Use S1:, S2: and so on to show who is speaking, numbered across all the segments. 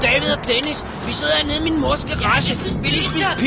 S1: Dennis. Vi sidder hernede i min mors garage. Vi lige spise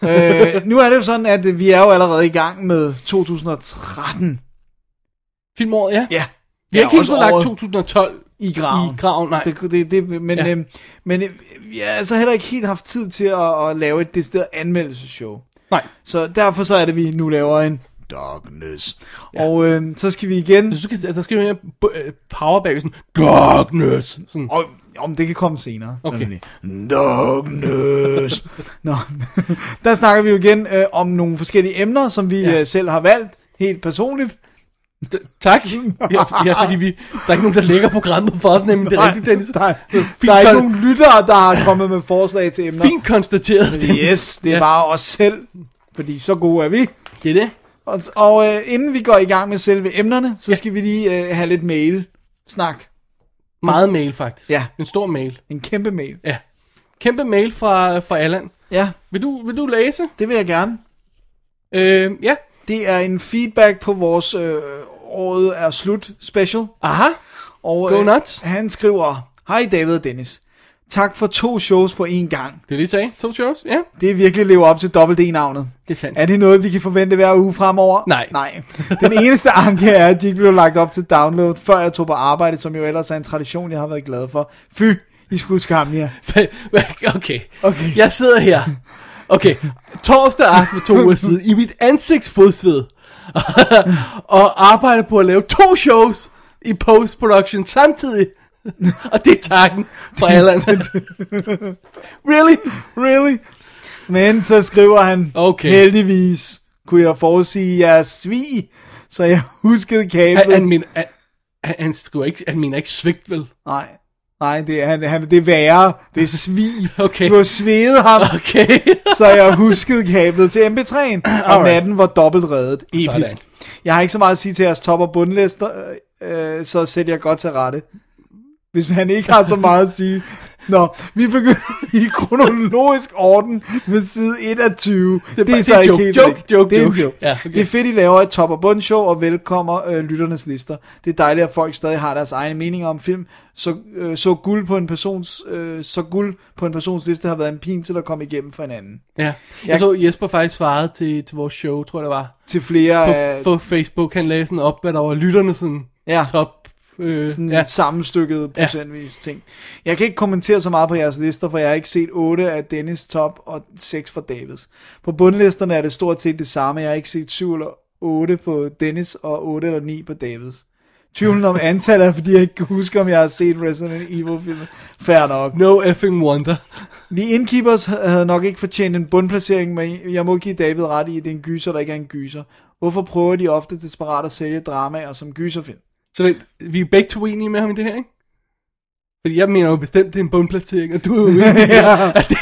S2: er det.
S3: øh, nu er det jo sådan, at øh, vi er jo allerede i gang med 2013.
S2: Filmåret, ja.
S3: Ja.
S2: Vi har ikke helt
S3: også
S2: fået lagt
S3: året
S2: 2012
S3: i graven.
S2: i graven, nej.
S3: Det, det, det, men ja.
S2: Ja.
S3: øhm, men øh, jeg har så heller ikke helt haft tid til at, at lave et decideret anmeldelseshow.
S2: Nej.
S3: Så derfor så er det, vi nu laver en darkness. Ja. Og øhm, så skal vi igen...
S2: Jeg synes, der skal jo mere b- øh, power bag, sådan, darkness. Sådan.
S3: Og, om det kan komme senere.
S2: Okay.
S3: nemlig. Darkness. Nå, der snakker vi jo igen øh, om nogle forskellige emner, som vi ja.
S2: Ja.
S3: øh, selv har valgt helt personligt.
S2: D- tak. Ja, ja, fordi vi, der er ikke nogen, der lægger programmet for os, nemlig. Det er
S3: Nej,
S2: rigtigt, Dennis.
S3: nej.
S2: Det er fint,
S3: Der er ikke
S2: kon-
S3: nogen lyttere, der har kommet med forslag til emner.
S2: fint konstateret. Dennis.
S3: Yes, det er
S2: Ja.
S3: bare os selv, fordi så gode er vi.
S2: Det er det.
S3: Og, og øh, inden vi går i gang med selve emnerne, så ja. skal vi lige øh, have lidt mail-snak.
S2: Meget mail, faktisk.
S3: Mm. Ja.
S2: En stor mail.
S3: En kæmpe mail.
S2: Ja. Kæmpe mail fra, fra Allan.
S3: Ja,
S2: Vil du, vil du læse?
S3: det vil jeg gerne.
S2: Øh, ja.
S3: Det er en feedback på vores øh, året er slut special.
S2: Aha.
S3: Og øh,
S2: Go nuts.
S3: han skriver, Hej David og Dennis. Tak for to shows på én gang.
S2: Det er det, jeg sagde. To shows. Ja,
S3: Det er virkelig lever op til D-navnet.
S2: det er sandt.
S3: Er det noget, vi kan forvente hver uge fremover?
S2: Nej.
S3: Nej. Den eneste anke er, at de ikke blev lagt op til download, før jeg tog på arbejde, som jo ellers er en tradition, jeg har været glad for. Fy, I skulle skamme jer.
S2: okay.
S3: Okay.
S2: Jeg sidder her. Okay. Torsdag aften for to uger siden. I mit ansigtsfodsved. og arbejder på at lave to shows i post-production samtidig. og det er takken fra Allan. really?
S3: Really? Men så skriver han,
S2: Okay.
S3: heldigvis kunne jeg forudsige jeres svig, så jeg huskede
S2: Han,
S3: kablet.
S2: han, mener, han, han, han, skriver ikke, han mener ikke svigt, vel?
S3: Nej, nej det, er- han, han, det er værre. Det er svig.
S2: Okay.
S3: Du har svedet ham,
S2: Okay.
S3: så jeg huskede kablet til MP3'en. Og
S2: Alright.
S3: natten var dobbelt reddet. Episk.
S2: Sådan.
S3: Jeg har ikke så meget at sige til jeres top- og bundlister, øh, øh, så sætter jeg godt til rette. Hvis han ikke har så meget at sige. Nå, vi begynder i kronologisk orden med side 1 af 20. Det er,
S2: bare-
S3: så
S2: det er
S3: ikke
S2: joke,
S3: helt
S2: joke,
S3: rigtigt.
S2: joke,
S3: det er en
S2: joke.
S3: joke.
S2: Ja, okay.
S3: Det er fedt, I laver et top- og bundshow og velkommer øh, lytternes lister. Det er dejligt, at folk stadig har deres egne meninger om film. Så, øh, så, guld på en persons, øh, så guld på en persons liste har været en pin til at komme igennem for en anden.
S2: Ja.
S3: Jeg-
S2: Jeg så Jesper faktisk svarede til, til vores show, tror jeg det var.
S3: Til flere
S2: På,
S3: af
S2: på Facebook, han lagde sådan op, hvad der var lytterne sådan
S3: Ja.
S2: top. Øh,
S3: Ah. sådan ja.
S2: ja.
S3: sammenstykket
S2: Ja.
S3: procentvis ting. Jeg kan ikke kommentere så meget på jeres lister, for jeg har ikke set 8 af Dennis top og 6 fra Davids. På bundlisterne er det stort set det samme. Jeg har ikke set 7 eller 8 på Dennis og 8 eller 9 på Davids. Tvivlen om antallet er, fordi jeg ikke kan huske, om jeg har set Resident Evil filmen. Fair nok.
S2: No effing wonder.
S3: The Innkeepers havde nok ikke fortjent en bundplacering, men jeg må give David ret i, at det er en gyser, der ikke er en gyser. Hvorfor prøver de ofte desperat at sælge dramaer som gyserfilm?
S2: Så vent, vi er begge to enige med ham i det her, ikke? Fordi jeg mener jo bestemt, det er en bundplacering, og du er jo uenig.
S3: Ja, det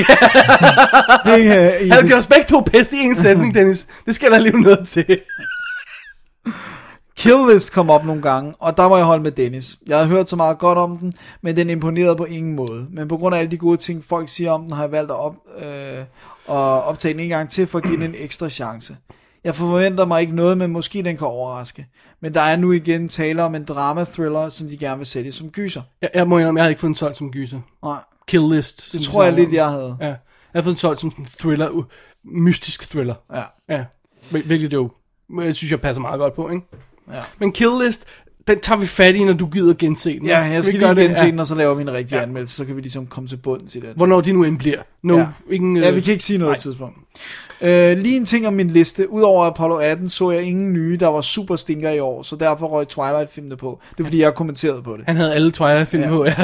S3: er øh,
S2: Han har gjort os begge to pest i en sætning, Dennis. Det skal der lige noget til.
S3: Kill List kom op nogle gange, og der var jeg holde med Dennis. Jeg havde hørt så meget godt om den, men den imponerede på ingen måde. Men på grund af alle de gode ting, folk siger om den, har jeg valgt at, op, øh, at optage den en gang til for at give den en ekstra chance. Jeg forventer mig ikke noget, men måske den kan overraske. Men der er nu igen tale om en drama-thriller, som de gerne vil sælge som gyser.
S2: Jeg, jeg må indrømme, jeg har ikke fået en solgt som gyser.
S3: Nej,
S2: Kill List. som
S3: det
S2: vi
S3: tror jeg
S2: snakker
S3: lidt,
S2: om.
S3: jeg havde.
S2: Ja. Jeg har fået den solgt som sådan en thriller, uh, mystisk thriller.
S3: Ja.
S2: øh, Ja, hvil- hvilket det jo, jeg synes, jeg passer meget godt på, ikke?
S3: Ja.
S2: Men Kill List den tager vi fat i, når du gider gense den.
S3: Ja,
S2: Skal vi
S3: jeg skal
S2: gøre
S3: lige
S2: det?
S3: gense
S2: Ja.
S3: den, og så laver vi en rigtig ja. anmeldelse, så kan vi ligesom komme til bunds i den.
S2: Hvornår de nu end bliver. No,
S3: Ja.
S2: ja. ingen,
S3: Ja, vi kan ikke sige noget nej. tidspunkt. Øh, lige en ting om min liste. Udover Apollo 18 så jeg ingen nye, der var super stinker i år, så derfor røg Twilight-filmene på. Det er fordi, jeg kommenterede på det.
S2: Han havde alle Twilight-film ja. på, ja.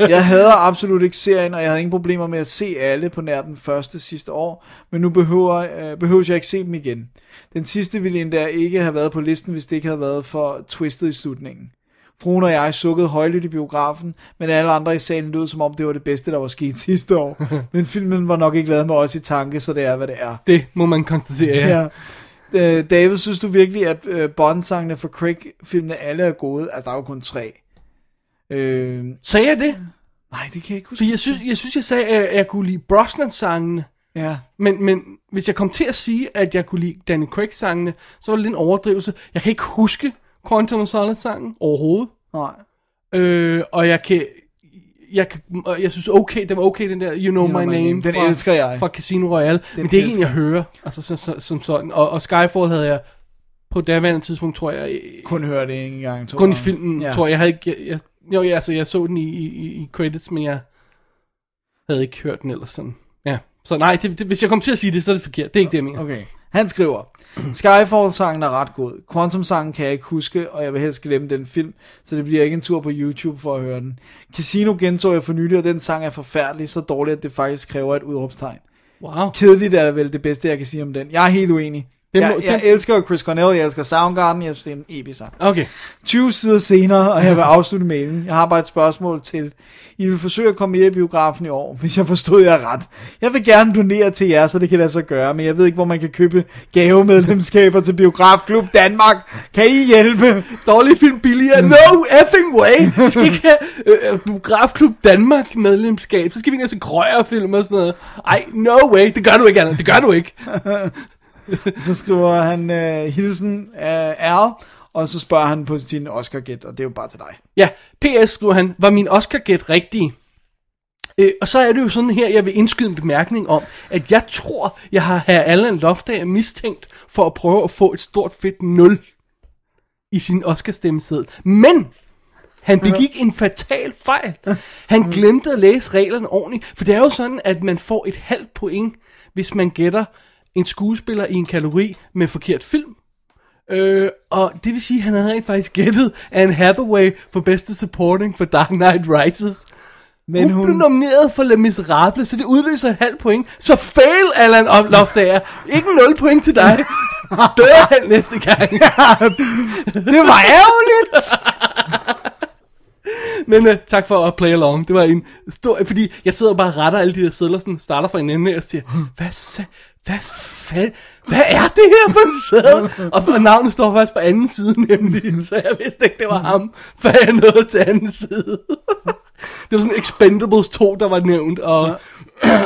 S3: Jeg hader absolut ikke serien, og jeg havde ingen problemer med at se alle på nær den første sidste år, men nu behøver, øh, behøver jeg ikke se dem igen. Den sidste ville endda ikke have været på listen, hvis det ikke havde været for twistet i slutningen. Fruen og jeg sukkede højlydt i biografen, men alle andre i salen lød som om det var det bedste, der var sket sidste år. Men filmen var nok ikke lavet med os i tanke, så det er, hvad det er.
S2: Det må man konstatere, ja.
S3: Ja. Øh, David, synes du virkelig, at øh, Bond-sangene for Craig-filmene alle er gode? Altså, der er jo kun tre. Øh,
S2: Sagde jeg det?
S3: nej, det kan jeg ikke huske.
S2: For jeg synes, jeg, synes, jeg sagde, at jeg kunne lide Brosnan-sangene.
S3: Ja.
S2: Men, men hvis jeg kom til at sige, at jeg kunne lide Danny Craig-sangene, så var det lidt en overdrivelse. Jeg kan ikke huske Quantum of Solace-sangen overhovedet.
S3: Nej.
S2: Øh, og jeg kan... Jeg, kan, og jeg synes okay, det var okay den der You Know, My, name,
S3: Den
S2: fra,
S3: elsker jeg.
S2: fra Casino Royale, men det er ikke en jeg hører altså, så, så, som sådan, og, og Skyfall havde jeg på daværende tidspunkt, tror jeg, øh,
S3: Kun hører det en gang. To
S2: kun i
S3: gange.
S2: filmen, ja. tror jeg, jeg havde ikke, jeg, jeg, jo, ja, altså, jeg så den i, i, i- i credits, men jeg havde ikke hørt den ellers sådan, ja, så nej, det, det, hvis jeg kom til at sige det, så er det forkert, det er ikke det, jeg mener.
S3: Okay. Han skriver, Skyfall-sangen er ret god. Quantum-sangen kan jeg ikke huske, og jeg vil helst glemme den film, så det bliver ikke en tur på YouTube for at høre den. Casino genså jeg for nylig, og den sang er forfærdelig, så dårlig, at det faktisk kræver et udråbstegn.
S2: Wow,
S3: Kedeligt er det vel det bedste, jeg kan sige om den. Jeg er helt uenig.
S2: Den må-
S3: Jeg, jeg
S2: den-
S3: elsker Chris Cornell, jeg elsker Soundgarden, jeg synes, det er en episk sang.
S2: okay,
S3: 20 sider senere, og jeg vil afslutte mailen. Jeg har bare et spørgsmål til. I vil forsøge at komme mere i biografen i år, hvis jeg forstod jer ret. Jeg vil gerne donere til jer, så det kan lade sig gøre, men jeg ved ikke, hvor man kan købe gavemedlemskaber til Biografklub Danmark. Kan I hjælpe?
S2: dårlig film billigere, no effing way, vi skal ikke have øh, øh, Biografklub Danmark medlemskab, så skal vi ikke have sådan krøjerfilm og sådan noget, ej, no way, det gør du ikke, Allan, det gør du ikke,
S3: Så skriver han øh, hilsen af R, og så spørger han på sin Oscar-gæt, og det er jo bare til dig.
S2: Ja, PS, skriver han, var min Oscar-gæt rigtig? Øh, og så er det jo sådan her, jeg vil indskyde en bemærkning om, at jeg tror, jeg har her Allan Loftager mistænkt for at prøve at få et stort fedt 0 i sin Oscar-stemmeseddel. Men han begik en fatal fejl. Han glemte at læse reglerne ordentligt, for det er jo sådan, at man får et halvt point, hvis man gætter en skuespiller i en kategori med forkert film. Øh, og det vil sige, at han havde rent faktisk gættet Anne Hathaway for bedste supporting for Dark Knight Rises. Men hun, hun blev nomineret for Le Miserable, så det udløser et halvt point. Så fail, Allan Om- Loftager. Ikke 0 point til dig. Dør han næste gang.
S3: Det var ærgerligt!
S2: Men uh, tak for at play along. Det var en stor... Fordi jeg sidder og bare retter alle de der sædler, sådan starter fra en ende og siger, hvad sa- hvad fanden, hvad er det her for en sæde? Og for navnet står faktisk på anden side nemlig, så jeg vidste ikke, det var ham, før jeg nåede til anden side. det var sådan Expendables 2, der var nævnt, og,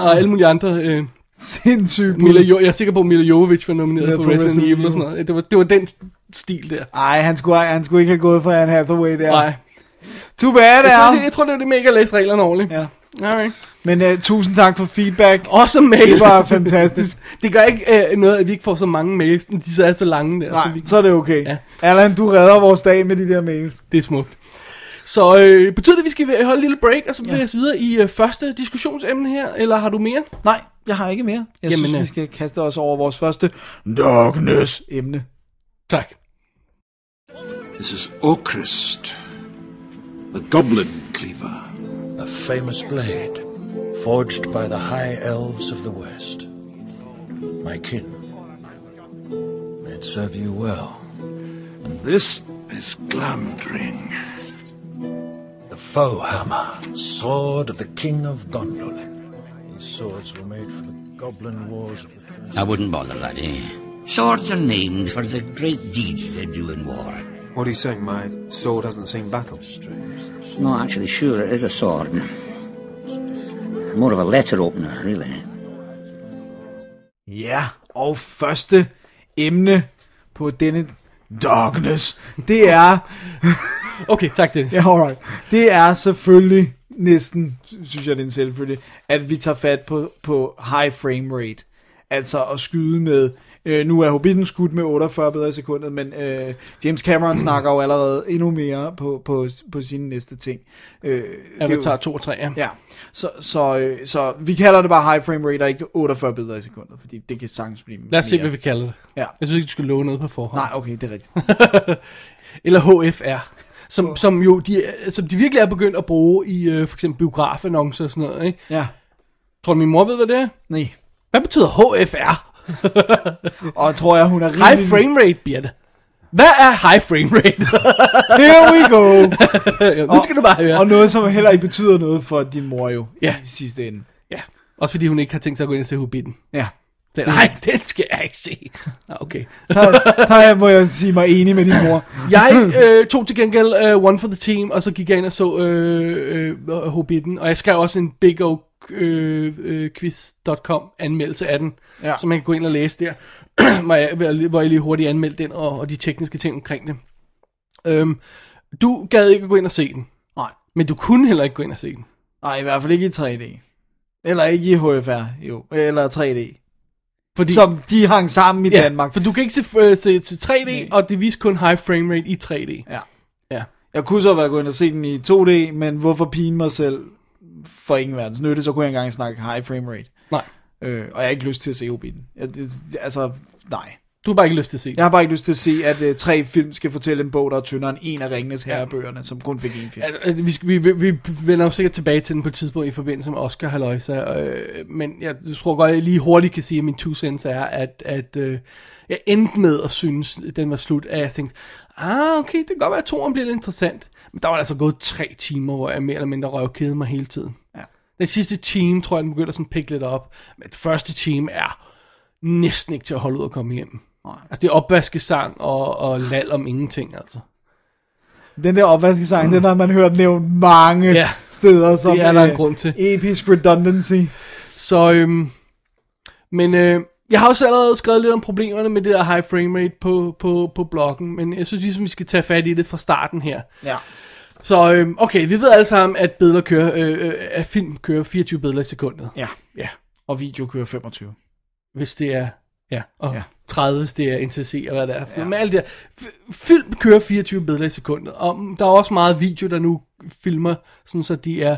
S2: og alle mulige andre. Øh,
S3: Sindssygt.
S2: Mila jo- jeg er sikker på, at Mila Jovovich var nomineret
S3: Ja,
S2: for
S3: for
S2: Resident
S3: Resident
S2: Evil og sådan noget. Det var, det var den stil der.
S3: Ej, han skulle, han skulle ikke have gået for Anne Hathaway der.
S2: Nej.
S3: Too bad,
S2: Jeg tror,
S3: R.
S2: det, jeg tror, det var det med ikke at læse reglerne ordentligt.
S3: Ja.
S2: Alright.
S3: Men uh, tusind tak for feedback.
S2: Awesome mail.
S3: Det var fantastisk.
S2: Det gør ikke øh, noget, at vi ikke får så mange mails, når de så er så lange der. Så
S3: Nej,
S2: vi,
S3: så er det okay. Ja.
S2: Ja.
S3: Allan, du redder vores dag med de der mails.
S2: det er smukt. Så øh, betyder det, at vi skal holde en lille break, og så bevæger vi os videre i øh, første diskussionsemne her, eller har du mere?
S3: Nej, jeg har ikke mere. Jeg Jamen,
S2: Jamen,
S3: synes,
S2: øh.
S3: vi skal kaste os over vores første Darkness-emne.
S2: Tak.
S4: This is Okrist, the Goblin Cleaver.
S5: a famous blade forged by the high elves of the West. My kin. May it serve you well.
S4: And this is Glamdring.
S5: The foe hammer, sword of the king of Gondolin. These swords were made for the goblin wars of the first.
S6: I wouldn't bother, laddie. Swords are named for the great deeds they do in war.
S7: What are you saying? My sword hasn't seen battle.
S6: No, actually, sure, it is a sword. More of a letter opener, really.
S3: Ja, og første emne på denne Darkness, det er...
S2: Okay, tak Dennis.
S3: ja, alright. Det er selvfølgelig næsten, sy- synes jeg, det er en selvfølgelig, at vi tager fat på, på high frame rate. Altså at skyde med, øh, nu er Hobbiten skudt med 48 bedre i sekundet, men øh, James Cameron snakker jo allerede endnu mere på, på, på sine næste ting. Øh, det er jo-
S2: Avatar 2 og 3, ja.
S3: Ja, så, så, øh, så vi kalder det bare high frame rate og ikke 48 billeder i sekundet, fordi det kan sagtens blive
S2: Lad os se,
S3: mere.
S2: hvad vi kalder det.
S3: Ja.
S2: Jeg synes ikke, du skulle love noget på forhånd.
S3: Nej, okay, det er rigtigt.
S2: Eller HFR. Som, som jo de, øh, som de virkelig er begyndt at bruge i øh, for eksempel biografannoncer og sådan noget. Ikke?
S3: Ja,
S2: Tror du, min mor ved, hvad det er?
S3: nej.
S2: Hvad betyder HFR?
S3: Og jeg tror jeg, hun er rigtig...
S2: High frame rate, Birte. Hvad er high frame rate?
S3: Here we go!
S2: nu skal du bare høre.
S3: Og noget, som heller ikke betyder noget for din mor jo,
S2: Ja.
S3: ja. i sidste ende.
S2: Ja, også fordi hun ikke har tænkt sig at gå ind og se Hobbiten.
S3: Ja.
S2: Den, nej, den skal jeg ikke se. Nå, okay.
S3: Der, der må jeg sige mig enig med din mor.
S2: Jeg øh, tog til gengæld øh, One for the Team, og så gik jeg ind og så øh, øh, Hobbiten, og jeg skrev også en Big O øh, øh, quiz.com anmeldelse af den,
S3: Ja.
S2: så man kan gå ind og læse der, hvor, jeg, hvor jeg lige hurtigt anmeldte den, og, og de tekniske ting omkring det. Øhm, du gad ikke at gå ind og se den,
S3: Nej.
S2: men du kunne heller ikke gå ind og se den.
S3: Nej, i hvert fald ikke i 3D. Eller ikke i HFR, jo. Eller 3D.
S2: Fordi,
S3: Som de hang sammen i
S2: ja,
S3: Danmark.
S2: For du kan ikke se, øh, se til 3D,
S3: Nej.
S2: og det viste kun high frame rate i 3D.
S3: Ja.
S2: Ja.
S3: Jeg kunne så være gået ind og se den i 2D, men hvorfor pine mig selv for ingen verdens nytte, så kunne jeg ikke engang snakke high frame rate.
S2: Nej,
S3: Øh, og jeg har ikke lyst til at se Hobbiten. Jeg, det, altså, nej.
S2: du har bare ikke lyst til at se den.
S3: Jeg har bare ikke lyst til at se, at øh, tre film skal fortælle en bog, der er tyndere end en af Ringenes herrebøgerne, som kun fik én film.
S2: Altså, altså, vi, skal- vi, vi, vi vender jo sikkert tilbage til den på et tidspunkt i forbindelse med Oscar Halløjsa, øh, men jeg tror godt, jeg lige hurtigt kan sige, at min two cents er, at, at øh, jeg endte med at synes, at den var slut, at jeg tænkte, ah, okay, det kan godt være, at toren bliver lidt interessant. Men der var altså gået tre timer, hvor jeg mere eller mindre røvkede mig hele tiden. Ja. Den sidste time, tror jeg, den begynder sådan at pikke lidt op, men den første time er næsten ikke til at holde ud og komme hjem. Nej. Altså, det er opvaskesang og, og lal om ingenting, altså.
S3: Den der opvaskesang, den har man hørt nævnt mange
S2: Ja.
S3: ja. steder. Som, øh,
S2: Det er der en grund til.
S3: Episk redundancy.
S2: Så, øhm, men øh, jeg har også allerede skrevet lidt om problemerne med det der high frame rate på, på, på bloggen, men jeg synes ligesom, vi skal tage fat i det fra starten her.
S3: Ja.
S2: Så, øhm, okay, vi ved alle sammen, at, billeder kører, øh, øh, at film kører 24 billeder i sekundet.
S3: ja.
S2: Ja,
S3: Og video kører 25.
S2: hvis det er... Ja, og ja.
S3: Ja.
S2: 30, hvis det er NTC og hvad det er. Ja. Med alt det der. F- film kører 24 billeder i sekundet, og der er også meget video, der nu filmer, sådan så de er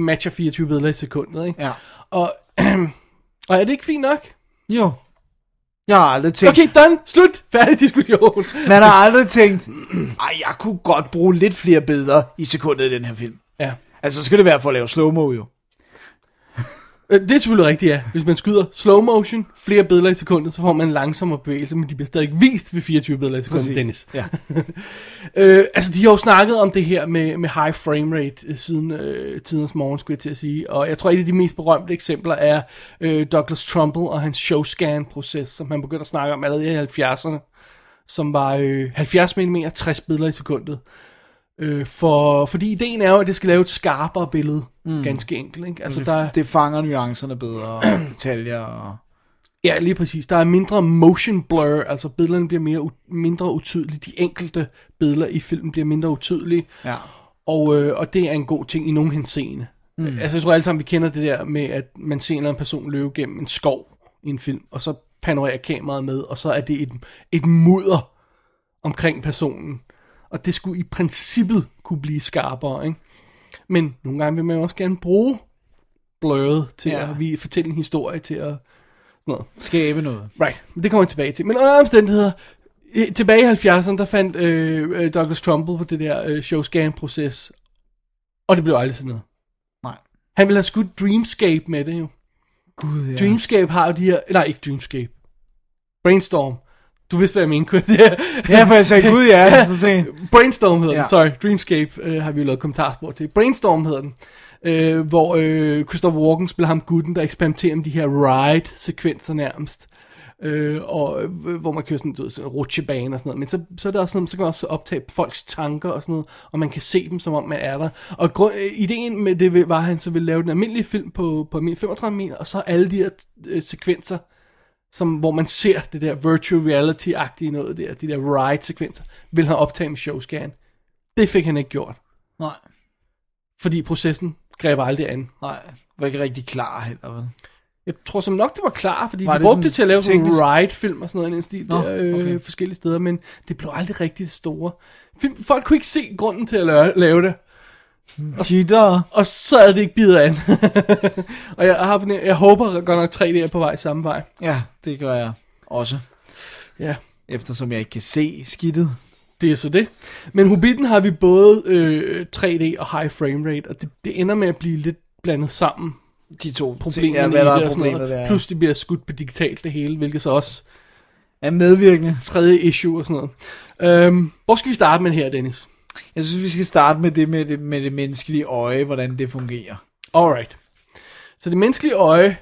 S2: matcher 24 billeder i sekundet, ikke?
S3: Ja.
S2: Og, og er det ikke fint nok?
S3: Jo. Jeg har aldrig tænkt, okay.
S2: Okay, done. Slut. Færdig diskussion.
S3: man har aldrig tænkt, ej, jeg kunne godt bruge lidt flere billeder i sekundet i den her film.
S2: Ja.
S3: Altså, så skal det være for at lave slow-mo jo.
S2: Øh, Det er selvfølgelig rigtigt, ja. Hvis man skyder slow motion, flere billeder i sekundet, så får man en langsommere bevægelse, men de bliver stadig vist ved 24 billeder i sekundet, Præcis. Dennis.
S3: Ja.
S2: Øh, altså, de har jo snakket om det her med, med high frame rate øh, siden øh, tidens morgen, skulle jeg til at sige. Og jeg tror, et af de mest berømte eksempler er øh, Douglas Trumbull og hans showscan-proces, som han begyndte at snakke om allerede i 70'erne, som var øh, 70 mm, 60 billeder i sekundet. Øh, for, fordi ideen er jo, at det skal lave et skarpere billede, mm. ganske enkelt. Ikke? Altså, der,
S3: Det fanger nuancerne bedre, og detaljer og...
S2: Ja, lige præcis. Der er mindre motion blur, altså billederne bliver mere u- mindre utydelige. De enkelte billeder i filmen bliver mindre utydelige,
S3: Ja.
S2: og, øh, og det er en god ting i nogen henseende. Mm. Altså, jeg tror alle sammen, vi kender det der med, at man ser en eller anden person løbe gennem en skov i en film, og så panorerer kameraet med, og så er det et, et mudder omkring personen. Og det skulle i princippet kunne blive skarpere, ikke? Men nogle gange vil man jo også gerne bruge blurret til ja.
S3: Ja.
S2: at vi fortælle en historie, til at
S3: Skabe noget.
S2: Right, men det kommer jeg tilbage til. Men under alle omstændigheder, i- tilbage i 70'erne, der fandt øh, øh, Douglas Trumbull på det der øh, showscan-proces, og det blev aldrig sådan noget.
S3: Nej.
S2: Han ville have skudt Dreamscape med det jo.
S3: Gud, ja.
S2: Dreamscape har jo de her... Nej, ikke Dreamscape. Brainstorm. Du vidste, hvad jeg mente, Chris. Ja.
S3: Ja, for jeg sagde, gud ja, så tænkte jeg,
S2: Brainstorm hedder ja. den,
S3: Ja.
S2: sorry. Dreamscape øh, har vi jo lavet kommentarspor til. Brainstorm hedder den. Øh, hvor øh, Christopher Walken spiller ham gutten, der eksperimenterer med de her ride-sekvenser nærmest. Øh, og øh, hvor man kører sådan, du ved, sådan en rutsjebane og sådan noget. Men så, så er det også sådan, så kan man også optage folks tanker og sådan noget, og man kan se dem, som om man er der. Og grund, øh, ideen med det var, at han så ville lave den almindelige film på, på 35 meter, og så alle de her øh, sekvenser, som, hvor man ser det der virtual reality-agtige noget der, de der ride-sekvenser, vil han optage med showscan. Det fik han ikke gjort,
S3: nej,
S2: fordi processen greb aldrig an.
S3: nej, var ikke rigtig klar heller, vel?
S2: Jeg tror som nok, det var klar, fordi
S3: Var
S2: var de
S3: det
S2: brugte
S3: sådan
S2: det til at lave sådan
S3: teknisk?
S2: en ride-film og sådan noget i den stil
S3: Nå,
S2: der, øh,
S3: okay.
S2: forskellige steder, men det blev aldrig rigtig store. Film, folk kunne ikke se grunden til at lave, lave det,
S3: Cheater.
S2: og så havde det ikke bidet an. og jeg, har, på den- jeg håber godt nok 3D er på vej samme vej.
S3: Ja, det gør jeg også.
S2: Ja,
S3: Eftersom jeg ikke kan se skidtet.
S2: det er så det. Men Hobbiten har vi både øh, 3D og high frame rate, og det, det ender med at blive lidt blandet sammen.
S3: De to
S2: Problemerne
S3: ja, hvad der
S2: i det
S3: er
S2: og sådan
S3: problemet
S2: noget.
S3: der.
S2: Plus det bliver skudt på digitalt det hele, hvilket så også
S3: Er medvirkende.
S2: tredje issue og sådan noget. Øhm, hvor skal vi starte med her, Dennis?
S3: Jeg synes, vi skal starte med det med det, med det menneskelige øje, hvordan det fungerer.
S2: Alright. Så det menneskelige øje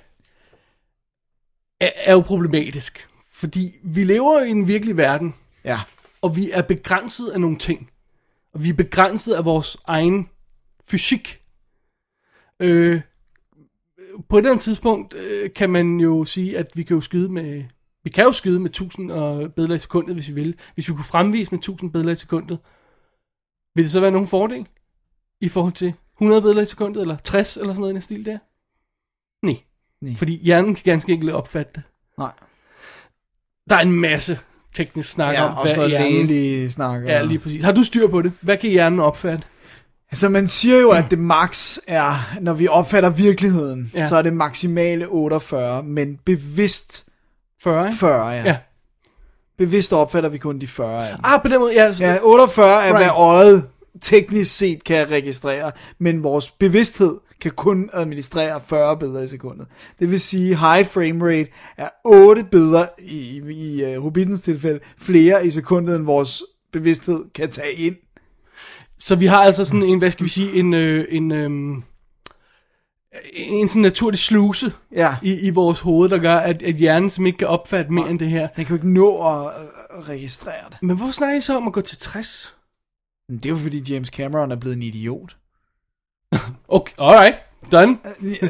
S2: er, er jo problematisk, fordi vi lever i en virkelig verden,
S3: Ja,
S2: og vi er begrænset af nogle ting. Og vi er begrænset af vores egen fysik. Øh, på et eller andet tidspunkt øh, kan man jo sige, at vi kan jo skyde med... Vi kan jo skyde med 1000 og billeder i sekundet, hvis vi vil. Hvis vi kunne fremvise med 1000 billeder i sekundet, vil det så være nogen fordel i forhold til 100 billeder i sekundet, eller 60 eller sådan noget i den stil der? Nej.
S3: Nej.
S2: Fordi hjernen kan ganske enkelt opfatte det.
S3: nej.
S2: Der er en masse teknisk snak om,
S3: Ja, også
S2: hvad
S3: noget
S2: hjernen...
S3: lægelige snakker.
S2: Ja, lige præcis. Har du styr på det? Hvad kan hjernen opfatte?
S3: Altså man siger jo, at det max er, når vi opfatter virkeligheden,
S2: Ja.
S3: ja. så er det maksimale 48, men bevidst
S2: 40, ikke?
S3: 40, ja.
S2: Ja.
S3: ja. Bevidst opfatter vi kun de 40 af dem.
S2: Ah, på den måde, ja. Så,
S3: Ja, 48 er,
S2: Right.
S3: hvad øjet teknisk set kan registrere, men vores bevidsthed kan kun administrere 40 billeder i sekundet. Det vil sige, high frame rate er 8 billeder i, i uh, Hobbitens tilfælde, flere i sekundet, end vores bevidsthed kan tage ind.
S2: så vi har altså sådan en, hvad skal vi sige, en, øh, en, øh, en sådan naturlig sluse
S3: Ja,
S2: i, i vores hoved, der gør, at, at hjernen som ikke kan opfatte mere end det her.
S3: den kan jo ikke nå at, at registrere det.
S2: Men hvorfor snakker I så om at gå til 60?
S3: Men det er jo fordi James Cameron er blevet en idiot.
S2: Okay, alright. Done.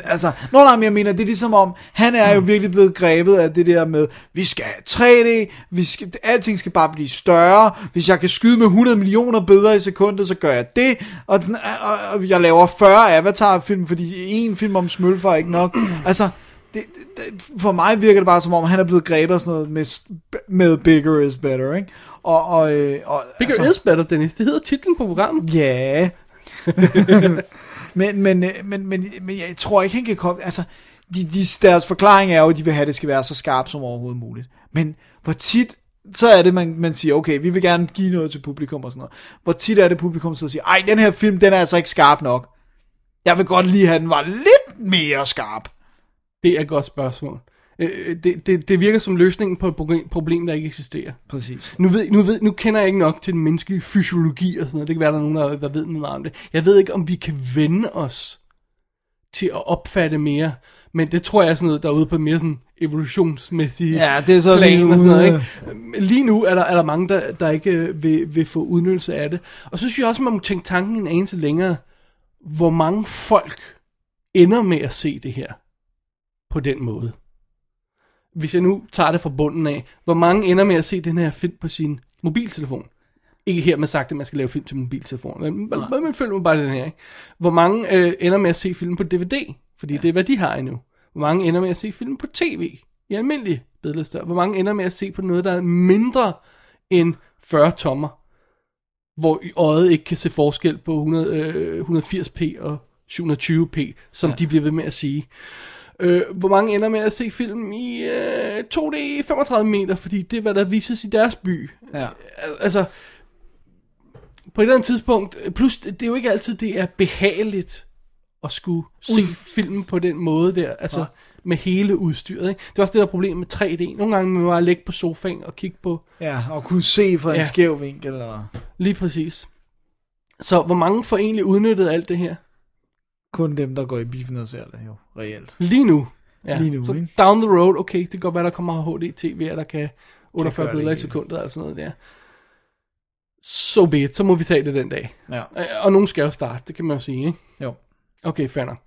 S3: altså, nå nej, men jeg mener, det er ligesom om, han er jo
S2: Mm.
S3: virkelig blevet grebet af det der med, vi skal have 3D, vi skal, alting skal bare blive større, hvis jeg kan skyde med 100 millioner billeder i sekundet, så gør jeg det, og, sådan, og, og jeg laver 40 Avatar-film, fordi en film om smølfer er ikke nok, altså, det, det, det- for mig virker det bare som om, han er blevet grebet af sådan noget med, s- med bigger is better, ikke? Og, og, øh, og,
S2: Bigger is better, Dennis. Det hedder titlen på programmet.
S3: Ja. men, men, øh, men, men, men jeg tror ikke, han kan komme... Altså, de, de, deres forklaring er jo, at de vil have, at det skal være så skarpt som overhovedet muligt. Men hvor tit, så er det, man, man siger, okay, vi vil gerne give noget til publikum og sådan noget. Hvor tit er det, publikum sidder og siger, ej, den her film, den er altså ikke skarp nok. Jeg vil godt lige have, at den var lidt mere skarp.
S2: Det er et godt spørgsmål. Øh, øh, Det, det, det virker som løsningen på et proble- problem, der ikke eksisterer.
S3: Præcis.
S2: Nu, ved, nu, ved, nu kender jeg ikke nok til den menneskelige fysiologi og sådan noget. Det kan være, der er nogen, der, der ved noget meget om det. Jeg ved ikke, om vi kan vende os til at opfatte mere. Men det tror jeg er sådan noget, der er ude på mere sådan evolutionsmæssige
S3: Ja, det er så
S2: plan
S3: lige
S2: og sådan noget.
S3: ude.
S2: Ikke? Lige nu er der, er der mange, der, der ikke øh, vil, vil få udnyttelse af det. Og så synes jeg også, man må tænke tanken en anelse længere. Hvor mange folk ender med at se det her på den måde? hvis jeg nu tager det fra bunden af, hvor mange ender med at se den her film på sin mobiltelefon? Ikke her med sagt, at man skal lave film til mobiltelefon, men man, man følger bare den her. Ikke? Hvor mange øh, ender med at se film på DVD? Fordi ja. det er, hvad de har endnu. Hvor mange ender med at se film på tv? I almindelig billedstørre. Hvor mange ender med at se på noget, der er mindre end 40 tommer? Hvor i øjet ikke kan se forskel på 100, øh, 180p og 720p, som ja. de bliver ved med at sige. Øh, hvor mange ender med at se film i øh, 2D 35 meter, fordi det er, hvad der vises i deres by.
S3: Ja.
S2: Al- Altså, på et eller andet tidspunkt, øh, plus det det er jo ikke altid, det er behageligt at skulle se filmen på den måde der, altså ja. med hele udstyret. Ikke? Det er også det, der er problemet med 3D. Nogle gange må man bare ligge på sofaen og kigge på
S3: Ja, og kunne se fra en
S2: Ja.
S3: ja. skæv vinkel. Og
S2: lige præcis. Så hvor mange får egentlig udnyttet alt det her?
S3: kun dem, der går i biffen og ser det jo, reelt.
S2: Lige nu. Ja.
S3: Lige nu,
S2: så
S3: ikke?
S2: down the road, okay, det kan godt være, der kommer HD-TV'er, der kan 48
S3: det
S2: billeder i
S3: hele.
S2: sekundet og sådan noget der. So be it, så må vi tage det den dag.
S3: Ja,
S2: Øh, Og nogen skal jo starte, det kan man jo sige, ikke?
S3: jo.
S2: Okay, fair nok.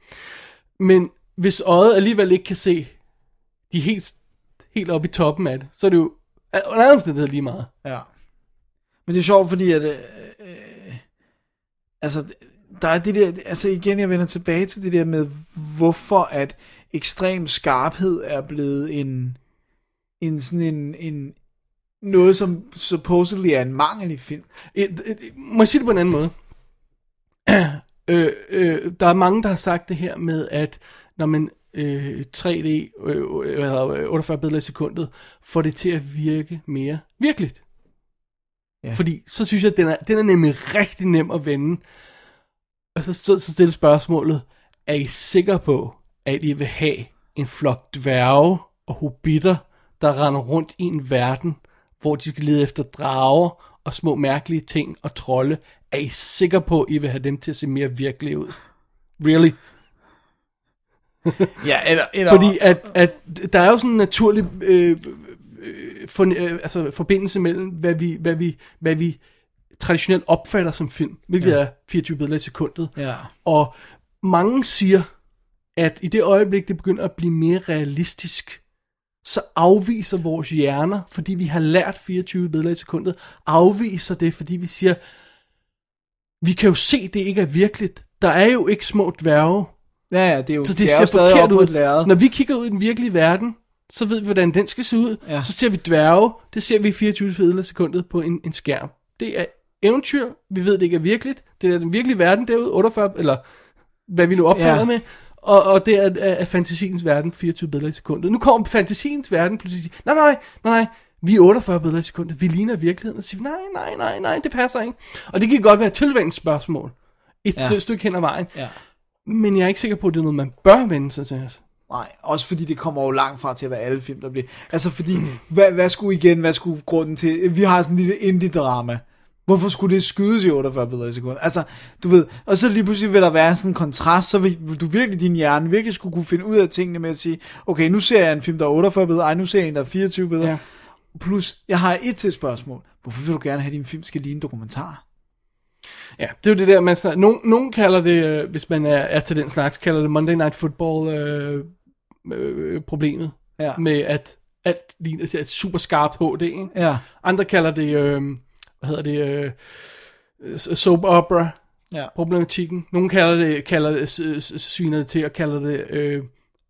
S2: Men hvis øjet alligevel ikke kan se de er helt, helt oppe i toppen af det, så er det jo øh, under alle omstændigheder lige meget.
S3: Ja. Men det er sjovt, fordi at... Øh, øh, altså, der er det der... Altså, igen, jeg vender tilbage til det der med, hvorfor at ekstrem skarphed er blevet en, en sådan en, en noget, som supposedly er en mangel i film.
S2: Et, et, et, må jeg sige det på en anden måde? øh, øh, der er mange, der har sagt det her med, at når man øh, 3D, øh, hvad hedder, det, 48 billeder i sekundet, får det til at virke mere virkeligt.
S3: Ja.
S2: Ja. Fordi så synes jeg, at den er, den er nemlig rigtig nem at vende. Og så, så, så stille spørgsmålet, er I sikre på, at I vil have en flok dværge og hobitter, der render rundt i en verden, hvor de skal lede efter drager og små mærkelige ting og trolde? Er I sikre på, at I vil have dem til at se mere virkelige ud? Really?
S3: Ja, eller, eller,
S2: Fordi at, at der er jo sådan en naturlig øh, øh, for, øh, altså forbindelse mellem, hvad vi, hvad, vi, hvad vi traditionelt opfatter som film, hvilket ja. er 24 billeder i sekundet.
S3: Ja.
S2: Og mange siger, at i det øjeblik, det begynder at blive mere realistisk, så afviser vores hjerner, fordi vi har lært 24 billeder i sekundet, afviser det, fordi vi siger, vi kan jo se, det ikke er virkeligt. Der er jo ikke små dværge,
S3: ja, ja, det er jo,
S2: så
S3: det
S2: det,
S3: er jo
S2: det ser
S3: stadig op
S2: forkert
S3: på et
S2: ud.
S3: lærred.
S2: Når vi kigger ud i den virkelige verden, så ved vi, hvordan den skal se ud.
S3: Ja.
S2: Ja. Så ser vi dværge, det ser vi i 24 fedele sekundet på en, en skærm. Det er eventyr, vi ved, det ikke er virkeligt. Det er den virkelige verden derude, 48, eller hvad vi nu opfatter
S3: Ja.
S2: ja. med. Og, og det er, er, er fantasiens verden, 24 billeder i sekundet. Nu kommer fantasiens verden pludselig og siger, nej, nej, nej, nej, vi er 48 billeder i sekundet, vi ligner virkeligheden. Og så siger, vi, nej, nej, nej, nej, det passer ikke. Og det kan godt være et tilvændingsspørgsmål. Et
S3: Ja.
S2: ja. stykke hen ad vejen.
S3: Ja.
S2: Men jeg er ikke sikker på, at det er noget, man bør vende sig til. Altså.
S3: Nej, også fordi det kommer jo langt fra til at være alle film, der bliver... Altså fordi, hvad, hvad skulle igen, hvad skulle grunden til... Vi har sådan en lille indie-drama. Hvorfor skulle det skydes i 48 billeder i sekundet? Altså, du ved, og så lige pludselig vil der være sådan en kontrast, så vil vil du virkelig, din hjerne virkelig skulle kunne finde ud af tingene med at sige, okay, nu ser jeg en film, der er 48 billeder, ej, nu ser jeg en, der er 24 billeder. Ja.
S2: Ja.
S3: Plus, jeg har et til spørgsmål. Hvorfor vil du gerne have, at din film skal ligne en dokumentar?
S2: Ja, det er jo det der, man snakker. Nogen, nogen kalder det, øh, hvis man er, er til den slags, kalder det Monday Night Football øh, øh, problemet.
S3: Ja.
S2: Med at alt ligner det er et super skarpt HD. Ikke?
S3: Ja,
S2: Andre kalder det, øh, hvad hedder det, øh, øh, soap opera
S3: ja.
S2: problematikken. Nogen kalder det, kalder det s- s- sviner det til og kalder det øh,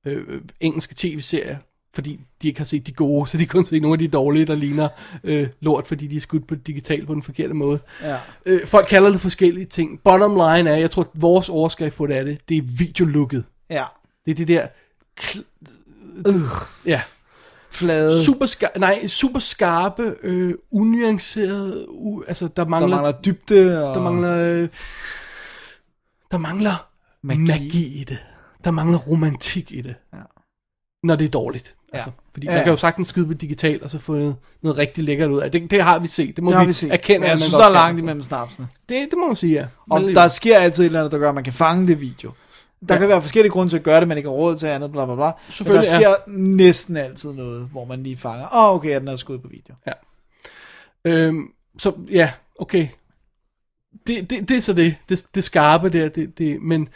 S2: øh, engelske tv-serier, fordi de ikke har set de gode, så de kun set nogle af de dårlige, der ligner øh, lort, fordi de er skudt på digitalt på den forkerte måde.
S3: Ja.
S2: Øh, folk kalder det forskellige ting. Bottom line er, jeg tror, at vores overskrift på det er det, det er videolooket.
S3: Ja.
S2: Det er det der, kl- ja,
S3: Flade.
S2: super, skar- nej, super skarpe, øh, unuancerede, u- altså der
S3: Der
S2: mangler,
S3: mangler dybde og
S2: der mangler, øh, der mangler magi. magi i det. Der mangler romantik i det.
S3: Ja.
S2: Når det er dårligt.
S3: Ja.
S2: Altså, fordi
S3: Ja,
S2: man
S3: ja.
S2: kan jo sagtens skyde på digital, og så få noget, noget rigtig lækkert ud af det. Det har vi set. Det må
S3: Det har
S2: vi,
S3: vi set.
S2: erkende.
S3: Men
S2: at
S3: jeg
S2: man
S3: synes,
S2: godt
S3: der er
S2: kan.
S3: langt imellem snapsene.
S2: Det, det må man sige, ja.
S3: Og
S2: Men-
S3: der sker altid et eller andet, der gør, at man kan fange det video. Der ja. kan være forskellige grunde til at gøre det, man ikke har råd til andet, bla bla bla. Men der
S2: Selvfølgelig,
S3: sker ja. næsten altid noget, hvor man lige fanger, åh oh, okay, ja, den er skudt på video.
S2: Øhm, så ja, okay. Det, det, det er så det. Det, det skarpe der, det, det, men...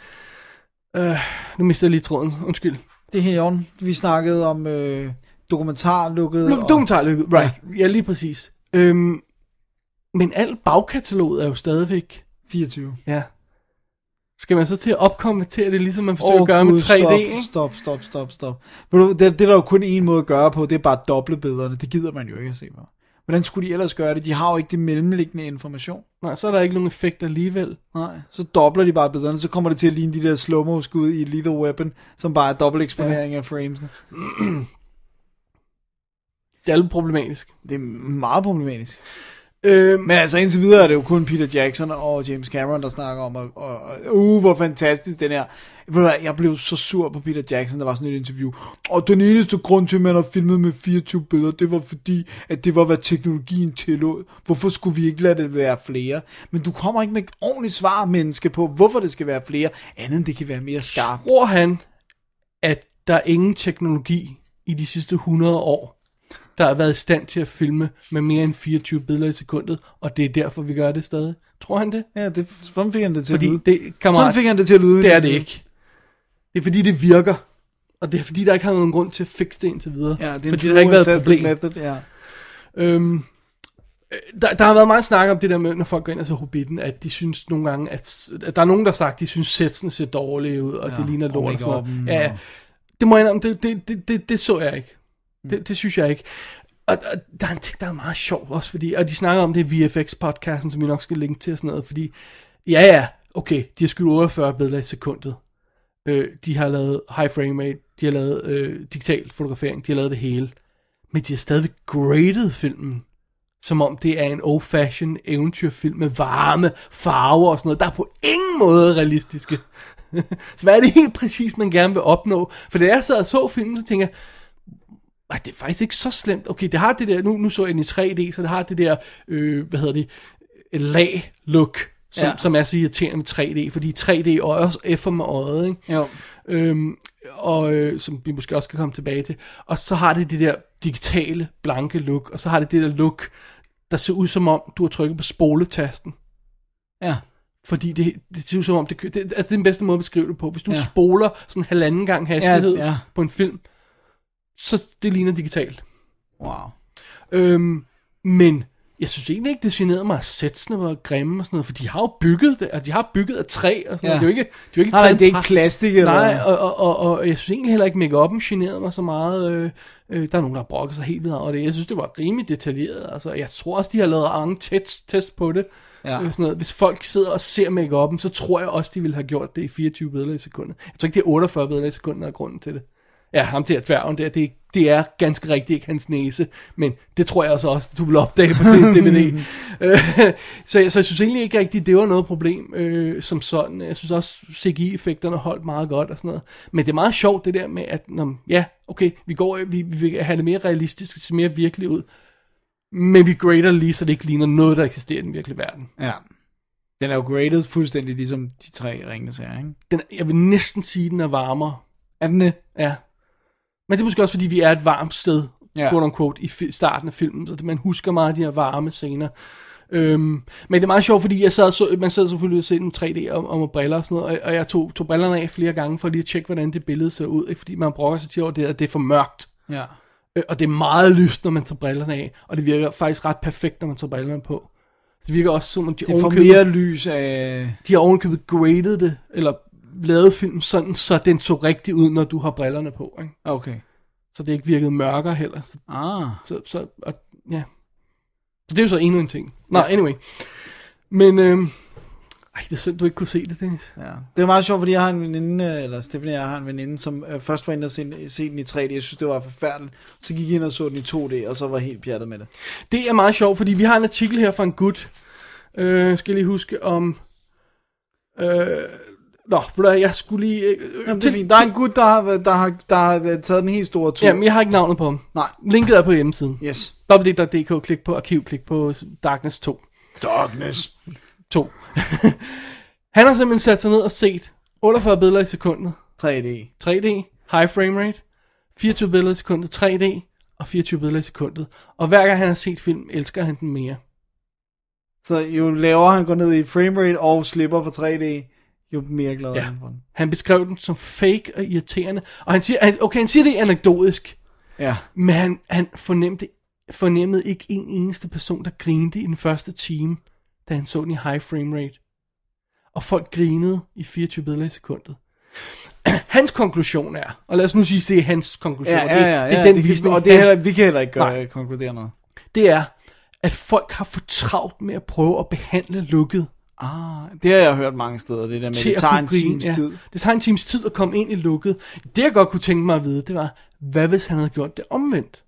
S2: Øh, nu mister jeg lige tråden, undskyld.
S3: Det er helt i orden. Vi snakkede om øh, dokumentarlukket.
S2: Luk- Dokumentarlykket, right. Ja. ja, lige præcis. Øhm, men alt bagkataloget er jo stadigvæk...
S3: 24.
S2: Ja. Skal man så til at opkonvertere det, ligesom man forsøger
S3: Åh,
S2: oh, at gøre med
S3: Gud,
S2: 3D,
S3: stop,
S2: ikke?
S3: Stop, stop, stop, stop. Ved du, det, det er der jo kun en måde at gøre på, det er bare at doble billederne. Det gider man jo ikke at se på. Hvordan skulle de ellers gøre det? De har jo ikke det mellemliggende information.
S2: Nej, så er der ikke nogen effekt alligevel.
S3: Nej, så dobler de bare billederne, så kommer det til at ligne de der slow skud i Lethal Weapon, som bare er dobbelt eksponering ja. af framesene.
S2: Det er lidt problematisk.
S3: Det er meget problematisk.
S2: Øhm,
S3: Men altså indtil videre er det jo kun Peter Jackson og James Cameron, der snakker om, og, og, og uh, hvor fantastisk den her. Ved du hvad, Jeg blev så sur på Peter Jackson, der var sådan et interview. Og den eneste grund til, at man har filmet med 24 billeder, det var fordi, at det var, hvad teknologien tillod. Hvorfor skulle vi ikke lade det være flere? Men du kommer ikke med et ordentligt svar, menneske, på, hvorfor det skal være flere, andet end det kan være mere skarpt.
S2: tror han, at der er ingen teknologi i de sidste 100 år, der har været i stand til at filme med mere end 24 billeder i sekundet, og det er derfor, vi gør det stadig? Tror han det?
S3: Ja, det, sådan fik han det til at
S2: Fordi
S3: lyde.
S2: det,
S3: Sådan
S2: kammerat,
S3: fik han det til at lyde.
S2: det er det ikke. altså. Det er fordi, det virker. Og det er fordi, der ikke har nogen grund til at fikse det indtil videre.
S3: Ja, det er en
S2: fordi
S3: true
S2: der har ikke været et
S3: fantastic
S2: problem.
S3: method, ja.
S2: Øhm, øh, der, der har været meget snak om det der med, når folk går ind og ser Hobbiten, at de synes nogle gange, at, s- at der er nogen, der har sagt, at de synes, sætsene ser dårlige ud, og ja, det ligner lort. og sådan noget.
S3: make-up'en
S2: Ja,
S3: og-
S2: Det må jeg indrømme, det, det, det, det, det så jeg ikke. Det, det synes jeg ikke. Og, og der er en ting, der er meget sjov også, fordi, og de snakker om det i VFX-podcasten, som vi nok skal linke til og sådan noget, fordi, ja ja, okay, de har skudt 48 billeder i sekundet. Øh, de har lavet high frame rate, de har lavet øh, digital fotografering, de har lavet det hele. Men de har stadigvæk graded filmen, som om det er en old-fashioned eventyrfilm med varme farver og sådan noget, der er på ingen måde realistiske. så hvad er det helt præcis, man gerne vil opnå? For da jeg sad og så filmen, så tænker jeg, ej, det er faktisk ikke så slemt. Okay, det har det der, nu, nu så jeg den i 3D, så det har det der, øh, hvad hedder det, lag-look, som, ja.
S3: Ja.
S2: som er så irriterende med 3D, fordi 3D og også F'er med øjet, ikke?
S3: Jo.
S2: øhm, og øh, som vi måske også kan komme tilbage til. Og så har det det der digitale, blanke look, og så har det det der look, der ser ud som om, du har trykket på spoletasten.
S3: Ja.
S2: Fordi det, det ser ud som om, det, kø- det, altså det er den bedste måde at beskrive det på. Hvis du ja.
S3: Ja.
S2: spoler sådan halvanden gang hastighed ja,
S3: Ja,
S2: ja.
S3: ja.
S2: på en film, så det ligner digitalt.
S3: Wow.
S2: Øhm, men jeg synes egentlig ikke, det generede mig, at sætsene var grimme og sådan noget, for de har jo bygget det, altså de har bygget af træ og sådan
S3: Ja.
S2: noget. Det er jo ikke, det er jo ikke
S3: Nej,
S2: taget
S3: nej, det er
S2: en
S3: ikke
S2: par-
S3: plastik eller
S2: Nej, og, og, og, og jeg synes egentlig heller ikke, make-up'en generede mig så meget. Øh, øh, der er nogen, der har brokket sig helt videre over det. Jeg synes, det var rimelig detaljeret. Altså, jeg tror også, de har lavet mange test, test på det.
S3: Ja.
S2: Øh, sådan noget. Hvis folk sidder og ser make-up'en, så tror jeg også, de ville have gjort det i 24 billeder i sekundet. Jeg tror ikke, det er 48 billeder i sekundet, der er grunden til det. Ja, ham der dværgen der, det, det er ganske rigtigt ikke hans næse, men det tror jeg altså også, du vil opdage på det DVD. Øh, så, så jeg synes egentlig ikke rigtigt, det var noget problem øh, som sådan. Jeg synes også, CGI-effekterne holdt meget godt og sådan noget. Men det er meget sjovt det der med, at nå, men ja, okay, vi går, vi, vi vil have det mere realistisk, det ser mere virkeligt ud, men vi grader lige, så det ikke ligner noget, der eksisterer i den virkelige verden.
S3: Ja. Den er jo graded fuldstændig ligesom de tre ringende sager, ikke?
S2: Den, jeg vil næsten sige, den er varmere.
S3: Er den det?
S2: Ja. Men det er måske også, fordi vi er et varmt sted, ja.
S3: Ja.
S2: quote unquote, i fi- starten af filmen, så det- man husker meget af de her varme scener. Øhm, men det er meget sjovt, fordi jeg sad, og så, man sad selvfølgelig og så den 3D og, og med briller og sådan noget, og, og jeg tog, tog brillerne af flere gange for lige at tjekke, hvordan det billede ser ud, ikke? fordi man brokker sig til over det, at det er for mørkt.
S3: Ja.
S2: Øh, Og det er meget lyst, når man tager brillerne af, og det virker faktisk ret perfekt, når man tager brillerne på. Det virker også som om de
S3: Det får
S2: ovenkøbet-
S3: mere lys af...
S2: de har ovenkøbet graded det, eller lavet filmen sådan, så den så rigtig ud, når du har brillerne på. Ikke?
S3: Okay.
S2: Så det ikke virkede mørkere heller. Så,
S3: Ah.
S2: så, så og, ja. Så det er jo så endnu en ting. Nå, anyway. Men, øhm, ej, det er synd, du ikke kunne se det, Dennis.
S3: Ja. Det er meget sjovt, fordi jeg har en veninde, øh, eller Stephanie og jeg har en veninde, som øh, først var inde og se, se den i 3D. Jeg synes, det var forfærdeligt. Så gik jeg ind og så den i 2D, og så var jeg helt pjattet med det.
S2: Det er meget sjovt, fordi vi har en artikel her fra en gut. Øh, skal jeg lige huske om... Øh, nå, ved du hvad, jeg skulle lige... Øh,
S3: Jamen, det er fint. Der er en gut, der har, der har, der har øh, taget den helt store tur.
S2: Jamen, jeg har ikke navnet på ham.
S3: Nej.
S2: Linket er på hjemmesiden.
S3: Yes.
S2: www.dk, klik på arkiv, klik på Darkness 2.
S3: Darkness.
S2: 2. han har simpelthen sat sig ned og set 48 billeder i sekundet,
S3: 3D.
S2: 3D, high frame rate, 24 billeder i sekundet, 3D og 24 billeder i sekundet. Og hver gang han har set film, elsker han den mere.
S3: Så jo lavere han går ned i framerate og slipper for 3D, jo mere glad
S2: Ja.
S3: ja. er han for den.
S2: Han beskrev den som fake og irriterende. Og han siger, han- okay, han siger det er anekdotisk,
S3: Ja.
S2: men han, han fornemte, fornemmede ikke en eneste person, der grinede i den første time, da han så den i high frame rate. Og folk grinede i 24 billeder i sekundet. Hans konklusion er, og lad os nu sige, at det er hans konklusion,
S3: Ja,
S2: og
S3: ja, ja, ja,
S2: det, det er den
S3: det kan,
S2: visning,
S3: og det er
S2: han-
S3: heller, vi kan heller ikke
S2: Nej.
S3: gøre, konkludere noget.
S2: det er, at folk har for travlt med at prøve at behandle lukket
S3: Ah, det har jeg hørt mange steder, det der med,
S2: til
S3: det
S2: at
S3: tager
S2: kunne
S3: en
S2: grine.
S3: times
S2: ja.
S3: tid.
S2: Det tager en times tid at komme ind i lukket. Det jeg godt kunne tænke mig at vide, det var, hvad hvis han havde gjort det omvendt?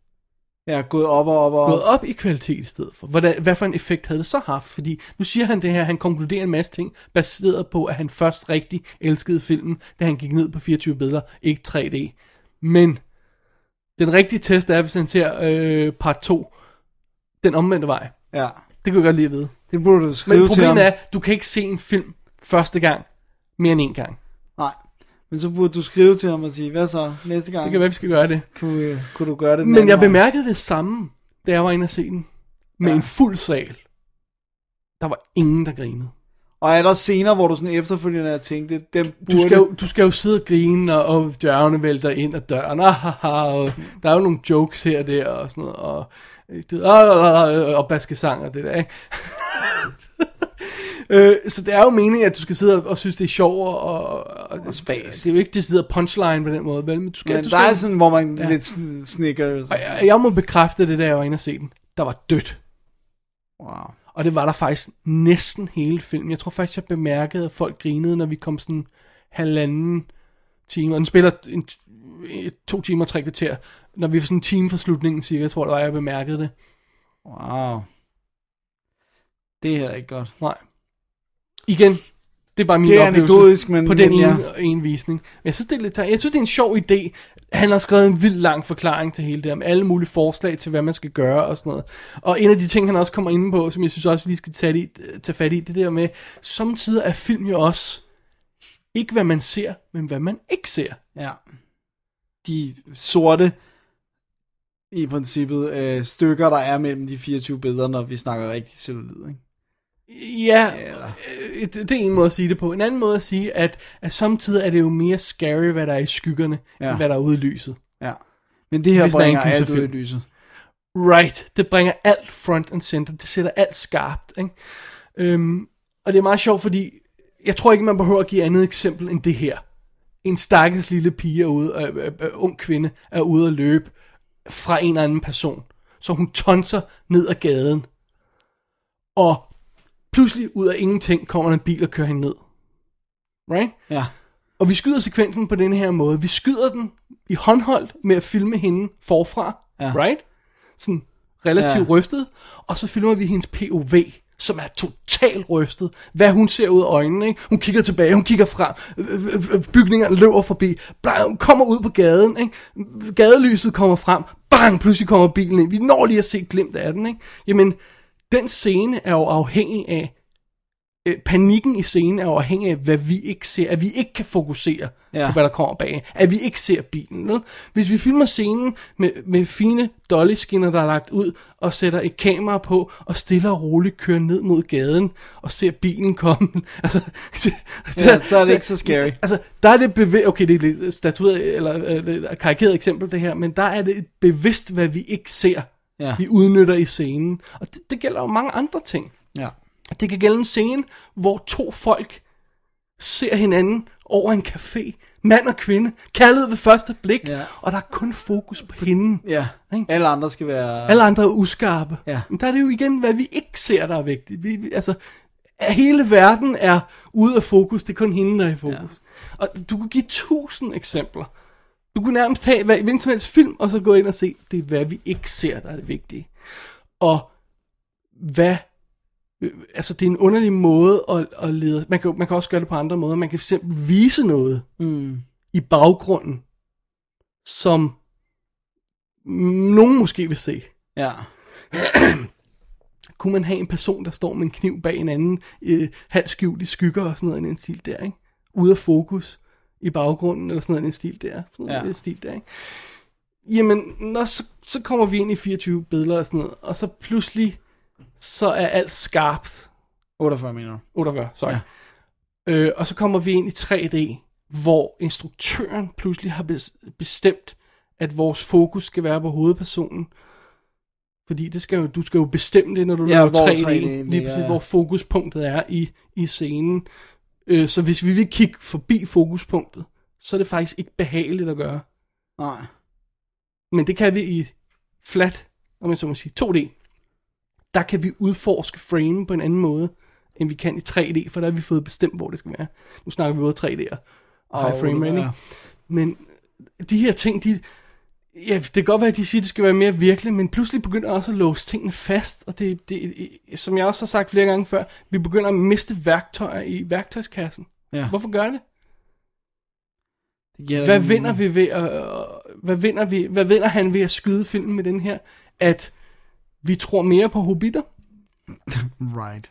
S3: Ja, gået op og op og
S2: gået op i kvalitet i stedet for. Hvordan, hvad for en effekt havde det så haft? Fordi nu siger han det her, han konkluderer en masse ting, baseret på, at han først rigtig elskede filmen, da han gik ned på 24 billeder, ikke 3D. Men den rigtige test er, hvis han ser øh, part 2, den omvendte vej.
S3: Ja,
S2: Det kunne jeg godt lide at vide.
S3: det burde du skrive
S2: Men
S3: til ham.
S2: problemet er, du kan ikke se en film første gang, mere end en gang.
S3: Nej, men så burde du skrive til ham og sige, hvad så næste gang?
S2: Det kan være, vi skal gøre det.
S3: kunne, øh, kunne du gøre det den
S2: Men
S3: anden
S2: jeg
S3: vej?
S2: bemærkede det samme, da jeg var inde og se den. Med
S3: Ja.
S2: en fuld sal. Der var ingen, der grinede.
S3: Og er der scener, hvor du sådan efterfølgende har tænkt, det, dem burde...
S2: du skal, jo, du skal jo sidde og grine, og, og dørene vælter ind, og døren, ah, ha, ha, og der er jo nogle jokes her og der, og sådan noget, og, og, og, og, og baskesang og det der, ikke? Øh, så det er jo meningen, at du skal sidde og, og synes, det er sjovt og, og, og
S3: spas.
S2: Det er jo ikke det, der punchline på den måde, vel? Men du skal,
S3: Men
S2: du
S3: der er
S2: skal,
S3: sådan, hvor man ja. lidt sn- snikker.
S2: og jeg, jeg må bekræfte det, da jeg var inde og se den. Der var dødt.
S3: Wow.
S2: Og det var der faktisk næsten hele filmen. Jeg tror faktisk, jeg bemærkede, at folk grinede, når vi kom sådan halvanden time. Og den spiller en, en- to timer og tre kvarter. Når vi var sådan en time fra slutningen cirka, jeg tror det var, jeg bemærkede det.
S3: Wow. Det er heller ikke godt.
S2: Nej. Igen, det er bare min
S3: Det er
S2: oplevelse
S3: anekdotisk, men-
S2: på den
S3: men ja.
S2: ene, ene visning. Men jeg synes, det er lidt, jeg synes, det er en sjov idé. Han har skrevet en vild lang forklaring til hele det her, med alle mulige forslag til, hvad man skal gøre og sådan noget. Og en af de ting, han også kommer ind på, som jeg synes også, vi lige skal tage, i, tage fat i, det der med, samtidig er film jo også ikke, hvad man ser, men hvad man ikke ser.
S3: Ja. De sorte, i princippet, øh, stykker, der er mellem de 24 billeder, når vi snakker rigtig cellulid, ikke?
S2: Ja, øh, det det er en måde at sige det på. En anden måde at sige, at, at samtidig er det jo mere scary, hvad der er i skyggerne, ja.
S3: Ja.
S2: end hvad der er ude i lyset.
S3: Ja. Men det her
S2: Hvis man
S3: bringer
S2: inkluderer
S3: alt ud i
S2: film.
S3: lyset.
S2: Right, det bringer alt front and center, det sætter alt skarpt, ikke? Øhm, og det er meget sjovt, fordi jeg tror ikke, man behøver at give andet eksempel end det her. En stakkels lille pige er ude, øh, øh, øh, ung kvinde er ude at løbe fra en eller anden person. Så hun tonser ned ad gaden. Og pludselig ud af ingenting kommer der en bil og kører hende ned. Right?
S3: Ja.
S2: Og vi skyder sekvensen på den her måde. Vi skyder den i håndholdt med at filme hende forfra, ja.
S3: Ja.
S2: right? Sådan relativt ja.
S3: Ja.
S2: rystet. Og så filmer vi hendes POV, som er totalt rystet. Hvad hun ser ud af øjnene, ikke? Hun kigger tilbage, hun kigger frem. Øh, øh, øh, Bygningerne løber forbi. Bla, hun kommer ud på gaden, ikke? Gadelyset kommer frem. Bang, pludselig kommer bilen ind. Vi når lige at se et glimt af den, ikke? Jamen, den scene er jo afhængig af, øh, panikken i scenen er jo afhængig af, hvad vi ikke ser, at vi ikke kan fokusere ja.
S3: Ja.
S2: på, hvad der kommer bag, at vi ikke ser bilen. Vel? Hvis vi filmer scenen med, med fine dolly-skinner, der er lagt ud, og sætter et kamera på, og stille og roligt kører ned mod gaden, og ser bilen komme, altså, så,
S3: Ja, så er det ikke så scary.
S2: Altså, der er det bevidst, okay, det er et lidt statueret, eller øh, lidt karikeret eksempel det her, men der er det et bevidst, hvad vi ikke ser,
S3: Ja.
S2: vi udnytter i scenen. Og det, det gælder jo mange andre ting.
S3: Ja.
S2: Det kan gælde en scene, hvor to folk ser hinanden over en café. Mand og kvinde. Kærlighed ved første blik.
S3: Ja.
S2: Og der er kun fokus på hende.
S3: Ja.
S2: Ikke?
S3: Alle andre skal være...
S2: Alle andre er uskarpe.
S3: Ja.
S2: Men der er det jo igen, hvad vi ikke ser, der er vigtigt. Vi, vi, altså, hele verden er ude af fokus. Det er kun hende, der er i fokus. Ja. Og du kunne give tusind eksempler. Du kunne nærmest tage hvad, hvilken som helst film, og så gå ind og se, det er hvad vi ikke ser, der er det vigtige. Og hvad... øh, Altså, det er en underlig måde at, at lede... Man kan, jo- man kan også gøre det på andre måder. Man kan simpelthen vise noget
S3: Mm.
S2: i baggrunden, som nogen måske vil se
S3: Ja.
S2: kunne man have en person, der står med en kniv bag en anden, øh, halvt skjult i skygger og sådan noget i den stil der, ikke? Ude af fokus i baggrunden, eller sådan noget i den stil der. Sådan noget ja.
S3: Ja.
S2: stil der, ikke? Jamen, når, så, så kommer vi ind i 24 billeder og sådan noget, og så pludselig, så er alt skarpt.
S3: 48 minutter.
S2: 48, sorry. Ja. Øh, og så kommer vi ind i 3D, hvor instruktøren pludselig har bes- bestemt, at vores fokus skal være på hovedpersonen. Fordi det skal jo, du skal jo bestemme det, når du
S3: Ja,
S2: laver
S3: hvor
S2: 3D,
S3: 3D
S2: lige
S3: ligger,
S2: præcis,
S3: ja.
S2: hvor fokuspunktet er i, i scenen. Øh, så hvis vi vil kigge forbi fokuspunktet, så er det faktisk ikke behageligt at gøre.
S3: Nej.
S2: Men det kan vi i flat, om man så må sige, 2D. Der kan vi udforske frame på en anden måde, end vi kan i 3D, for der har vi fået bestemt, hvor det skal være. Nu snakker vi både 3D'er og high frame rate.
S3: ja.
S2: ikke? Men de her ting, de... Ja, det kan godt være, at de siger, at det skal være mere virkeligt, men pludselig begynder også at låse tingene fast, og det, det, som jeg også har sagt flere gange før, vi begynder at miste værktøjer i værktøjskassen.
S3: Ja.
S2: Hvorfor gør det?
S3: Det giver
S2: Hvad
S3: ingen-
S2: vinder vi ved at, øh, hvad vinder vi, hvad vinder han ved at skyde filmen med den her, at vi tror mere på hobitter?
S3: Right.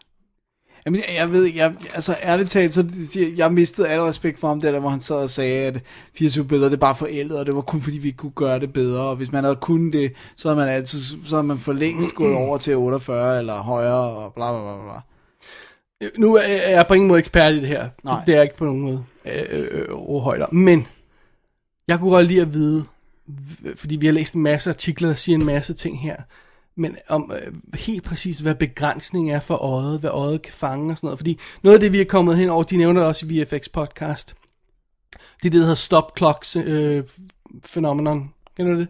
S3: Jamen, jeg- jeg ved ikke, jeg, altså ærligt talt, så siger- jeg mistede al respekt for ham der, der, hvor han sad og sagde, at 24 billeder, det er bare forældet, og det var kun fordi, vi ikke kunne gøre det bedre, og hvis man havde kunnet det, så havde man altid, så havde man for længst gået over til 48 eller højere, og bla bla bla bla.
S2: Øh, Nu er er jeg på ingen måde ekspert i det her.
S3: Nej.
S2: Det er jeg ikke på nogen måde øh, øh, rohøjder. Men jeg kunne godt lide at vide, v- fordi vi har læst en masse artikler, der siger en masse ting her. men om øh, helt præcis, hvad begrænsningen er for øjet, hvad øjet kan fange og sådan noget. Fordi noget af det, vi er kommet hen over, de nævner det også i VFX podcast, det er det, der hedder stop clocks øh, fænomenon. Kender du det?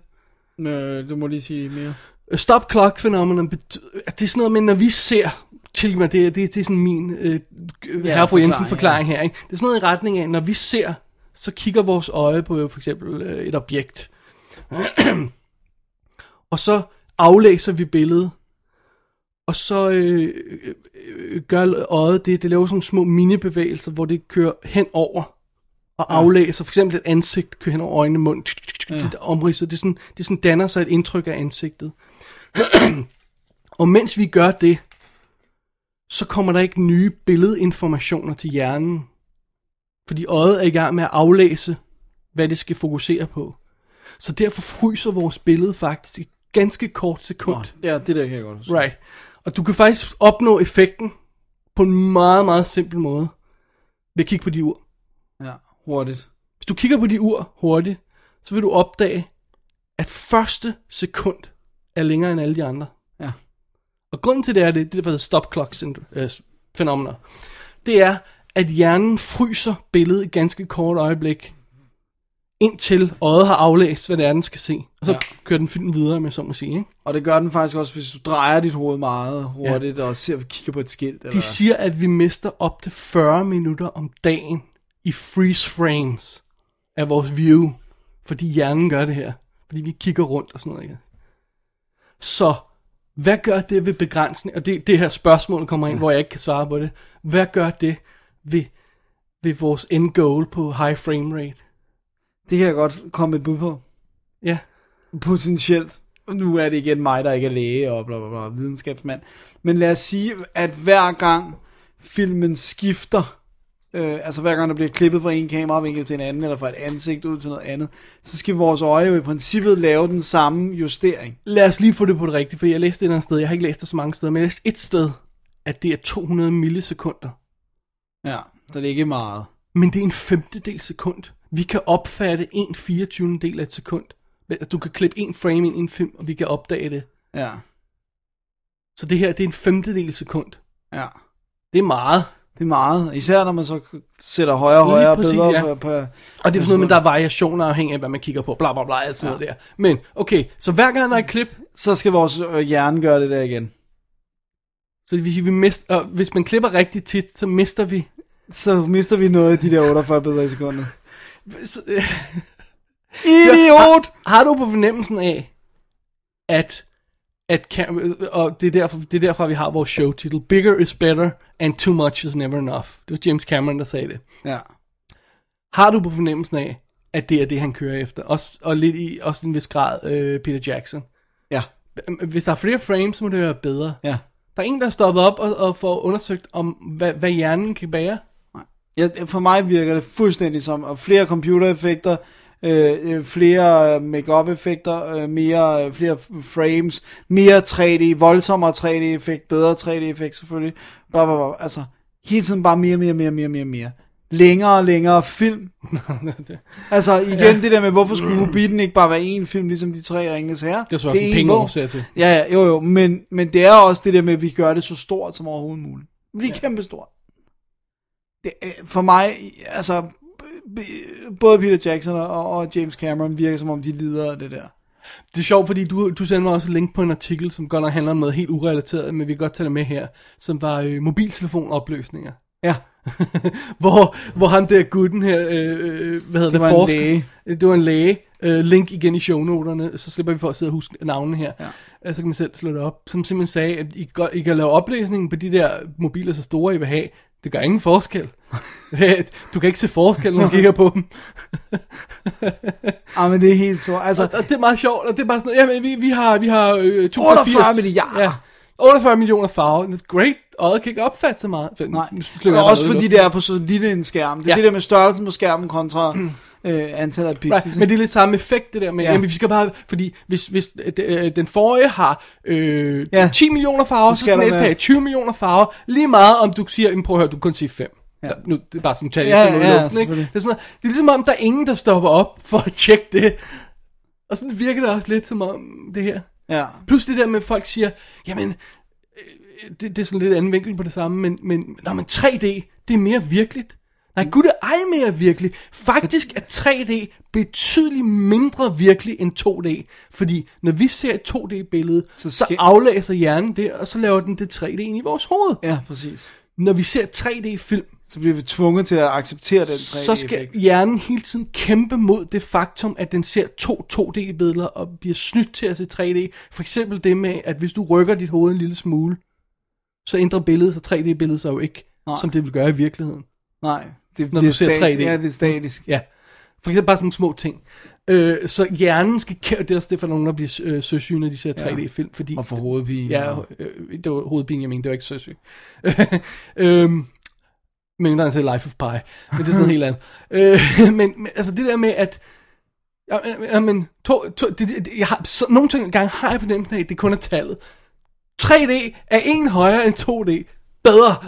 S3: Øh, du må lige sige mere.
S2: A Stop clock phenomenon betyder, at det er sådan noget med, når vi ser, til mig, det, er- det, det er sådan min øh, ja, herre fru Jensen
S3: forklaring,
S2: forklaring her, ikke? det er sådan noget i retning af, når vi ser, så kigger vores øje på øh, for eksempel øh, et objekt, og så aflæser vi billedet, og så øh, øh, øh, gør øjet det, det laver sådan nogle små minibevægelser, hvor det kører hen over og aflæser, for eksempel et ansigt kører hen over øjnene, mund, tsk, tsk, tsk, det omridset, det, er sådan, det sådan danner sig et indtryk af ansigtet. og mens vi gør det, så kommer der ikke nye billedinformationer til hjernen, fordi øjet er i gang med at aflæse, hvad det skal fokusere på. Så derfor fryser vores billede faktisk et ganske kort sekund.
S3: Ja, det der kan jeg godt huske.
S2: Right. Og du kan faktisk opnå effekten på en meget, meget simpel måde ved at kigge på dit ur.
S3: Ja, hurtigt.
S2: Hvis du kigger på dit ur hurtigt, så vil du opdage, at første sekund er længere end alle de andre.
S3: Ja.
S2: Og grunden til det er det, det er det, der hedder stop clock syndrom- øh, fænomener. Det er, at hjernen fryser billedet i ganske kort øjeblik, indtil øjet har aflæst, hvad det er, den skal se. Og så ja. kører den filmen videre, med så må sige. Ikke?
S3: Og det gør den faktisk også, hvis du drejer dit hoved meget hurtigt, ja. og ser, kigger på et skilt. Eller...
S2: De siger, at vi mister op til 40 minutter om dagen i freeze frames af vores view, fordi hjernen gør det her. Fordi vi kigger rundt og sådan noget. Ikke? Så hvad gør det ved begrænsning? Og det, det her spørgsmål kommer ind, hvor jeg ikke kan svare på det. Hvad gør det ved, ved vores end goal på high frame rate?
S3: Det kan jeg godt komme et bud på.
S2: Ja,
S3: potentielt, nu er det igen mig, der ikke er læge og bla bla bla, videnskabsmand, men lad os sige, at hver gang filmen skifter, øh, altså hver gang der bliver klippet fra en kameravinkel til en anden, eller fra et ansigt ud til noget andet, så skal vores øje jo i princippet lave den samme justering.
S2: lad os lige få det på det rigtige, for jeg læste et eller andet sted. Jeg har ikke læst det så mange steder, men jeg læste et sted, at det er 200 millisekunder.
S3: Ja, så det er ikke meget.
S2: Men det er en femtedel sekund. Vi kan opfatte en 24. del af et sekund. Altså, Du kan klippe en frame ind i en film, og vi kan opdage det.
S3: Ja,
S2: Så det her, det er en femtedel sekund.
S3: ja.
S2: Det er meget.
S3: Det er meget, især når man så sætter højere og
S2: Lige
S3: højere
S2: præcis,
S3: bedre
S2: ja.
S3: på, på,
S2: Og det er sådan noget med, der er variationer afhængig af, hvad man kigger på. Bla, bla, bla, alt sådan ja. noget der. Men, okay, så hver gang der er et klip,
S3: så skal vores øh, hjerne gøre det der igen.
S2: så vi, vi mist, og hvis man klipper rigtig tit, så mister vi...
S3: Så mister vi noget af de der 48 bedre i sekundet.
S2: Så, øh,
S3: Idiot!
S2: har du på fornemmelsen af, at... at kam- og det er, derfor, det er derfor, vi har vores showtitel. Bigger is better, and too much is never enough. Det var James Cameron, der sagde det.
S3: Ja.
S2: har du på fornemmelsen af, at det er det, han kører efter? Også, og lidt i også i en vis grad øh, Peter Jackson.
S3: Ja,
S2: Hvis der er flere frames, må det være bedre.
S3: ja.
S2: Der er en, der er stoppet op og, og får undersøgt, om hvad, hvad hjernen kan bære.
S3: Ja, for mig virker det fuldstændig som og flere computereffekter, øh, øh, flere øh, make-up-effekter, øh, mere, øh, flere frames, mere 3D, voldsommere 3D-effekt, bedre 3D-effekt selvfølgelig. Bla, bla, bla. Altså, hele tiden bare mere, mere, mere, mere, mere, mere. Længere og længere film.
S2: det-
S3: altså igen ja. det der med, hvorfor skulle Hobbiten ikke bare være én film, ligesom de tre Ringenes Herre?
S2: Det er så i hvert fald
S3: én
S2: penge
S3: bog.
S2: årsager til.
S3: Ja, ja, jo jo, men, men det er også det der med, at vi gør det så stort som overhovedet muligt. Lige ja. kæmpe stort. Det, er- for mig, altså, b- b- både Peter Jackson og, og James Cameron virker som om, de lider af det der.
S2: Det er sjovt, fordi du, du sendte mig også et link på en artikel, som godt nok handler om noget helt urelateret, men vi kan godt tage det med her, som var øh, mobiltelefonopløsninger.
S3: Ja,
S2: hvor, hvor ham der gutten her, øh, øh, hvad hedder det,
S3: var en
S2: forsker-
S3: læge.
S2: Øh, Det var en læge. Øh, link igen i shownoterne, så slipper vi for at sidde og huske navnene her.
S3: Ja.
S2: Øh, Så kan man selv slå det op. Som simpelthen sagde, at I, kan godt, I kan lave opløsningen på de der mobiler, så store I vil have. Det gør ingen forskel. du kan ikke se forskel, når du kigger på dem.
S3: ah, men det er helt så. Altså,
S2: Og, og det er meget sjovt, og det er bare sådan, jamen, vi, vi har, vi har øh,
S3: 48 milliarder.
S2: Ja, 48 millioner farver. Great, øjet kan ikke opfatte så meget. Så,
S3: nej.
S2: nu slukker jeg
S3: Og også
S2: noget ud.
S3: fordi det er på så lille en skærm. Det er ja.
S2: Ja.
S3: det der med størrelsen på skærmen kontra øh, antallet af pixels.
S2: Right, men det er lidt samme effekt, det der med,
S3: Ja.
S2: ja. jamen, vi skal bare, fordi hvis, hvis øh, d- øh, den forrige har øh,
S3: Ja.
S2: ja. 10 millioner farver,
S3: Så
S2: så
S3: skal
S2: skal
S3: der
S2: den næste
S3: være-
S2: have 20 millioner farver, lige meget om du siger, jamen, prøv at høre, du kan kun sige 5. Ja. Nu, det er bare sådan, tal,
S3: Ja,
S2: ja,
S3: ja,
S2: ja, luften, ikke? Det,
S3: selvfølgelig.
S2: er sådan, noget- det er ligesom om, der er ingen, der stopper op for at tjekke det. Og sådan virker det også lidt som om det her.
S3: Ja.
S2: Plus det der med, at folk siger, jamen, øh, det, det er sådan lidt anden vinkel på det samme, men, men, nå, men 3D, det er mere virkeligt. Nej, gud, det er ej mere virkeligt. Faktisk er 3D betydeligt mindre virkelig end 2D, fordi når vi ser et 2D-billede, så,
S3: Så
S2: så
S3: skal-
S2: aflæser hjernen det, og så laver den det 3D ind i vores hoved.
S3: Ja, præcis.
S2: Når vi ser 3D-film,
S3: Så bliver vi tvunget til at acceptere den 3
S2: så skal hjernen hele tiden kæmpe mod det faktum, at den ser to 2D-billeder og bliver snydt til at se 3D. For eksempel det med, at hvis du rykker dit hoved en lille smule, så ændrer billedet sig 3D-billedet sig jo ikke, Nej.
S3: Nej.
S2: som det vil gøre i virkeligheden.
S3: Nej, det,
S2: Når
S3: det
S2: du ser 3D.
S3: Ja, det er statisk.
S2: Ja. For eksempel bare sådan små ting. Øh, så hjernen skal kæmpe, det er også det for nogen, der bliver øh, søsyge, når de ser 3D-film, fordi...
S3: Og for hovedpine.
S2: Ja,
S3: og-
S2: øh, det var hovedpine, jeg mente, det var ikke søsyg. øhm, men der er til Life of Pi, men det er sådan helt andet. Øh, men, men altså det der med, at ja, men- ja, men, to, to, det, det, jeg har, så, nogle ting gange har jeg på den af, at det kun er tallet. 3D er en højere end 2D. Bedre.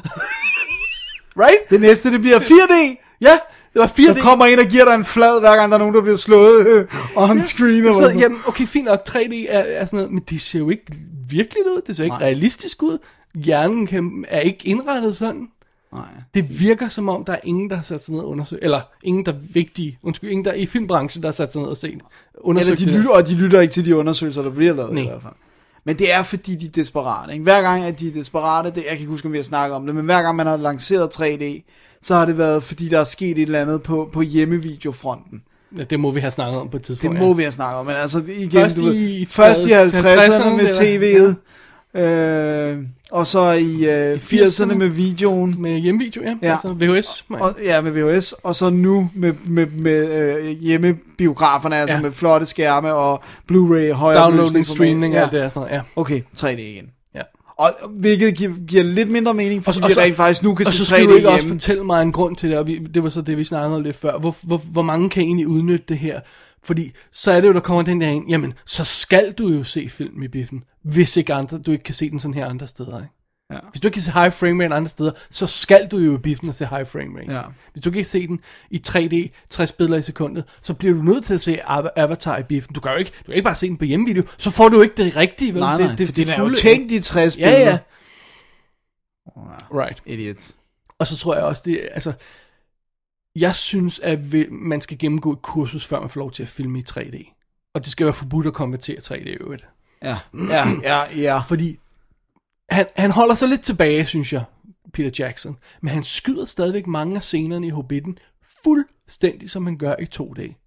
S2: right?
S3: Det næste, det bliver 4D.
S2: Ja, det var 4D.
S3: Der kommer en og giver dig en flad, hver gang der er nogen, der bliver slået øh, on screen. eller
S2: Så,
S3: sådan.
S2: jamen, okay, fint nok, 3D er, er sådan noget, men det ser jo ikke virkeligt ud, det ser ikke
S3: Nej.
S2: realistisk ud, hjernen kan, er ikke indrettet sådan.
S3: Nej.
S2: Det virker som om, der er ingen, der har sat sig ned og undersøgt, eller ingen, der er vigtige, undskyld, ingen, der er i filmbranchen, der har sat sig ned og set, undersøgt
S3: Eller de
S2: det der.
S3: lytter, og de lytter ikke til de undersøgelser, der bliver lavet
S2: Nej.
S3: Nej. i hvert fald. Men det er fordi, de er desperate. Ikke? Hver gang, at de er desperate, det, jeg kan ikke huske, om vi har snakket om det, men hver gang man har lanceret 3D, så har det været, fordi der er sket et eller andet på, på hjemmevideofronten.
S2: Ja, det må vi have snakket om på et
S3: Det
S2: tidspunkt.
S3: må vi have snakket om, men altså igen,
S2: Først
S3: du
S2: i
S3: ved, først i
S2: 50'erne
S3: 50'erne med
S2: eller-
S3: tv'et, øh, og så i øh, 80'erne med videoen,
S2: Med hjemmevideo, ja. ja.
S3: Ja.
S2: Altså VHS. Og,
S3: og, ja, med VHS, og så nu med, med, med øh, hjemmebiograferne, altså
S2: Ja.
S3: ja. med flotte skærme og Blu-ray, højere
S2: downloading,
S3: opløsning,
S2: streaming
S3: format.
S2: og alt det der sådan noget, ja.
S3: Okay, 3D igen.
S2: ja.
S3: Og hvilket giver, giver lidt mindre mening, fordi
S2: og
S3: vi
S2: så-
S3: rent faktisk nu kan
S2: Og så
S3: se
S2: skal
S3: 3D
S2: du ikke
S3: hjemme.
S2: også fortælle mig en grund til det, og vi, det var så det, vi snakkede om lidt før. Hvor, hvor, hvor mange kan egentlig udnytte det her? Fordi så er det jo, der kommer den der ind, jamen, så skal du jo se film i biffen, hvis ikke andre, du ikke kan se den sådan her andre steder, ikke?
S3: Ja.
S2: Hvis du ikke kan se high frame rate andre steder, så skal du jo i biffen og se high frame rate.
S3: Ja.
S2: Hvis du ikke kan se den i 3D, 60 billeder i sekundet, så bliver du nødt til at se Ava- Avatar i biffen. Du kan jo ikke, du kan ikke bare se den på hjemmevideo, så får du ikke det rigtige. Vel?
S3: Nej, nej,
S2: det,
S3: det, fordi den er jo
S2: fulde-
S3: tænkt i 60
S2: Ja,
S3: billeder.
S2: ja. Right.
S3: Idiots.
S2: Og så tror jeg også, det altså... Jeg synes, at vi- man skal gennemgå et kursus, før man får lov til at filme i 3D. Og det skal være forbudt at konvertere 3D i øvrigt.
S3: Ja, ja, ja, ja.
S2: Fordi han, han holder sig lidt tilbage, synes jeg, Peter Jackson. Men han skyder stadigvæk mange af scenerne i Hobbiten, fuldstændig som han gør i 2D.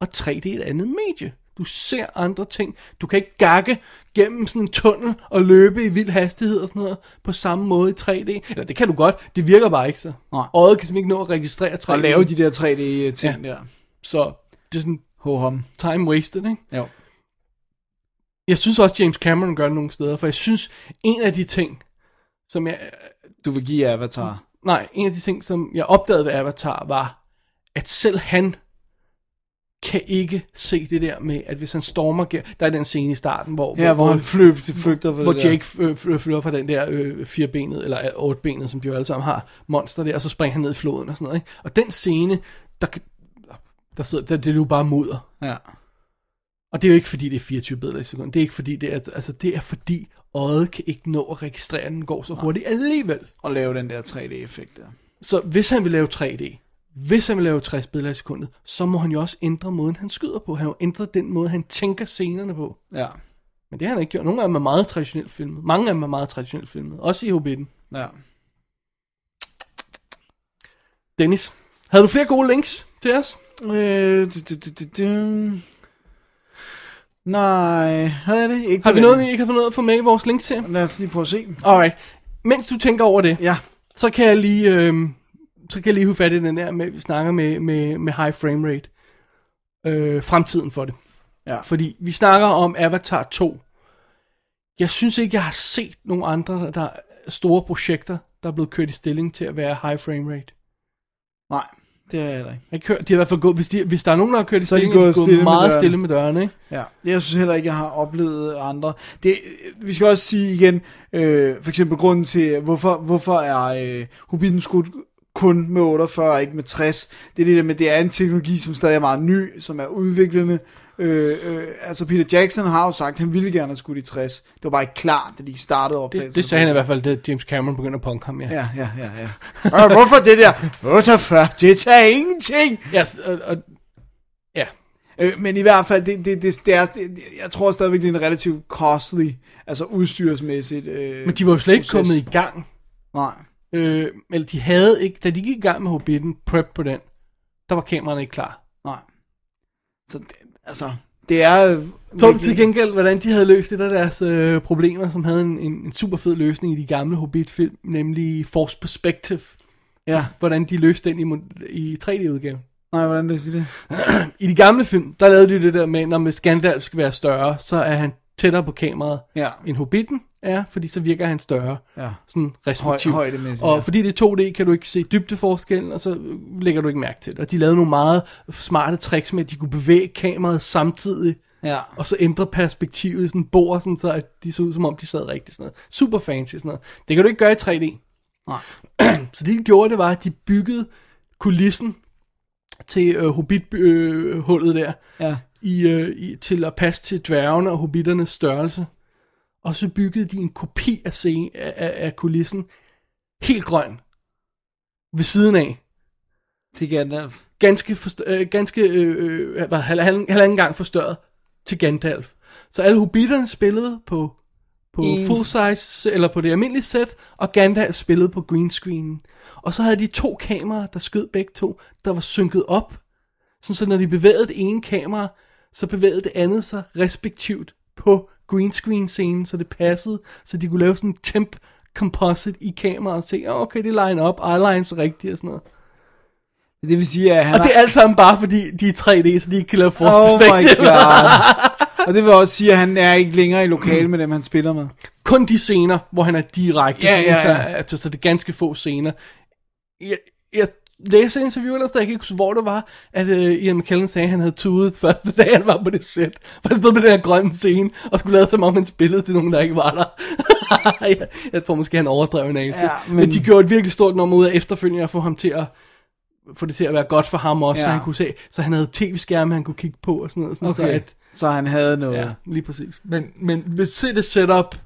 S2: Og 3D er et andet medie. Du ser andre ting. Du kan ikke gakke gennem sådan en tunnel og løbe i vild hastighed og sådan noget på samme måde i 3D. Eller det kan du godt, det virker bare ikke så.
S3: Nej.
S2: Øjet kan simpelthen ikke nå at registrere 3D.
S3: Og lave de der 3D-ting ja. der.
S2: Så det er sådan
S3: Ho-hum.
S2: time wasted, ikke?
S3: Jo.
S2: Jeg synes også, James Cameron gør det nogle steder, for jeg synes, en af de ting, som jeg,
S3: Du vil give Avatar.
S2: nej, en af de ting, som jeg opdagede ved Avatar, var, at selv han kan ikke se det der med, at hvis han stormer, ger- der er den scene i starten, hvor,
S3: Ja, hvor han flyb, flygter fra det
S2: hvor
S3: der.
S2: Jake øh, fly- flyver fra den der øh, firbenet, eller øh, ottebenet, som de jo alle sammen har, monster der, og så springer han ned i floden og sådan noget, ikke? Og den scene, der, kan- der sidder, der, det er jo bare mudder.
S3: Ja.
S2: Og det er jo ikke fordi, det er 24 billeder i sekundet. Det er ikke fordi, det er, altså, det er fordi, øjet kan ikke nå at registrere, at den går så hurtigt alligevel.
S3: Og lave den der 3D-effekt der.
S2: Så hvis han vil lave 3D, hvis han vil lave 60 billeder i sekundet, så må han jo også ændre måden, han skyder på. Han har jo ændret den måde, han tænker scenerne på.
S3: Ja,
S2: Men det har han ikke gjort. Nogle af dem er meget traditionelt filmet. Mange af dem er meget traditionelt filmet. Også i Hobbiten.
S3: ja.
S2: Dennis, havde du flere gode links til os?
S3: Øh, du, du, du, du, du. Nej, havde jeg det? Ikke
S2: Har vi
S3: på
S2: noget, vi
S3: den.
S2: ikke har fået noget at få med i vores links til?
S3: Lad os lige prøve at se.
S2: Alright. Mens du tænker over det,
S3: Ja,
S2: så kan jeg lige, øh, så kan jeg lige hive fat i den der med, vi snakker med, med, med high frame rate. Øh, fremtiden for det.
S3: Ja.
S2: Fordi vi snakker om Avatar 2. Jeg synes ikke, jeg har set nogen andre der store projekter, der er blevet kørt i stilling til at være high frame rate.
S3: nej, det har jeg heller ikke.
S2: Jeg kører, de har i hvert fald gået, hvis, de, hvis der er nogen, der har kørt i
S3: Så er de
S2: stilling, så er
S3: gået
S2: de gået,
S3: stille med
S2: meget
S3: dørene.
S2: stille med dørene. Ikke?
S3: Ja, jeg synes heller ikke, jeg har oplevet andre. Det, vi skal også sige igen, øh, for eksempel grunden til, hvorfor, hvorfor er øh, Hobbiten skudt kun med 48, ikke med 60. Det er det der med, det er en teknologi, som stadig er meget ny, som er udviklende. Øh, øh, altså Peter Jackson har jo sagt, at han ville gerne have skudt i 60. Det var bare ikke klart, da de startede optagelsen.
S2: Det, det sagde han i hvert fald, det James Cameron begynder at punke ham, ja.
S3: Ja, ja, ja, ja. Og hvorfor det der? 48, det tager ingenting.
S2: Ja, s- og, og, ja.
S3: Øh, men i hvert fald, det, det, det, det er, det, jeg tror stadigvæk, det er en relativt costly, altså udstyrsmæssigt. Øh,
S2: Men de var jo slet ikke
S3: proces.
S2: kommet i gang.
S3: Nej.
S2: Øh, eller de havde ikke, da de gik i gang med Hobbiten, prep på den, der var kameraerne ikke klar.
S3: Nej. Så det, altså, det er... øh,
S2: Så du
S3: virkelig-
S2: til gengæld, hvordan de havde løst et af deres øh, problemer, som havde en, en, en super fed løsning i de gamle Hobbit-film, nemlig Force Perspective.
S3: Ja,
S2: Hvordan de løste den i, mod- i 3D-udgaven.
S3: nej, hvordan vil du sige det?
S2: I de gamle film, der lavede de det der med, når med Gandalf skal være større, så er han tættere på kameraet,
S3: Ja.
S2: end Hobbiten er, fordi så virker han større.
S3: Ja.
S2: Sådan respektivt.
S3: Høj- højdemæssigt,
S2: og
S3: ja.
S2: fordi det er 2D, kan du ikke se dybdeforskellen, og så lægger du ikke mærke til det. Og de lavede nogle meget smarte tricks med, at de kunne bevæge kameraet samtidig,
S3: Ja.
S2: og så ændre perspektivet i sådan en bord, sådan så at de så ud som om de sad rigtigt. Sådan noget. Super fancy sådan noget. Det kan du ikke gøre i 3D. Nej. så det de gjorde, det var, at de byggede kulissen til øh, hobbithullet øh, hullet der,
S3: Ja.
S2: i, øh, i, til at passe til dværgene og hobbitternes størrelse. Og så byggede de en kopi af, scene, af, af, af kulissen, helt grøn, ved siden af
S3: Til Gandalf.
S2: ganske, forst- øh, ganske øh, øh, hvad, halvanden, halvanden gang forstørret til Gandalf. Så alle hobitterne spillede på, på
S3: I-
S2: full size, eller på det almindelige sæt, og Gandalf spillede på green screenen. Og så havde de to kameraer, der skød begge to, der var synket op. Sådan så når de bevægede det ene kamera, så bevægede det andet sig respektivt på green screen scenen, så det passede, så de kunne lave sådan en temp composite i kameraet og se, "Åh, okay, det line op, eyelines er rigtigt og sådan noget.
S3: Det vil sige, at han
S2: Og det er alt sammen bare fordi, de er 3D, så de ikke kan lave
S3: har... Oh my
S2: forspective.
S3: god. Og det vil også sige, at han er ikke længere i lokale med dem, han spiller med.
S2: Kun de scener, hvor han er direkte,
S3: Ja,
S2: så,
S3: ja, ja.
S2: inter- altså, så det er ganske få scener. Jeg, jeg læste et interview ellers, der jeg kan ikke huske, hvor det var, at uh, Ian McKellen sagde, at han havde tudet første dag, han var på det sæt. For han stod på den her grønne scene, og skulle lade som om, han spillede til nogen, der ikke var der. jeg, jeg tror måske, han overdrev en anelse.
S3: Ja,
S2: Ja,
S3: men-
S2: men... men de gjorde et virkelig stort nummer ud af efterfølgende at få ham til at få det til at være godt for ham også,
S3: Ja.
S2: ja. så han kunne se, så han havde tv-skærme, han kunne kigge på og sådan noget, sådan okay. så
S3: Okay.
S2: at
S3: Så han havde noget.
S2: Ja, lige præcis. Men, men hvis du ser det setup,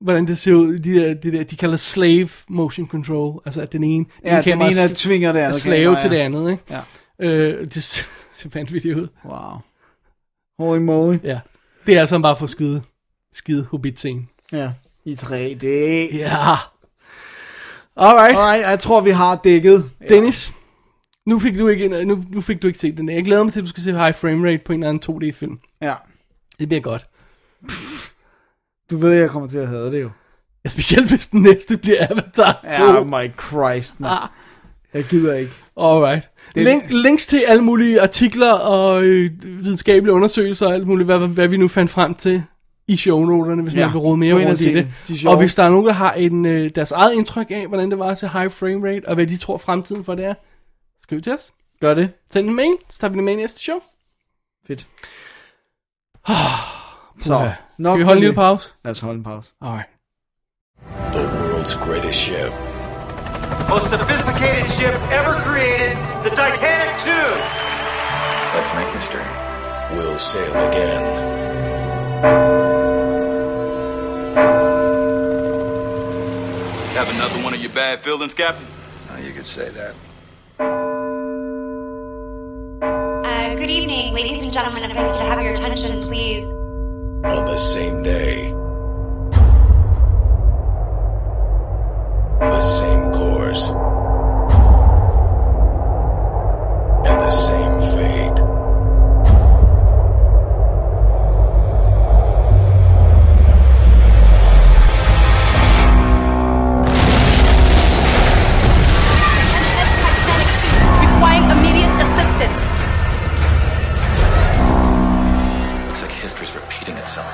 S2: hvordan det ser ud, de der, de der, de kalder slave motion control, altså at den ene,
S3: Ja, den
S2: kamera
S3: ene
S2: sl-
S3: tvinger det
S2: er
S3: andet
S2: slave
S3: kamera,
S2: til
S3: ja.
S2: det andet, ikke?
S3: Ja.
S2: Øh, det ser ser vanvittigt ud.
S3: Wow. Holy moly.
S2: Ja. Det er altså bare for at skyde, skide hobbit scenen
S3: Ja. I 3D.
S2: Ja. Alright,
S3: Alright, jeg tror, vi har dækket.
S2: Dennis. Nu fik, du ikke, nu, nu fik du ikke set den. Jeg glæder mig til, at du skal se high frame rate på en eller anden 2D-film.
S3: Ja.
S2: Det bliver godt.
S3: Du ved, jeg kommer til at have det jo.
S2: Ja, specielt hvis den næste bliver Avatar 2.
S3: Ja, oh my Christ, man.
S2: Ah.
S3: Jeg gider ikke.
S2: Alright.
S3: Det-
S2: Link, links til alle mulige artikler og øh, videnskabelige undersøgelser og alt muligt, hvad, hvad vi nu fandt frem til i shownoterne, hvis
S3: Ja,
S2: ja, man vil råde
S3: gå
S2: mere
S3: ind og
S2: rundt
S3: se
S2: i
S3: det.
S2: det.
S3: De er
S2: det.
S3: sjove.
S2: Og hvis der er nogen, der har en, øh, deres eget indtryk af, hvordan det var til high frame rate, og hvad de tror fremtiden for det er, skriv til os.
S3: Gør det.
S2: Send en mail, så tager vi det med i næste show.
S3: Fedt. Så, nok
S2: Skal vi
S3: med
S2: holde en lille
S3: det.
S2: pause?
S3: Lad os holde en pause.
S2: Alright.
S8: The world's greatest ship.
S9: most sophisticated ship ever created, the Titanic 2.
S10: Let's make history.
S8: will sail again.
S10: Have another one of your bad feelings, Captain? Oh, you could say that.
S11: Uh, good evening, ladies and gentlemen. If I could have your attention, please.
S8: On the same day, the same course, and the same fate.
S11: Requiring immediate assistance.
S10: Looks like history's repeating itself.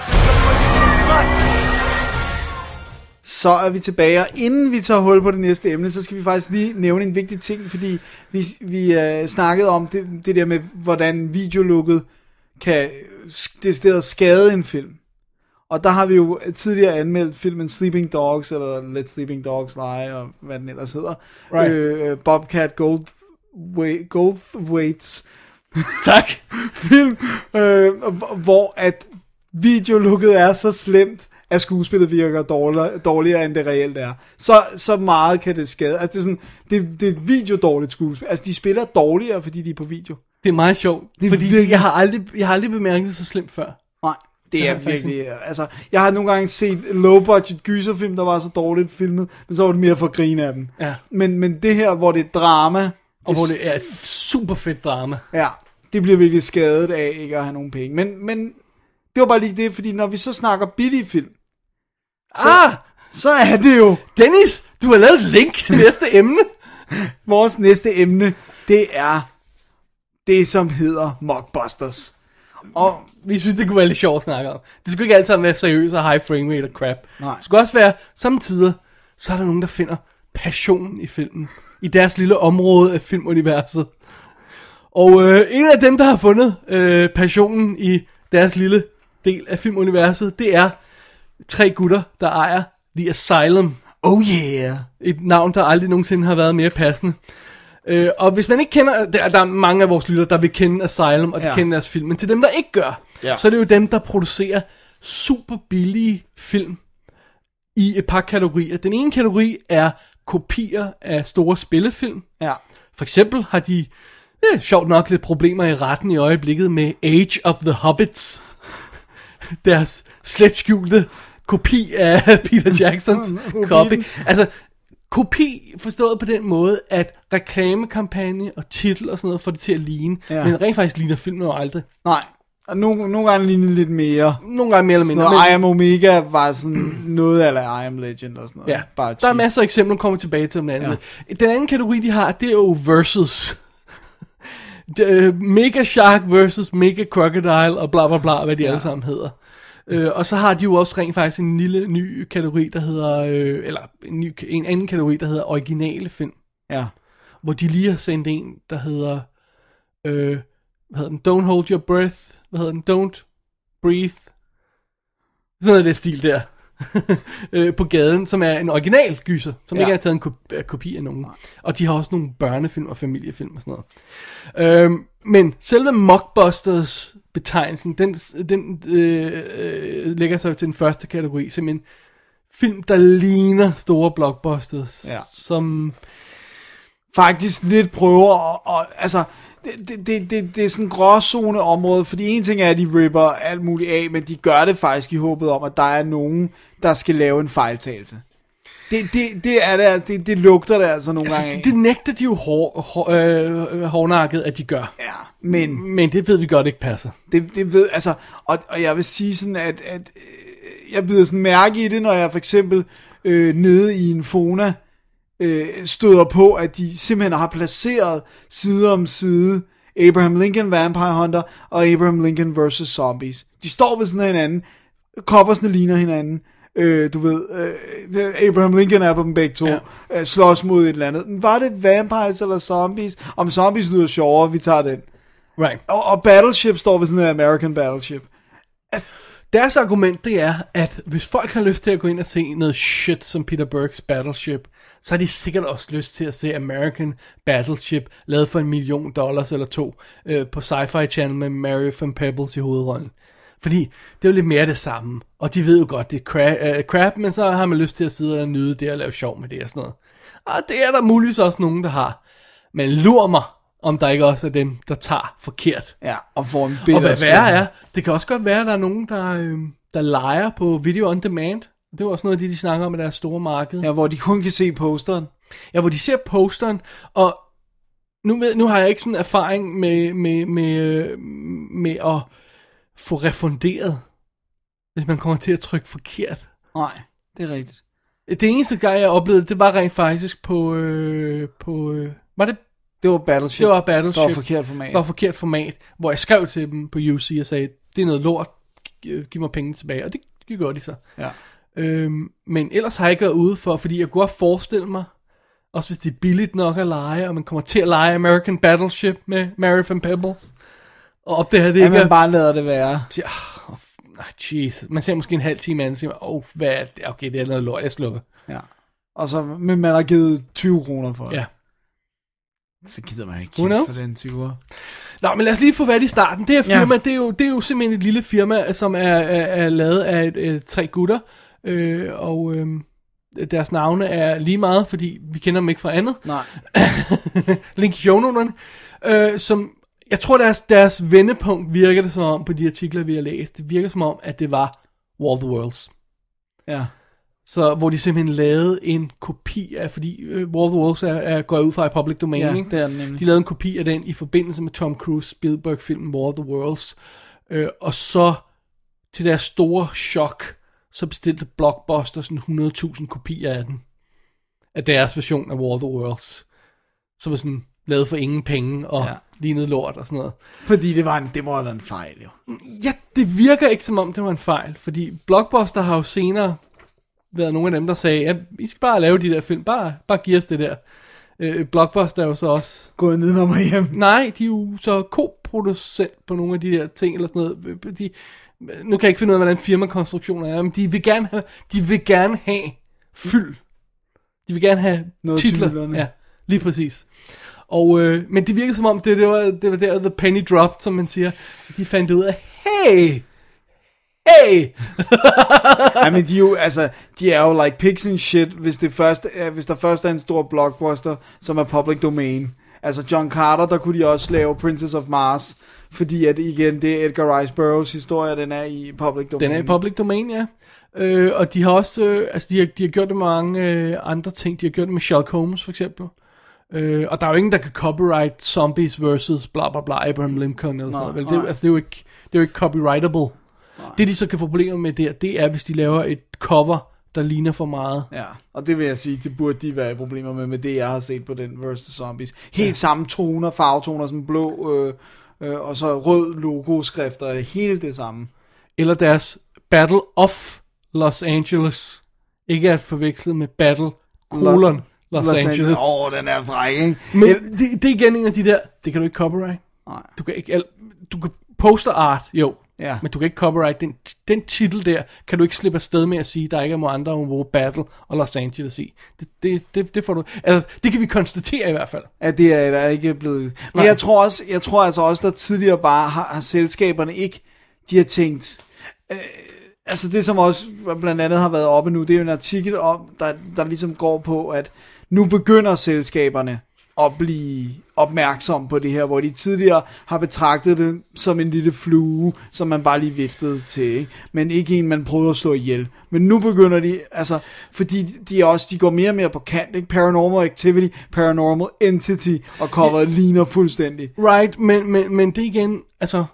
S3: Så er vi tilbage, og inden vi tager hul på det næste emne, så skal vi faktisk lige nævne en vigtig ting, fordi vi, vi øh, snakkede om det, det der med, hvordan videolukket kan øh, sk- decideret skade en film. Og der har vi jo tidligere anmeldt filmen Sleeping Dogs, eller Let Sleeping Dogs Lie, og hvad den ellers hedder.
S2: Right.
S3: Øh, Bobcat Goldthwait, Goldthwait's
S2: tak.
S3: film, øh, hvor- hvor at videolukket er så slemt, at skuespillet virker dårligere, dårligere end det reelt er. Så, så meget kan det skade. Altså, det er, sådan, det, det er et videodårligt skuespil. Altså, de spiller dårligere, fordi de er på video.
S2: Det er meget sjovt,
S3: Det er
S2: fordi
S3: virkelig-
S2: jeg har, aldrig, jeg har aldrig bemærket det så slemt før.
S3: Nej, det
S2: Det
S3: er
S2: er faktisk
S3: virkelig... Altså, jeg har nogle gange set low-budget gyserfilm, der var så dårligt filmet, men så var det mere for at grine af dem.
S2: Ja.
S3: Men, men det her, hvor det er drama,
S2: Og hvor det er et super fedt drama.
S3: Ja, det bliver virkelig skadet af ikke at have nogen penge. Men, men det var bare lige det, fordi når vi så snakker billige film,
S2: Så... Ah!
S3: så er det jo
S2: Dennis, du har lavet et link til næste emne.
S3: vores næste emne, det er det, som hedder mockbusters. Og
S2: Vi synes, det kunne være lidt sjovt at snakke om. Det skulle ikke altid være seriøst og high frame rate og crap.
S3: Nej.
S2: Det skulle også være, samtidig, så er der nogen, der finder passion i filmen. I deres lille område af filmuniverset. Og øh, en af dem, der har fundet øh, passionen i deres lille del af filmuniverset, det er tre gutter, der ejer The Asylum.
S3: oh yeah,
S2: Et navn, der aldrig nogensinde har været mere passende. Øh, og hvis man ikke kender, der, der er mange af vores lyttere, der vil kende Asylum, og de
S3: Ja.
S2: ja. kender deres film, men til dem, der ikke gør,
S3: Ja.
S2: ja. så er det jo dem, der producerer super billige film i et par kategorier. Den ene kategori er kopier af store spillefilm.
S3: ja,
S2: For eksempel har de, øh, sjovt nok, lidt problemer i retten i øjeblikket med Age of the Hobbits. Deres slet skjulte kopi af Peter Jacksons copy. Altså, kopi forstået på den måde, at reklamekampagne og titel og sådan noget får det til at ligne.
S3: Ja.
S2: Ja. Men rent faktisk ligner filmen jo aldrig.
S3: nej. Og nogle, nogle gange lignede lidt mere.
S2: Nogle gange mere eller
S3: Sådan
S2: mindre.
S3: noget, I
S2: men-
S3: Am Omega var sådan noget, eller I Am Legend og sådan noget.
S2: Ja,
S3: Bare
S2: der er
S3: cheap.
S2: masser af eksempler, kommer tilbage til om den anden. Ja. Den anden kategori, de har, det er jo versus. Det, øh, Mega Shark versus Mega Crocodile og bla bla bla, hvad de ja. alle sammen hedder. Øh, og så har de jo også rent faktisk en lille ny kategori, der hedder, øh, eller en, ny, en anden kategori, der hedder originale film.
S3: Ja.
S2: Hvor de lige har sendt en, der hedder, øh, hvad hedder den, Don't Hold Your Breath, hvad hedder den, Don't Breathe. Sådan noget af det stil der. øh, på gaden, som er en original gyser, som
S3: Ja.
S2: ja. ikke er taget en ko- øh, kopi af nogen. Og de har også nogle børnefilm og familiefilm og sådan noget. Øhm, men selve mockbusters betegnelsen, den, den øh, øh, lægger sig jo til den første kategori, som en film, der ligner store blockbusters,
S3: Ja.
S2: som
S3: faktisk lidt prøver at, og, altså, det, det, det, det, det er sådan en gråzone område, fordi en ting er, at de ripper alt muligt af, men de gør det faktisk i håbet om, at der er nogen, der skal lave en fejltagelse. Det, det, det, er det, altså, det, det lugter det altså nogle gange
S2: altså,
S3: af.
S2: det nægter de jo hår, hår, øh, hårdnakket, at de gør.
S3: Ja, men
S2: Men det ved vi godt ikke passer.
S3: Det, det ved, altså, og, og jeg vil sige sådan, at, at øh, jeg bider sådan mærke i det, når jeg for eksempel øh, nede i en fona øh, støder på, at de simpelthen har placeret side om side Abraham Lincoln Vampire Hunter og Abraham Lincoln vs. Zombies. De står ved sådan af hinanden, coversne ligner hinanden, øh, du ved, øh, det- Abraham Lincoln er på dem begge to, ja.
S2: Ja.
S3: øh, slås mod et eller andet. Var det vampires eller zombies? Om zombies lyder sjovere, vi tager den.
S2: Right.
S3: Og, og Battleship står ved sådan noget American Battleship.
S2: Deres argument det er, at hvis folk har lyst til at gå ind og se noget shit som Peter Burke's Battleship, så har de sikkert også lyst til at se American Battleship, lavet for en million dollars eller to, øh, på Sci-Fi Channel med Mary from Pebbles i hovedrollen. Fordi det er jo lidt mere det samme, og de ved jo godt, det er cra- øh, crap, men så har man lyst til at sidde og nyde det og lave sjov med det og sådan noget. Og det er der muligvis også nogen, der har. Men lur mig, om der ikke også er dem, der tager forkert.
S3: Ja, og får en bedre
S2: Og hvad værre er, det kan også godt være, at der er nogen, der, øh, der leger på video on demand. Det er jo også noget af det, de snakker om i deres store marked. Ja.
S3: Ja, hvor de kun kan se posteren.
S2: ja, hvor de ser posteren, og nu, ved, nu har jeg ikke sådan erfaring med, med, med, øh, med at få refunderet, hvis man kommer til at trykke forkert.
S3: Nej, det er rigtigt.
S2: Det eneste gang, jeg oplevede, det var rent faktisk på... Øh, på øh, var det
S3: Det var Battleship.
S2: Det var Battleship.
S3: Det var forkert format.
S2: Det var forkert format, hvor jeg skrev til dem på UC og sagde, det er noget lort, gi- øh, giv mig pengene tilbage, og det, det gjorde de så.
S3: Ja.
S2: Øhm, men ellers har jeg ikke været ude for, fordi jeg kunne godt forestille mig, også hvis det er billigt nok at lege, og man kommer til at lege American Battleship med Mary from Pebbles, og op det her, det
S3: Ja,
S2: ikke
S3: man
S2: er...
S3: bare lader det være.
S2: Siger, "Ah, f- Ah, Jesus. Man ser måske en halv time anden, og siger, åh, oh, hvad er det? Okay, det er noget lort, jeg slukker.
S3: Ja. Og så, men man har givet 20 kroner for det.
S2: Ja.
S3: Så gider man ikke
S2: Who
S3: kigge for
S2: knows?
S3: den 20
S2: Nå, men lad os lige få fat i starten. Det her
S3: Ja.
S2: firma, det, er jo, det er jo simpelthen et lille firma, som er, er, er lavet af et, øh, tre gutter, øh, og øh, deres navne er lige meget, fordi vi kender dem ikke fra andet.
S3: Nej.
S2: Link i shownoterne, øh, som jeg tror, deres, deres vendepunkt virker det som om på de artikler, vi har læst. Det virker som om, at det var War of the Worlds.
S3: Ja.
S2: Så hvor de simpelthen lavede en kopi af, fordi øh, War of the Worlds er, er, går jeg ud fra i public domain,
S3: Ja,
S2: ikke?
S3: det er den nemlig.
S2: De lavede en kopi af den i forbindelse med Tom Cruise Spielberg-filmen War of the Worlds. Øh, og så til deres store chok, så bestilte Blockbuster sådan 100.000 kopier af den. Af deres version af War of the Worlds. Som var sådan lavet for ingen penge og
S3: Ja.
S2: ja. lignede lort og sådan noget.
S3: Fordi det, var en, det må have været en fejl, jo.
S2: Ja, det virker ikke som om, det var en fejl, fordi Blockbuster har jo senere været nogle af dem, der sagde, ja, I skal bare lave de der film, bare, bare giv os det der. Øh, Blockbuster er jo så også...
S3: Gået ned om og hjem.
S2: Øhm, Nej, de er jo så koproducent på nogle af de der ting, eller sådan noget. Øh, De, nu kan jeg ikke finde ud af, hvordan firmakonstruktioner er, men de vil gerne have, de vil gerne have fyld. De vil gerne have
S3: Noget til
S2: titler.
S3: hylderne.
S2: ja, lige præcis. Og, øh, men det virkede som om, det, det, var, det var der, the penny dropped, som man siger. De fandt ud af, hey, hey,
S3: Ja, men de er jo, altså, de er jo like pigs and shit, hvis, det først, er, hvis der først er en stor blockbuster, som er public domain. Altså John Carter, der kunne de også lave Princess of Mars, fordi at igen, det er Edgar Rice Burroughs historie, den er i public domain.
S2: Den er i public domain, ja. Øh, og de har også, øh, altså de har, de har gjort det med mange øh, andre ting. De har gjort det med Sherlock Holmes for eksempel. Øh, og der er jo ingen, der kan copyright zombies versus bla bla bla Abraham Lincoln eller sådan noget. vel? Det, er jo- altså, det, er jo ikke, det er jo ikke copyrightable. Nej. Det de så kan få problemer med der, det er, hvis de laver et cover, der ligner for meget.
S3: Ja, og det vil jeg sige, det burde de være i problemer med, med det jeg har set på den versus Zombies. Helt ja. samme toner, farvetoner, sådan blå øh, øh, og så rød logoskrifter, hele det samme.
S2: Eller deres Battle of Los Angeles. Ikke at forveksle med Battle colon Los, Los Angeles.
S3: Åh, oh, den er fræk, ikke?
S2: Men det, det er igen en af de der, det kan du ikke copyright.
S3: Nej.
S2: Du kan ikke, al- du kan poster art, jo,
S3: Ja.
S2: men du kan ikke copyright den, den titel der, kan du ikke slippe afsted med at sige, der ikke er nogen andre om War Battle og Los Angeles i. Det, det, det, det får du, altså, det kan vi konstatere i hvert fald.
S3: at det er der ikke er blevet... Men
S2: Nej.
S3: jeg tror, også, jeg tror altså også, der tidligere bare har, har selskaberne ikke... De har tænkt... Øh, altså det, som også blandt andet har været oppe nu, det er jo en artikel om, der, der ligesom går på, at nu begynder selskaberne at blive opmærksom på det her, hvor de tidligere har betragtet det som en lille flue, som man bare lige viftede til, ikke? men ikke en, man prøvede at slå ihjel. Men nu begynder de, altså, fordi de, er også, de går mere og mere på kant, ikke? Paranormal Activity, Paranormal Entity, og coveret ligner fuldstændig.
S2: Right, men, men, men det er igen, altså,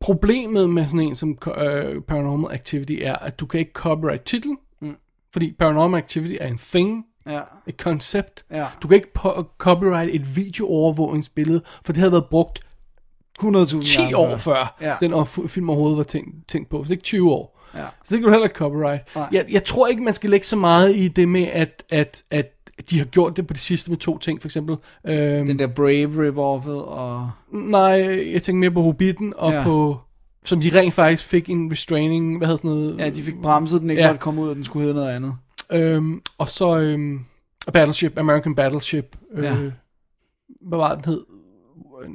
S2: problemet med sådan en som øh, Paranormal Activity er, at du kan ikke copyright titlen, mm. fordi Paranormal Activity er en thing,
S3: Ja,
S2: et koncept.
S3: Ja.
S2: Du kan ikke po- copyright et videoovervågningsbillede, for det havde været brugt
S3: 100.000
S2: 10
S3: gange
S2: år før,
S3: Ja.
S2: ja. den or- film overhovedet var tænkt, tænkt på. Så det er ikke 20 år.
S3: Ja.
S2: Så det kan du heller ikke copyright.
S3: Nej.
S2: Jeg, jeg tror ikke, man skal lægge så meget i det med, at, at, at de har gjort det på det sidste med to ting, for eksempel. Øhm,
S3: Den der Brave rip-offet, og...
S2: Nej, jeg tænker mere på Hobbiten, og
S3: Ja.
S2: ja. på, som de rent faktisk fik en restraining, hvad hedder sådan noget?
S3: Ja, de fik bremset den ikke
S2: Ja.
S3: ja. måtte komme ud, og den skulle hedde noget andet.
S2: Øhm, og så øhm, Battleship, American Battleship. Øh,
S3: Ja.
S2: ja. Hvad var den hed?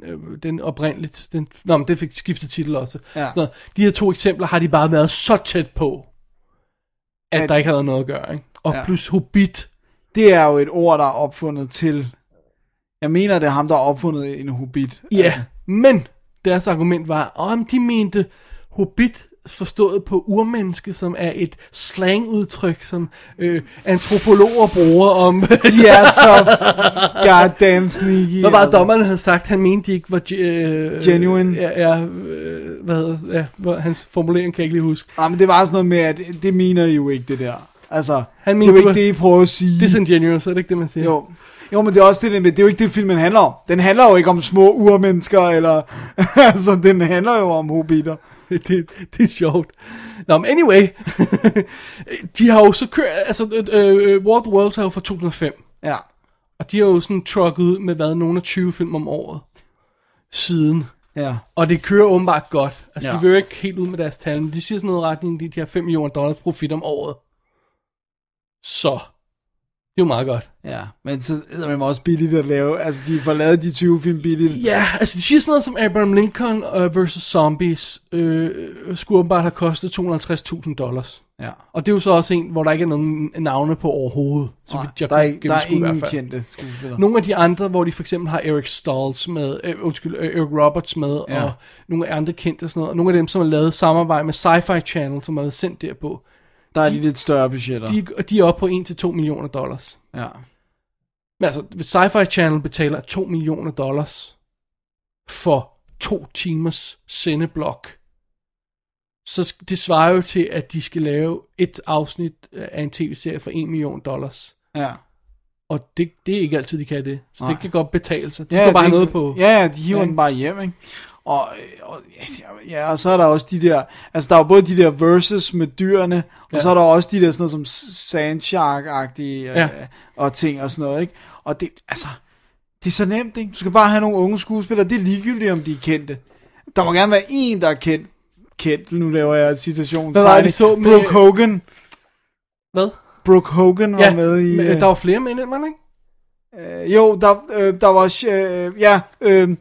S2: Øh, Den oprindeligt. Den, nå, men det fik skiftet titel også.
S3: Ja.
S2: Så de her to eksempler har de bare været så tæt på, at,
S3: At-
S2: at der ikke har været noget at gøre. Ikke? Og
S3: Ja.
S2: ja. plus Hobbit.
S3: Det er jo et ord, der er opfundet til... Jeg mener, det er ham, der har opfundet en hobbit.
S2: Ja, yeah. men deres argument var, om de mente Hobbit forstået på urmenneske, som er et slangudtryk, som øh, antropologer bruger om...
S3: De er så goddamn sneaky.
S2: Hvad var det,
S3: altså.
S2: dommeren havde sagt? Han mente, de ikke var... ge- Øh,
S3: Genuine.
S2: Ja, ja øh, hvad hedder ja, hvor- hans formulering kan jeg ikke lige huske.
S3: Nej, men det var sådan noget med, at det mener I jo ikke, det der. Altså,
S2: Han
S3: Han det
S2: mente,
S3: er jo ikke
S2: du var-
S3: det, I prøver at sige.
S2: Disingenuous, er det ikke det, man siger?
S3: jo. jo, men det er også det, der med, det er jo ikke det, filmen handler om. Den handler jo ikke om små urmennesker, eller... altså, den handler jo om hobbiter.
S2: det, det er sjovt. Nå, men anyway. de har jo så kørt... Altså, øh, øh, War of the Worlds er jo fra 2005.
S3: Ja,
S2: Og de har jo sådan trucket ud med, hvad, nogle af 20 film om året siden.
S3: Ja.
S2: Og det kører åbenbart godt. Altså, ja.
S3: Ja.
S2: de vil jo ikke helt ud med deres tal, men de siger sådan noget i retning, de, de har 5 millioner dollars profit om året. Så. Det er jo meget godt.
S3: Ja, men så er det også billigt at lave. Altså, de får lavet de 20 film billigt.
S2: Ja, altså de siger sådan noget som Abraham Lincoln uh, versus Zombies øh, skulle åbenbart have kostet 250.000 dollars.
S3: Ja.
S2: Og det er jo så også en, hvor der ikke er nogen navne på overhovedet, så
S3: Nej,
S2: vidt jeg
S3: der er,
S2: kan
S3: ikke, der er
S2: gennemskue i hvert
S3: ingen
S2: fald.
S3: kendte skuespillere.
S2: Nogle af de andre, hvor de for eksempel har Eric Stoltz med, øh, undskyld, øh, Eric Roberts med,
S3: Ja.
S2: ja. og nogle andre kendte og sådan noget. Og nogle af dem, som har lavet samarbejde med Sci-Fi Channel, som har været sendt derpå,
S3: Der er de lidt større budgetter.
S2: de, og de er oppe på 1-2 millioner dollars.
S3: Ja.
S2: Men altså, hvis Sci-Fi Channel betaler 2 millioner dollars for to timers sendeblok, så sk- det svarer jo til, at de skal lave et afsnit øh, af en tv-serie for 1 million dollars.
S3: Ja.
S2: Og det, det er ikke altid, de kan det. Så
S3: Nej.
S2: det kan godt betale sig. De skal bare
S3: det
S2: have
S3: er
S2: noget
S3: ikke-
S2: på.
S3: Ja, ja, de hiver
S2: Ja,
S3: den bare hjem, ikke? Og, øh, og, ja, og så er der også de der, altså der er jo både de der verses med dyrene, og
S2: Ja.
S3: så er der også de der sådan noget som sandshark-agtige ja.
S2: Ja.
S3: øh, og ting og sådan noget, ikke? Og det, altså, det er så nemt, ikke? Du skal bare have nogle unge skuespillere, det er ligegyldigt, om de er kendte. Der må gerne være en, der er kendt, kendt, nu laver jeg citation.
S2: Hvad var det, vi så med-
S3: Brooke Hogan,
S2: Hvad?
S3: Brooke Hogan var
S2: Ja,
S3: med i...
S2: men,
S3: øh,
S2: øh, der var flere med i den, var der ikke?
S3: Øh, jo, der, øh, der var, også, øh, ja, øh,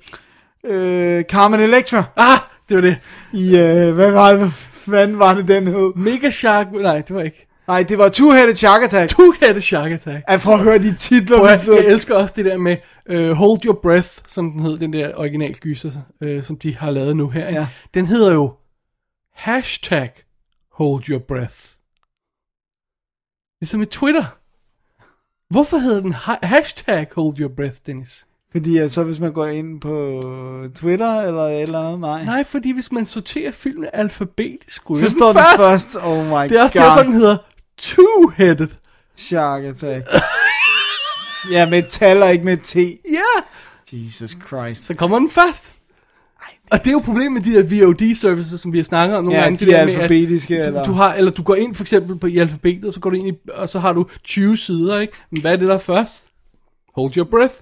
S3: øh, Carmen Electra
S2: Ah, det var det.
S3: i, øh, hvad var det, hvad fanden var det, den hed?
S2: Mega Shark. Nej, det var ikke.
S3: Nej, det var Two-Headed Shark Attack.
S2: Du kan det Shark Attack.
S3: Jeg får at høre de titler,
S2: Prøv
S3: vi
S2: at, jeg
S3: sidder.
S2: elsker også det der med uh, Hold Your Breath, som den hed, den der original gyser, uh, som de har lavet nu her.
S3: Ja.
S2: Ja. Den hedder jo hashtag Hold Your Breath. Ligesom i Twitter. Hvorfor hedder den ha- hashtag Hold Your Breath, Dennis?
S3: Fordi øh, så hvis man går ind på Twitter eller et eller andet, nej.
S2: Nej, fordi hvis man sorterer filmen alfabetisk, ryger
S3: så står den
S2: først.
S3: først. Oh my god.
S2: Det er også derfor, den hedder Two-Headed.
S3: Shark Attack. ja, med et tal og ikke med et T.
S2: Ja,
S3: Jesus Christ.
S2: så kommer den først. Og det er jo problemet med de der VOD-services, som vi har snakket om nogle
S3: altså- Ja, de
S2: gange. det
S3: er
S2: der med, at
S3: alfabetiske,
S2: du,
S3: eller-
S2: Du har, eller du går ind for eksempel på i alfabetet, og så, går du ind i, og så har du 20 sider, ikke? Men hvad er det der er først? Hold your breath.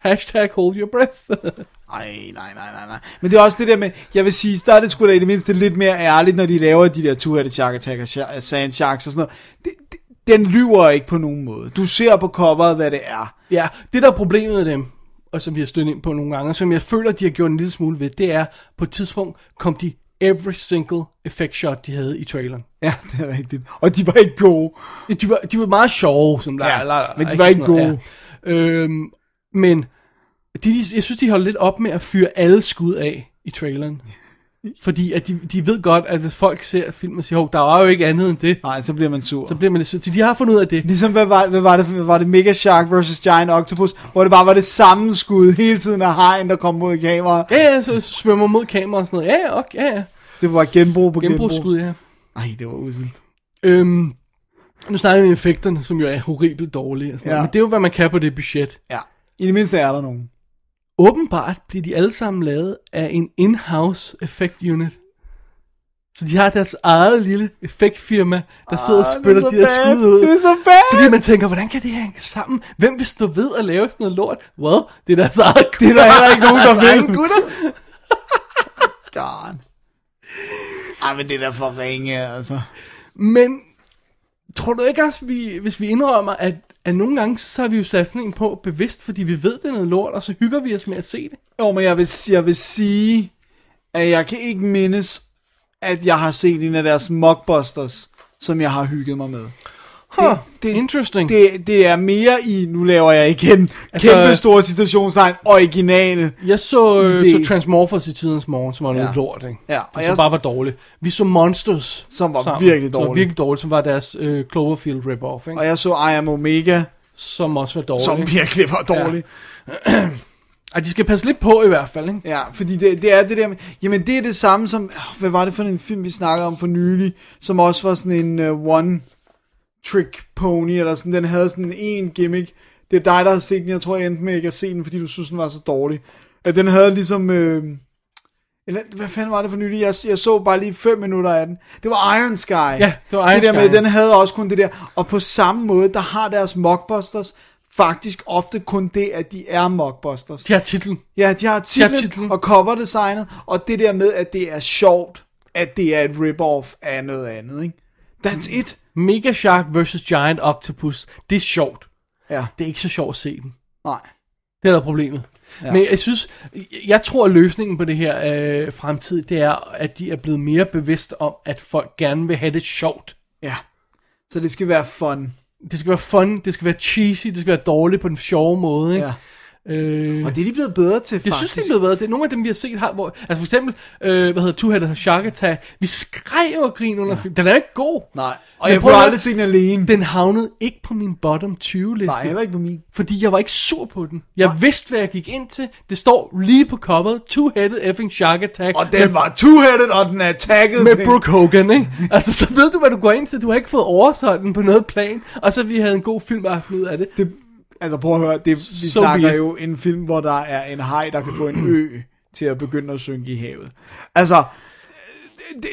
S2: Hashtag hold your breath.
S3: Ej, nej, nej, nej, nej. Men det er også det der med, jeg vil sige, der er det sgu da i det mindste lidt mere ærligt, når de laver de der two-headed shark attack og sha- uh, sand sharks og sådan noget. Det, det, den lyver ikke på nogen måde. Du ser på coveret, hvad det er.
S2: ja, det der er problemet med dem, og som vi har stødt ind på nogle gange, og som jeg føler, de har gjort en lille smule ved, det er, på et tidspunkt kom de every single effect shot, de havde i traileren.
S3: Ja, det er rigtigt. Og de var ikke gode.
S2: Ja, De var, de var meget sjove, som der,
S3: Ja,
S2: la, la,
S3: men de
S2: ikke
S3: var ikke
S2: sådan noget, Ja. Øhm, men de, de- jeg synes, de holder lidt op med at fyre alle skud af i traileren. Fordi at de, de ved godt, at hvis folk ser filmen og siger, hov, der var jo ikke andet end det,
S3: Nej, så bliver man sur.
S2: så bliver man lidt sur. Så de har fundet ud af det.
S3: Ligesom, hvad var, hvad var det, hvad var det Mega Shark vs. Giant Octopus, hvor det bare var det samme skud hele tiden af hajen, der kom mod kameraet.
S2: Ja, ja, så svømmer mod kamera og sådan noget. Ja, ja, okay, ja, ja.
S3: Det var genbrug på genbrug.
S2: Genbrugsskud, ja.
S3: Ej, det var uselt.
S2: Øhm, nu snakker vi om effekterne, som jo er horribelt dårlige. Og sådan
S3: Ja.
S2: ja. noget. Men det er jo, hvad man kan på det budget.
S3: Ja. I det mindste er der nogen.
S2: åbenbart bliver de alle sammen lavet af en in-house effect unit. Så de har deres eget lille effektfirma, der sidder og
S3: Ej,
S2: spytter de
S3: Ah, det er
S2: der
S3: så
S2: skud
S3: bad.
S2: ud.
S3: Det er så bad.
S2: Fordi man tænker, hvordan kan det her hænge sammen? Hvem vil stå ved at lave sådan noget lort? Well, det er deres eget
S3: Det er der heller ikke nogen, der
S2: deres egne
S3: vil.
S2: gutter.
S3: God. Ej, men det er da for ringe, altså.
S2: Men tror du ikke også, vi, hvis vi indrømmer, at, at nogle gange så har vi jo sat sådan en på bevidst, fordi vi ved, det er noget lort, og så hygger vi os med at se det.
S3: Jo, men jeg vil, jeg vil sige, at jeg kan ikke mindes, at jeg har set en af deres mockbusters, som jeg har hygget mig med. Huh, det,
S2: interesting.
S3: Det, det er mere i, nu laver jeg igen, altså,
S2: Altså-
S3: kæmpe store situationstegn, originale.
S2: Jeg så, øh,
S3: Idé.
S2: så Transmorphers i tidens morgen, som var noget
S3: Ja.
S2: lort, ikke?
S3: Ja, og
S2: og
S3: jeg-
S2: jeg... bare var dårligt. Vi så Monsters.
S3: Som var
S2: sammen,
S3: virkelig
S2: Som var
S3: dårligt.
S2: virkelig dårligt, som var deres øh, Cloverfield rip-off, ikke?
S3: Og jeg så I Am Omega,
S2: Som også var dårligt.
S3: som
S2: ikke?
S3: virkelig var dårlig.
S2: Ej, de skal passe lidt på i hvert fald, ikke?
S3: Ja, fordi det, det er det der med, jamen det er det samme som, ah, hvad var det for en film, vi snakkede om for nylig, som også var sådan en uh, one trick pony, eller sådan, den havde sådan en gimmick. Det er dig, der har set den, jeg tror jeg endte med ikke at se den, fordi du synes, den var så dårlig. At den havde ligesom, øh, eller, hvad fanden var det for nylig? Jeg, jeg så bare lige 5 minutter af den. Det var Iron Sky. Ja,
S2: det var Iron
S3: det der
S2: Sky,
S3: Med,
S2: ja.
S3: den havde også kun det der, og på samme måde, der har deres mockbusters faktisk ofte kun det, at de er mockbusters.
S2: De har titlen.
S3: Ja, de har titlen,
S2: De har titlen.
S3: og coverdesignet, og det der med, at det er sjovt, at det er et rip-off af noget andet, ikke? That's it.
S2: Mega Shark vs. Giant Octopus, det er sjovt.
S3: Ja.
S2: Det er ikke så sjovt at se den.
S3: Nej.
S2: Det er der problemet.
S3: Ja.
S2: Ja. Men jeg synes, jeg tror, at løsningen på det her øh, fremtid, det er, at de er blevet mere bevidste om, at folk gerne vil have det sjovt.
S3: Ja. Så det skal være fun.
S2: Det skal være fun, det skal være cheesy, det skal være dårligt på den sjove måde. Ikke?
S3: Ja.
S2: Øh,
S3: Og det er de blevet bedre til,
S2: jeg
S3: faktisk.
S2: synes, det er blevet bedre. Det er nogle af dem, vi har set her, hvor... Altså for eksempel, øh, hvad hedder Two-Headed Shark Attack. Vi skreg og grin under ja. filmen. Den er ikke god.
S3: Nej. Og
S2: Men
S3: jeg
S2: prøv
S3: prøver
S2: at-
S3: aldrig at se den alene.
S2: Den havnede ikke på min bottom 20-liste.
S3: Nej, heller ikke på min.
S2: Fordi jeg var ikke sur på den. Jeg Nej. vidste, hvad jeg gik ind til. Det står lige på coveret. Two-headed effing shark attack.
S3: Og den
S2: med,
S3: var two-headed, og den er tagget
S2: med Brooke Hogan, ikke? altså, så ved du, hvad du går ind til. Du har ikke fået oversolgt den på noget plan. Og så vi havde en god filmaften ud af det.
S3: det, altså prøv at høre, det, vi
S2: So
S3: so snakker
S2: be it.
S3: jo en film, hvor der er en hej, der kan få en ø til at begynde at synke i havet. Altså, det, det,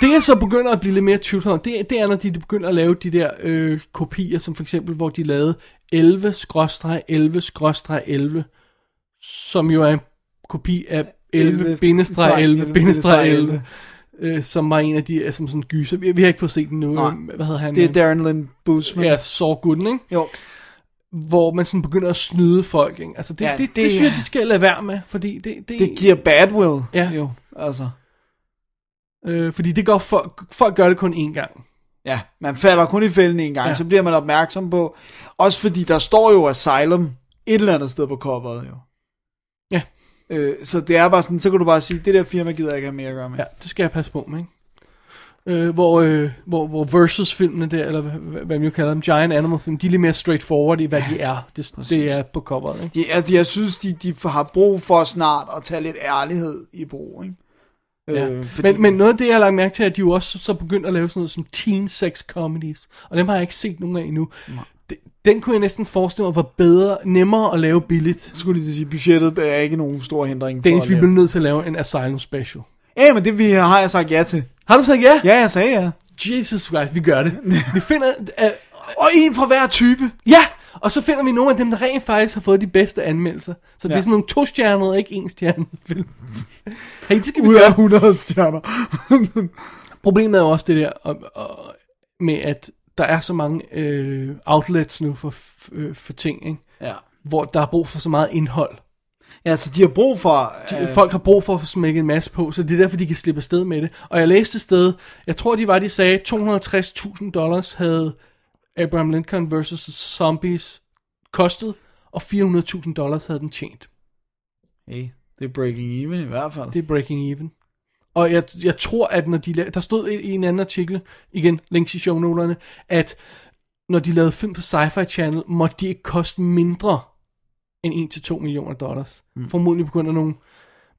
S2: Det jeg så begynder at blive lidt mere tvivlsom, om, det, det er når de begynder at lave de der øh, kopier, som for eksempel, hvor de lavede 11-11-11, som jo er en kopi af 11-11-11, øh, som var en af de, øh, som sådan en gyser. Vi, vi har ikke fået set den nu.
S3: Nej.
S2: Øh, Hvad hedder han?
S3: det er Darren Lynn Boosman.
S2: Ja, Saw Gooden, ikke?
S3: Jo,
S2: Hvor man sådan begynder at snyde folk, ikke? Altså, det,
S3: Ja,
S2: ja, det, det,
S3: det
S2: det, synes jeg,
S3: er-
S2: de skal lade være med, fordi det... Det,
S3: det giver Badwill.
S2: Ja.
S3: Jo, altså.
S2: øh, fordi det går for, folk gør det kun én gang.
S3: Ja, man falder kun i fælden en gang, ja.
S2: Ja.
S3: så bliver man opmærksom på. Også fordi der står jo Asylum et eller andet sted på coveret jo.
S2: Ja.
S3: Øh, så det er bare sådan, så kan du bare sige, det der firma gider jeg ikke have mere at gøre med.
S2: Ja, det skal jeg passe på med, ikke? Øh, hvor, øh, hvor, hvor Versus-filmene der, eller hvad, hvad- hvad man jo kalder dem, Giant Animal film, de er lidt mere straightforward i, hvad ja, de er. Det, det er på coveret, ikke?
S3: De, altså, jeg synes, de, de har brug for snart at tage lidt ærlighed i brug, ikke?
S2: Ja. Øh, fordi... men, men noget af det, jeg har lagt mærke til, er, at de jo også så begyndt at lave sådan noget som teen sex comedies, og dem har jeg ikke set nogen af endnu. De- Den kunne jeg næsten forestille mig var bedre, nemmere at lave billigt.
S3: Jeg skulle lige til at sige, budgettet er ikke nogen stor hindring.
S2: Dennis, vi
S3: for at
S2: bliver
S3: lave.
S2: nødt til at lave en Asylum special.
S3: Ja, men det vi har jeg sagt ja til.
S2: Har du sagt ja?
S3: Ja, jeg sagde ja.
S2: Jesus Christ, vi gør det. Vi finder... øh,
S3: Og en fra hver type.
S2: Ja, og så finder vi nogle af dem, der rent faktisk har fået de bedste anmeldelser. Så ja. det
S3: Ja.
S2: er sådan nogle to-stjernede, ikke en-stjernede film. hey, det skal vi
S3: Ud af
S2: gøre.
S3: 100 stjerner.
S2: Problemet er jo også det der og, og, med, at der er så mange øh, outlets nu for, f- øh, for ting, ikke?
S3: ja.
S2: hvor der er brug for så meget indhold.
S3: ja, så de har brug for...
S2: Øh. Folk har brug for at få smækket en masse på, så det er derfor, de kan slippe afsted med det. Og jeg læste et sted, jeg tror, de var, de sagde, 260.000 dollars havde Abraham Lincoln vs. Zombies kostet, og 400.000 dollars havde den tjent.
S3: Hey, det er breaking even i hvert fald.
S2: Det er breaking even. Og jeg, jeg tror, at når de la- der stod i, i en anden artikel, igen, links i shownoterne, at når de lavede film for Sci-Fi Channel, måtte de ikke koste mindre end 1-2 millioner dollars. Mm. Formodentlig på grund af nogle,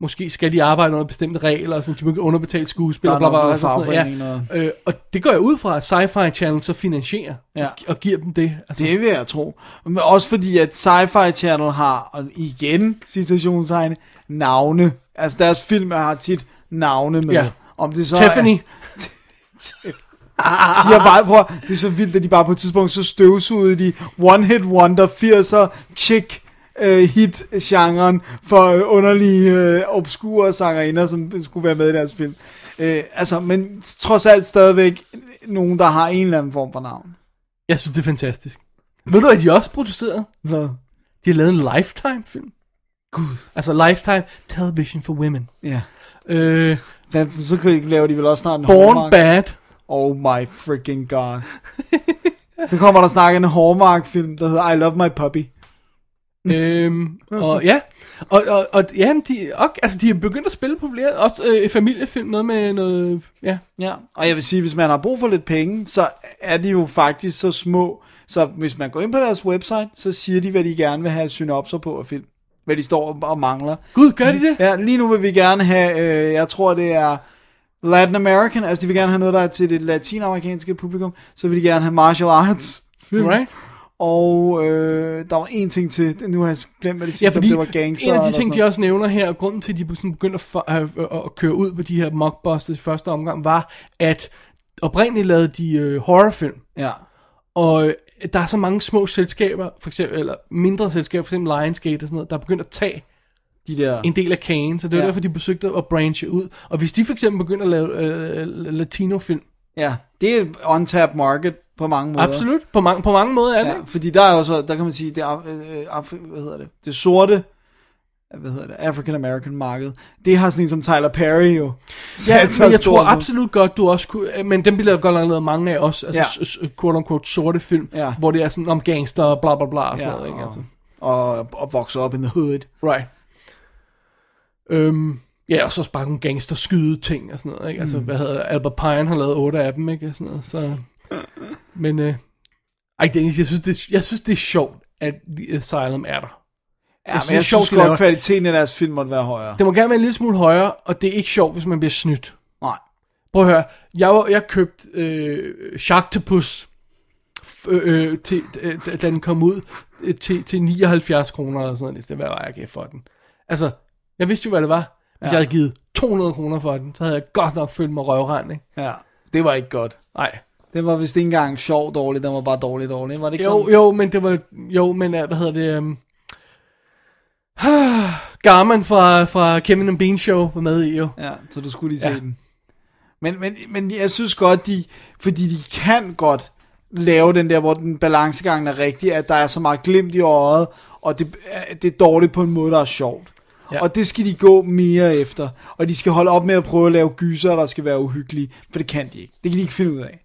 S2: måske skal de arbejde under bestemte regler, og sådan, de må ikke underbetale skuespillere,
S3: Der
S2: bla
S3: er
S2: bla
S3: nok
S2: bla.
S3: noget
S2: og sådan noget.
S3: fagforening,
S2: Ja. Øh, og det går jeg ud fra, at Sci-Fi Channel så finansierer,
S3: Ja.
S2: og, gi- og giver dem det. Altså,
S3: Det vil jeg tro. Men også fordi, at Sci-Fi Channel har, og igen, citationstegn, navne. Altså deres film har tit navne med.
S2: Ja.
S3: Om det så
S2: Tiffany,
S3: Er, de har bare, prøv, at- det er så vildt, at de bare på et tidspunkt så støvsugede de One Hit Wonder 80'er chick øh, hit-genren for øh, underlige øh, obskure sangerinder, som skulle være med i deres film. Øh, altså, men trods alt stadigvæk nogen, der har en eller anden form for navn.
S2: jeg synes, det er fantastisk. Ved du, at de også producerer?
S3: Hvad?
S2: De har lavet en Lifetime-film. Gud. Altså Lifetime Television for Women.
S3: Ja.
S2: Øh,
S3: Hvad, så kan- laver de vel også snart en
S2: Born
S3: Hallmark-
S2: Bad.
S3: Oh my freaking god. Så kommer der snart en Hallmark-film, der hedder I Love My Puppy.
S2: øhm, og ja, og, og, og ja, de, og, altså, de er begyndt at spille på flere, også øh, familiefilm, noget med noget, ja.
S3: Ja, og jeg vil sige, hvis man har brug for lidt penge, så er de jo faktisk så små, så hvis man går ind på deres website, så siger de, hvad de gerne vil have synopser på af film. Hvad de står og mangler.
S2: Gud, gør de det?
S3: Ja, lige nu vil vi gerne have, øh, jeg tror det er Latin American, altså de vil gerne have noget, der er til det latinamerikanske publikum, så vil de gerne have martial arts. film.
S2: Right?
S3: Og øh, der var en ting til, nu har jeg glemt, hvad det sidste,
S2: Ja,
S3: ja,
S2: fordi
S3: det var gangster.
S2: en af de
S3: eller
S2: ting,
S3: sådan
S2: de også nævner her, og grunden til, at de begyndte at, for, at, at køre ud på de her mockbusters i første omgang, var, at oprindeligt lavede de øh, horrorfilm,
S3: noget. Ja.
S2: Og øh, der er så mange små selskaber, for eksempel, eller mindre selskaber, for eksempel Lionsgate og sådan noget, der er begyndt at tage
S3: de der...
S2: en del af kagen, så det er
S3: Ja.
S2: ja. derfor, de besøgte at branche ud. Og hvis de for eksempel begynder at lave øh, latinofilm,
S3: Ja, det er et untapped market på mange måder.
S2: absolut, på mange, på mange måder er det.
S3: Ja, fordi der er jo så, der kan man sige, det, af- øh, af, hvad hedder det, det sorte, hvad hedder det, African American marked, det har sådan en som Tyler Perry jo.
S2: Ja,
S3: sat sig
S2: men jeg
S3: stort
S2: tror
S3: på.
S2: absolut godt, du også kunne... øh, Men dem bliver der godt nok lavet mange af også. Altså,
S3: Ja.
S2: ja. s- quote unquote, sorte film,
S3: Ja.
S2: ja. hvor det er sådan om gangster og bla bla bla og sådan
S3: Ja,
S2: ja, noget, ikke? Altså.
S3: Og, og vokser op in the hood.
S2: Right. Øhm, ja, og så også bare nogle gangster skyde ting og sådan noget, ikke? Altså, mm. hvad hedder det? Albert Pine har lavet otte af dem, ikke? Og Sådan noget, så... Men, øh, ej, Dennis, jeg synes, det, er- jeg synes, det er sjovt, at The Asylum er der.
S3: Ja, jeg men
S2: synes, det er
S3: jeg
S2: sjovt,
S3: synes
S2: de
S3: godt,
S2: laver-
S3: kvaliteten af deres film måtte være højere.
S2: Det må gerne være en lille smule højere, og det er ikke sjovt, hvis man bliver snydt.
S3: Nej.
S2: Prøv at høre, jeg, var, jeg købte øh, Sharktopus, f- øh, øh, til, øh, da- da den kom ud, øh, til, til 79 kroner eller sådan noget. Det var, hvad jeg gav for den. Altså, jeg vidste jo, hvad det var.
S3: Ja.
S2: Hvis ja. jeg havde givet 200 kroner for den, så havde jeg godt nok følt mig røvrand, ikke?
S3: Ja, det var ikke godt.
S2: Nej.
S3: Den var vist ikke engang sjov dårlig, den var bare dårlig dårlig, var det ikke
S2: Jo,
S3: sådan?
S2: jo, men det var, jo, men øh, hvad hedder det, um... Garman fra, fra Kevin and Bean Show var med i jo.
S3: Ja, så du skulle lige se ja.
S2: Ja.
S3: den. Men, men, men jeg synes godt, de, fordi de kan godt lave den der, hvor den balancegangen er rigtig, at der er så meget glimt i øjet, og det, øh, det er dårligt på en måde, der er sjovt. Ja.
S2: Ja.
S3: Og det skal de gå mere efter. Og de skal holde op med at prøve at lave gyser, der skal være uhyggelige, for det kan de ikke. Det kan de ikke finde ud af.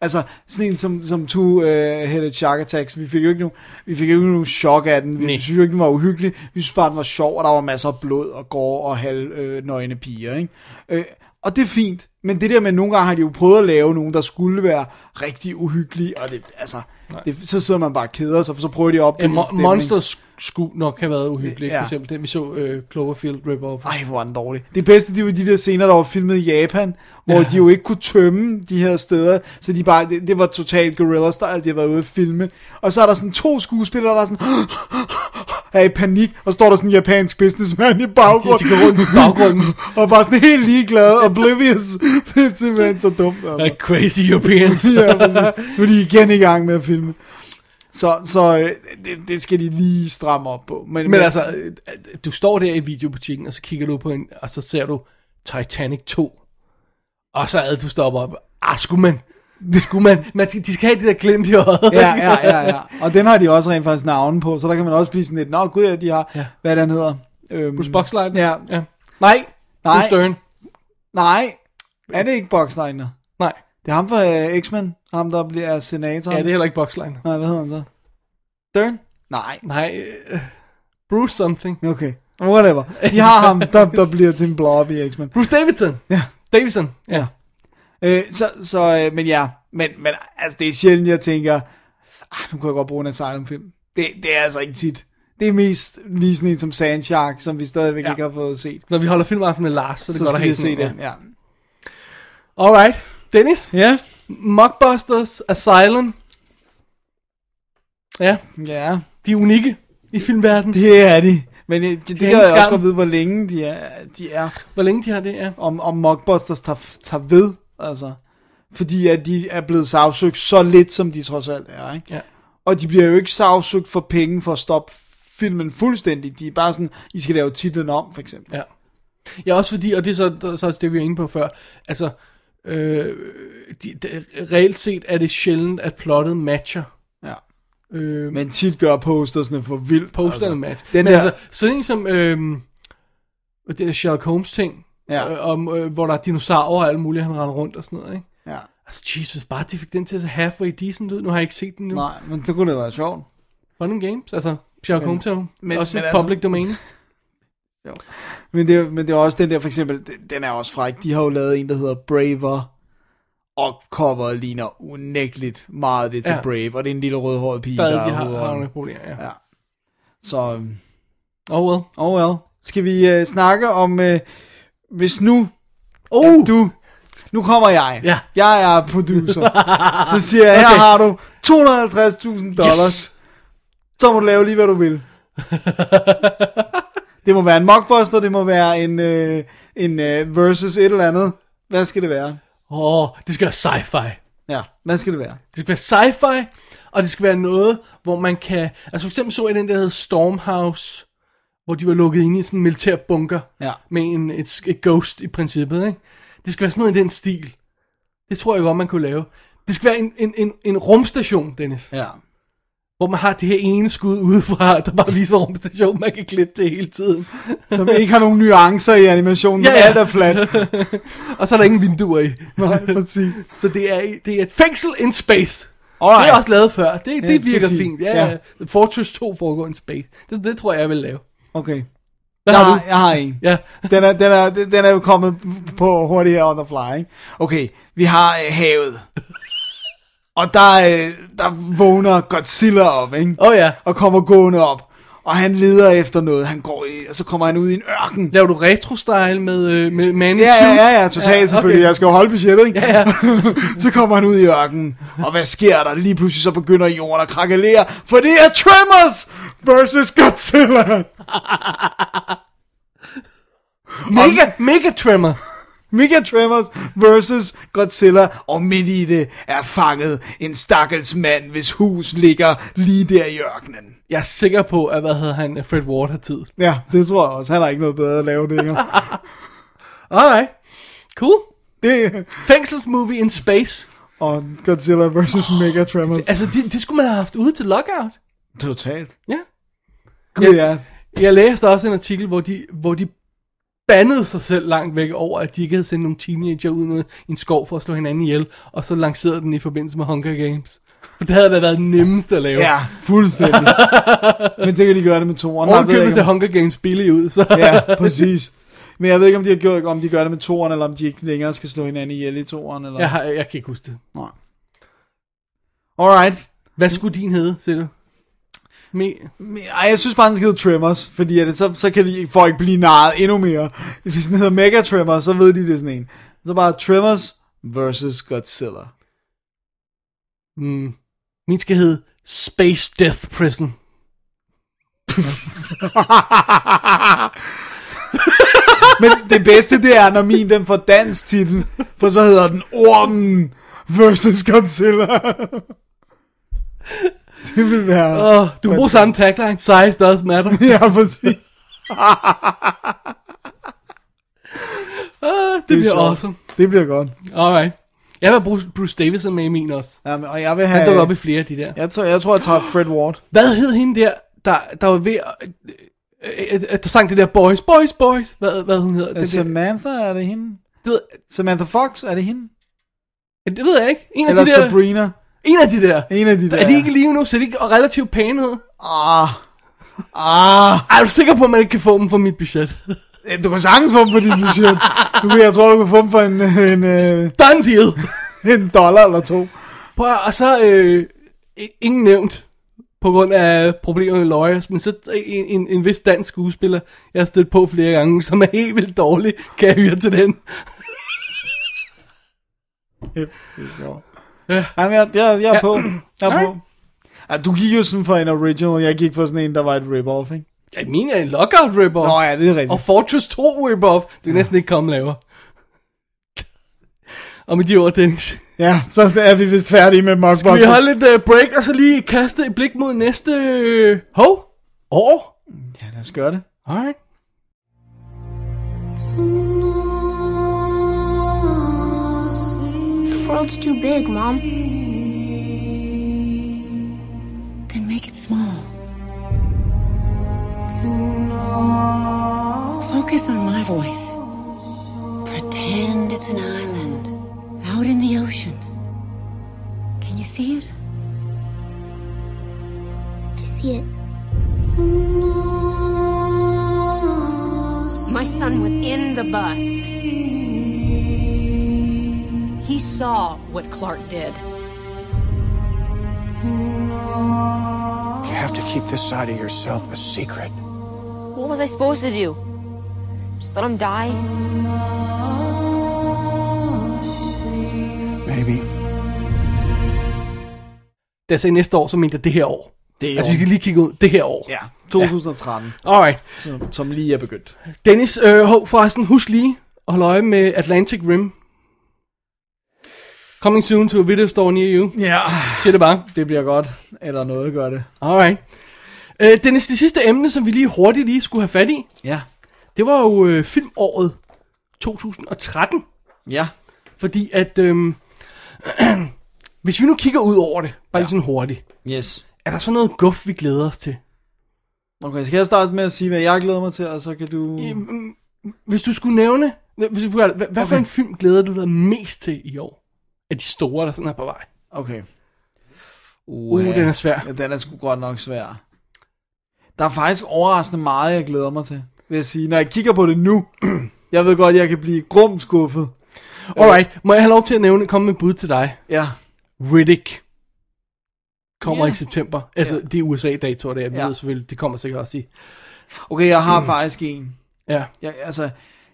S3: Altså, sådan en som, som Two uh, Headed Shark Attacks, vi fik jo ikke nogen, vi fik jo ikke nogen chok af den, vi
S2: Nej.
S3: synes jo ikke, den var uhyggelig, vi synes bare, den var sjov, og der var masser af blod og går og halv øh, nøgne piger, ikke? Øh, og det er fint, men det der med, nogle gange har de jo prøvet at lave nogen, der skulle være rigtig uhyggelige, og det, altså, det, så sidder man bare og keder sig, for så prøver de at
S2: Ja,
S3: opbygge en
S2: Mo-
S3: stemning.
S2: Monsters skulle nok have været uhyggeligt,
S3: Ja.
S2: ja. for eksempel den vi så øh, Cloverfield rip-off.
S3: Ej, hvor var den dårlig. Det bedste, det var de der scener, der var filmet i Japan, hvor ja. de jo ikke kunne tømme de her steder, så de bare, det, det var totalt guerrilla style, de har været ude at filme. Og så er der sådan to skuespillere, der er sådan, er i panik, og står der sådan en japansk businessman i baggrunden.
S2: De- de går rundt i baggrunden.
S3: og bare sådan helt ligeglade, oblivious. det er simpelthen så dumt. Altså.
S2: Like crazy Europeans.
S3: ja, præcis. Nu er de igen i gang med at filme. Så, så øh, det, det, skal de lige stramme op på. Men,
S2: Men altså, øh, du står der i videobutikken, og så kigger du på en, og så ser du Titanic 2. Og så er det, du stopper op. Ah, skulle man? Skulle man? man skal, de skal have det der glimt i øjet.
S3: ja, ja, ja, ja. Og den har de også rent faktisk navne på, så der kan man også blive sådan lidt, nå gud, ja, de har, ja.
S2: Ja.
S3: hvad den hedder. Øhm,
S2: Bruce Boxleitner?
S3: Ja.
S2: ja. Nej,
S3: Nej.
S2: Nej. Bruce Stern.
S3: Nej, er det ikke Boxleitner?
S2: Nej,
S3: Det er ham fra uh, X-Men, ham der bliver er senator.
S2: ja, det er heller ikke Boxleitner.
S3: Nej, hvad hedder han så? Dern? Nej.
S2: Nej, øh, Bruce something.
S3: Okay, whatever. De har ham, der, der bliver til en blob i X-Men.
S2: Bruce Davidson.
S3: Ja.
S2: Davidson, ja.
S3: Øh, så, så, øh, men ja, men, men altså, det er sjældent, jeg tænker, ah, nu kunne jeg godt bruge en Asylum-film. Det, det er altså ikke tit. Det er mest lige sådan en som Sand Shark, som vi stadigvæk ja.
S2: Ja.
S3: ikke har fået set.
S2: Når vi holder filmaften af Lars, så er det
S3: så
S2: godt at
S3: skal vi
S2: have
S3: se
S2: sådan
S3: den.
S2: noget.
S3: Ja.
S2: Alright, Dennis.
S3: Ja.
S2: Mockbusters, Asylum. Ja,
S3: Ja,
S2: de er unikke i filmverdenen.
S3: det er de. Men øh, det, det, det
S2: en
S3: kan jeg også
S2: skam.
S3: godt vide, hvor længe de er. De er
S2: Hvor længe de har det, ja.
S3: om, om Mockbusters tager, tager ved, altså. Fordi at de er blevet sagsøgt så lidt, som de trods alt er, ikke?
S2: Ja.
S3: Og de bliver jo ikke sagsøgt for penge for at stoppe filmen fuldstændig. De er bare sådan, I skal lave titlen om, for eksempel.
S2: Ja. Ja, også fordi, og det er så, så også det, vi var inde på før, altså, øh, de, de, reelt set er det sjældent, at plottet matcher.
S3: Ja.
S2: Øh,
S3: Men tit gør postersne for vildt.
S2: posterne altså, match.
S3: den
S2: Den
S3: der-
S2: Men der... altså, sådan en som, øh, det der Sherlock Holmes ting,
S3: Ja.
S2: øh, om, øh, hvor der er dinosaurer og alt muligt, han render rundt og sådan noget, ikke?
S3: Ja.
S2: Altså, Jesus, bare de fik den til at se halfway decent ud. Nu har jeg ikke set den nu.
S3: Nej, men så kunne det være sjovt.
S2: Running Games, altså Sherlock Holmes er jo
S3: men-
S2: også
S3: men
S2: men,
S3: altså-
S2: public domain. Jo.
S3: Men det, er- men det er også den der, for eksempel, den- den er også fræk. De har jo lavet en, der hedder Braver, og coveret ligner unægteligt meget det til ja.
S2: Ja.
S3: Brave, og det er en lille rødhåret pige,
S2: Der
S3: der, der
S2: er de
S3: er
S2: har, har nogle
S3: hovedrollen.
S2: problemer, ja.
S3: Ja. Så, øhm,
S2: Oh well.
S3: oh well. Skal vi øh, snakke om, øh, hvis nu
S2: Oh!
S3: du... Nu kommer jeg.
S2: Ja.
S3: Jeg er producer. så siger jeg, her
S2: Okay.
S3: har du 250.000 dollars.
S2: Yes!
S3: så må du lave lige, hvad du vil. det må være en mockbuster, det må være en, øh, en øh, versus et eller andet. Hvad skal det være?
S2: Åh, oh, det skal være sci-fi.
S3: Ja, hvad skal det være?
S2: Det skal være sci-fi, og det skal være noget, hvor man kan... Altså for eksempel så jeg den, der hedder Stormhouse, hvor de var lukket inde i sådan en militær bunker.
S3: Ja.
S2: Med en, et, et ghost i princippet, ikke? Det skal være sådan noget i den stil. Det tror jeg godt, man kunne lave. Det skal være en, en, en, en rumstation, Dennis.
S3: Ja.
S2: Hvor man har det her ene skud udefra, der bare viser rumstation, man kan klippe til hele tiden.
S3: Som ikke har nogen nuancer i animationen, ja, ja. alt er fladt.
S2: og så er der ingen vinduer i.
S3: Nej, præcis.
S2: Så det er, det er et fængsel in space.
S3: Alright.
S2: Det er også lavet før. Det, det
S3: det er
S2: virker
S3: fint.
S2: fint. Ja,
S3: Ja.
S2: ja. Fortress 2 foregår in space. Det, det tror jeg, jeg vil lave.
S3: Okay.
S2: Hvad
S3: jeg,
S2: har du?
S3: jeg har en.
S2: Ja.
S3: Den er, den, er, den er jo kommet på hurtigere on the fly. Ikke? Okay, vi har øh, havet. Og der, øh, der vågner Godzilla op, ikke?
S2: Åh oh, ja.
S3: og kommer gående op. Og han leder efter noget. Han går i, og så kommer han ud i en ørken.
S2: Laver du retro-style med, øh, med man
S3: Ja, ja, ja, ja, totalt ja, okay. selvfølgelig. Jeg skal jo holde budgettet, ikke?
S2: Ja, ja.
S3: så kommer han ud i ørkenen, og hvad sker der? Lige pludselig så begynder jorden at krakalere, for det er Tremors versus Godzilla.
S2: Mega, mega tremor.
S3: Mega Tremors versus Godzilla, og midt i det er fanget en stakkels mand, hvis hus ligger lige der i ørkenen.
S2: Jeg er sikker på, at hvad hedder han, øh, Fred Ward har tid.
S3: Ja, det tror jeg også. Han har ikke noget bedre at lave det, Inger.
S2: Alright. Cool.
S3: det
S2: Fængselsmovie in space.
S3: og Godzilla versus Mega Tremors.
S2: Altså, det, det skulle man have haft ude til lockout.
S3: Totalt.
S2: Ja.
S3: Gud ja.
S2: Jeg læste også en artikel, hvor de, hvor de bandede sig selv langt væk over, at de ikke havde sendt nogle teenager ud med en skov for at slå hinanden ihjel, og så lancerede den i forbindelse med Hunger Games. For det havde da været nemmest at lave.
S3: Ja, fuldstændig. Men det kan de gøre det med toeren. Nej,
S2: Og
S3: ved jeg
S2: købet
S3: ikke,
S2: ser
S3: om-
S2: Hunger Games billig ud, så...
S3: Ja, præcis. Men jeg ved ikke, om de, har gjort, om de gør det med toeren, eller om de ikke længere skal slå hinanden ihjel i toeren. Eller...
S2: jeg, har, jeg kan ikke huske det.
S3: Nej. Alright.
S2: Hvad skulle din hedde, siger du? Me...
S3: Ej, jeg synes bare, han skal hedde Tremors, fordi at så, så kan de, folk blive narret endnu mere. Hvis den hedder Mega Tremors, så ved de, det er sådan en. Så bare Tremors versus Godzilla.
S2: Mm. Min skal hedde Space Death Prison.
S3: Men det bedste, det er, når min den får dansk titel, for så hedder den Ormen versus Godzilla. det vil være...
S2: Åh, oh, du kan bruge samme tagline. Size does matter.
S3: Ja, præcis.
S2: Ah, det, det bliver
S3: sjovt.
S2: awesome.
S3: Det bliver godt.
S2: Alright. Jeg vil bruge Bruce Davison med i min også.
S3: Ja, men, og jeg vil
S2: Han dukker op
S3: have...
S2: i flere af de der.
S3: Jeg tror, jeg, tror, jeg tager Fred Ward.
S2: Hvad hed hende der, der, der var ved at... øh, øh, øh, Der sang det der boys, boys, boys. Hvad, hvad hun hedder?
S3: Øh,
S2: Det, det,
S3: Samantha, er det hende?
S2: det, ved-
S3: Samantha Fox, er det hende?
S2: øh, det ved jeg ikke. En af,
S3: Eller
S2: de der,
S3: Sabrina?
S2: en af de der.
S3: En af de der.
S2: Er de ikke lige nu, så er de ikke relativt pæne ud?
S3: Ah. Ah.
S2: Ej, Er du sikker på, at man ikke kan få dem for mit budget?
S3: Du kan sagtens få dem på dit budget. Du kan, jeg tror, du kan få dem for en, en, øh,
S2: Done deal.
S3: en dollar eller to.
S2: Prøv, at- og så øh, i- ingen nævnt på grund af problemer med lawyers, men så en, en, en vis dansk skuespiller, jeg har stødt på flere gange, som er helt vildt dårlig, kan jeg høre til den.
S3: Ja. Jamen, jeg, jeg, jeg er
S2: Ja.
S3: på. Jeg er på.
S2: Alright.
S3: Ja, du gik jo sådan for en original, jeg gik for sådan en, der var et rip-off, ikke?
S2: Jeg mener en lockout rip-off.
S3: Nå ja, det er
S2: Og
S3: rigtigt.
S2: Fortress 2 rip-off. Det kan næsten ikke komme lavere. Og med de ord, Dennis.
S3: Ja, så er vi vist færdige med
S2: Skal vi
S3: mukbang.
S2: holde lidt uh, break, og så lige kaste et blik mod næste... Øh, hov? År?
S3: Ja, lad os gøre det.
S2: Alright.
S12: The world's too big, Mom. Then make it small. Focus on my voice. Pretend it's an island out in the ocean. Can you see it? I see it.
S13: My son was in the bus. He saw what Clark did.
S4: You have to keep this side of yourself a secret.
S14: What was I supposed to do? Just let him die?
S4: Maybe
S2: Da jeg sagde næste år, så mente jeg det her år.
S3: Det er
S2: Altså, vi skal lige kigge ud. Det her år.
S3: Ja, 2013,
S2: Alright.
S3: som, som lige er begyndt.
S2: Dennis, øh, hov, forresten, husk lige at holde øje med Atlantic Rim. Coming soon to a video store near you.
S3: Ja.
S2: Siger det bare.
S3: Det bliver godt, eller noget gør det.
S2: Alright. Øh, Dennis, det sidste emne, som vi lige hurtigt lige skulle have fat i,
S3: Ja.
S2: det var jo øh, filmåret 2013.
S3: Ja.
S2: Fordi at, øhm, hvis vi nu kigger ud over det, bare lige sådan hurtigt,
S3: Yes.
S2: er der så noget guf, vi glæder os til?
S3: Mm. Okay, skal jeg starte med at sige, hvad jeg glæder mig til, og så kan du...
S2: Jamen, mm, Hvis du skulle nævne, hvis du, hvad, hvad for
S3: Okay.
S2: en film glæder du dig mest til i år? Af de store, der sådan er på vej.
S3: Okay.
S2: Uh, den er svær.
S3: Ja, den er sgu godt nok svær. Der er faktisk overraskende meget, jeg glæder mig til, vil jeg sige. Når jeg kigger på det nu, jeg ved godt, jeg kan blive grum skuffet.
S2: Alright, må jeg have lov til at nævne, komme med et bud til dig?
S3: Ja.
S2: Riddick kommer
S3: Ja.
S2: i september. Altså,
S3: Ja.
S2: det er USA-datoer, det er, jeg
S3: Ja.
S2: ved selvfølgelig, det kommer sikkert også i.
S3: Okay, jeg har
S2: Mm.
S3: faktisk en.
S2: Ja.
S3: Jeg, altså,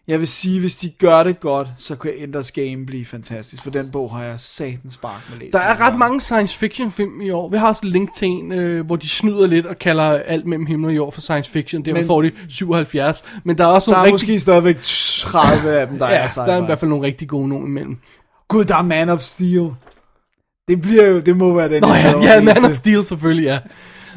S3: jeg vil sige, hvis de gør det godt, så kan Enders Game blive fantastisk, for den bog har jeg satens spark med læst.
S2: Der er ret mange science fiction film i år. Vi har også et link til en, øh, hvor de snyder lidt og kalder alt mellem himmel og jord for science fiction. Derfor
S3: Men-
S2: får de 77. Men der er også
S3: Der
S2: nogle
S3: er
S2: rigtig...
S3: måske stadigvæk 30 af dem, der
S2: ja,
S3: er
S2: der er i hvert
S3: sci-fi.
S2: fald nogle rigtig gode nogen imellem.
S3: Gud, der er Man of Steel. Det bliver jo, det må være den.
S2: Nå
S3: jeg
S2: ja,
S3: glæder mig
S2: ja
S3: mest
S2: Man of
S3: til.
S2: Steel selvfølgelig, ja.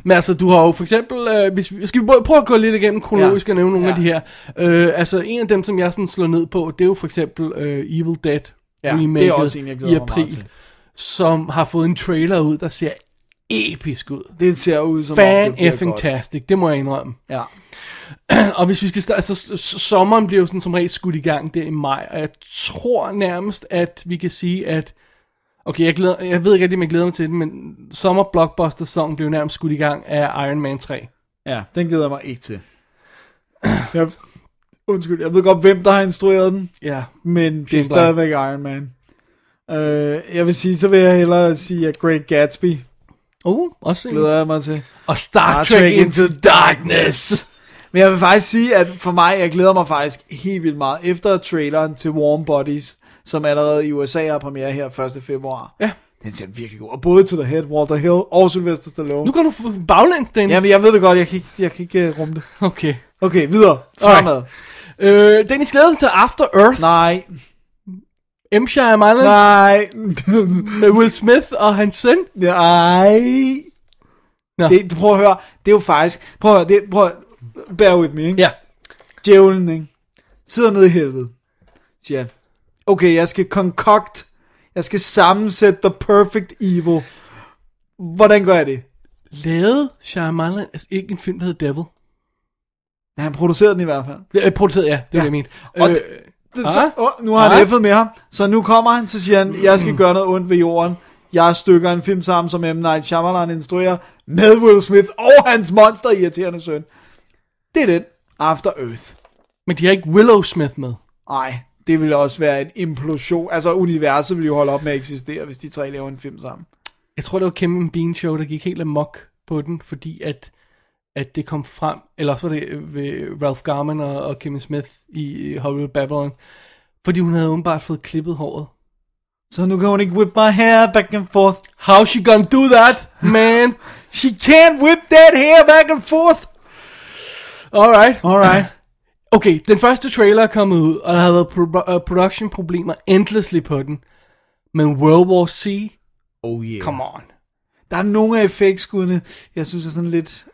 S2: Men altså, du har jo for eksempel, øh, hvis vi, skal vi prøve- prøve at gå lidt igennem kronologisk ja. og nævne nogle ja. af de her. Øh, altså, en af dem, som jeg sådan slår ned på, det er jo for eksempel øh, Evil Dead
S3: Ja,
S2: remaket
S3: det er også en, jeg glæder
S2: i
S3: mig meget
S2: april,
S3: til.
S2: som har fået en trailer ud, der ser episk ud.
S3: Det ser ud som om, det
S2: Fan
S3: bliver
S2: effing
S3: godt.
S2: tastic, det må jeg indrømme.
S3: Ja.
S2: og hvis vi skal starte, altså s- s- sommeren bliver jo sådan som regel skudt i gang der i maj, og jeg tror nærmest, at vi kan sige, at Okay, jeg, glæder, jeg ved ikke rigtig, om jeg glæder mig til det, men sommer blockbuster sæsonen blev nærmest skudt i gang af Iron Man 3.
S3: Ja, den glæder jeg mig ikke til. Jeg, undskyld, jeg ved godt, hvem der har instrueret den,
S2: Ja.
S3: men det er
S2: Shane
S3: stadigvæk Iron Man. Øh, jeg vil sige, så vil jeg hellere sige, at Great Gatsby
S2: Uh, også en.
S3: glæder jeg mig til.
S2: Og Star, Ah, Trek, Into Darkness.
S3: Men jeg vil faktisk sige, at for mig, jeg glæder mig faktisk helt vildt meget efter traileren til Warm Bodies, som allerede i USA har premiere her 1. februar.
S2: Ja.
S3: Den ser virkelig god. Og både To The Head, Walter Hill og Sylvester Stallone.
S2: Nu går du f- baglæns, Dennis.
S3: Jamen, jeg ved det godt, jeg kan ikke, jeg kan ikke øh, rumme det.
S2: Okay.
S3: Okay, videre. Fremad.
S2: Øh, Dennis glæder sig til After Earth.
S3: Nej.
S2: M. Shire Islands.
S3: Nej.
S2: med Will Smith og hans søn.
S3: Nej.
S2: Nå.
S3: Det, prøv at høre, det er jo faktisk, prøv at høre, det, prøv at, bear with me, ikke?
S2: Ja.
S3: Djævlen, ikke? Sidder nede i helvede, siger han. Okay, jeg skal concoct, jeg skal sammensætte the perfect evil. Hvordan gør jeg det?
S2: Lavede Shyamalan altså ikke en film, der hedder Devil?
S3: Ja, han producerede den i hvert fald.
S2: Øh, produceret, ja. Det er ja. det, jeg mente.
S3: Og
S2: Øh,
S3: det, det, så,
S2: ah,
S3: åh, nu har han
S2: ah.
S3: effet med ham, så nu kommer han, så siger han, jeg skal gøre noget ondt ved jorden. Jeg stykker en film sammen, som M. Night Shyamalan instruerer, med Will Smith og hans monster irriterende søn. Det er den. After Earth.
S2: Men de har ikke Willow Smith med.
S3: Nej, det ville også være en implosion. Altså, universet ville jo holde op med at eksistere, hvis de tre laver en film sammen.
S2: Jeg tror, det var Kevin Bean Show, der gik helt amok på den, fordi at, at det kom frem, eller også var det øh, ved Ralph Garman og, og Kevin Smith i Hollywood Babylon, fordi hun havde åbenbart fået klippet håret.
S3: Så nu kan hun ikke whip my hair back and forth.
S2: How she gonna do that, man?
S3: She can't whip that hair back and forth.
S2: Alright.
S3: Alright.
S2: Okay, den første trailer er kommet ud, og der har været pro- øh, production problemer endlessly på den. Men World War C,
S3: Oh yeah.
S2: come on.
S3: Der er nogle af effektskuddene, jeg synes er sådan lidt...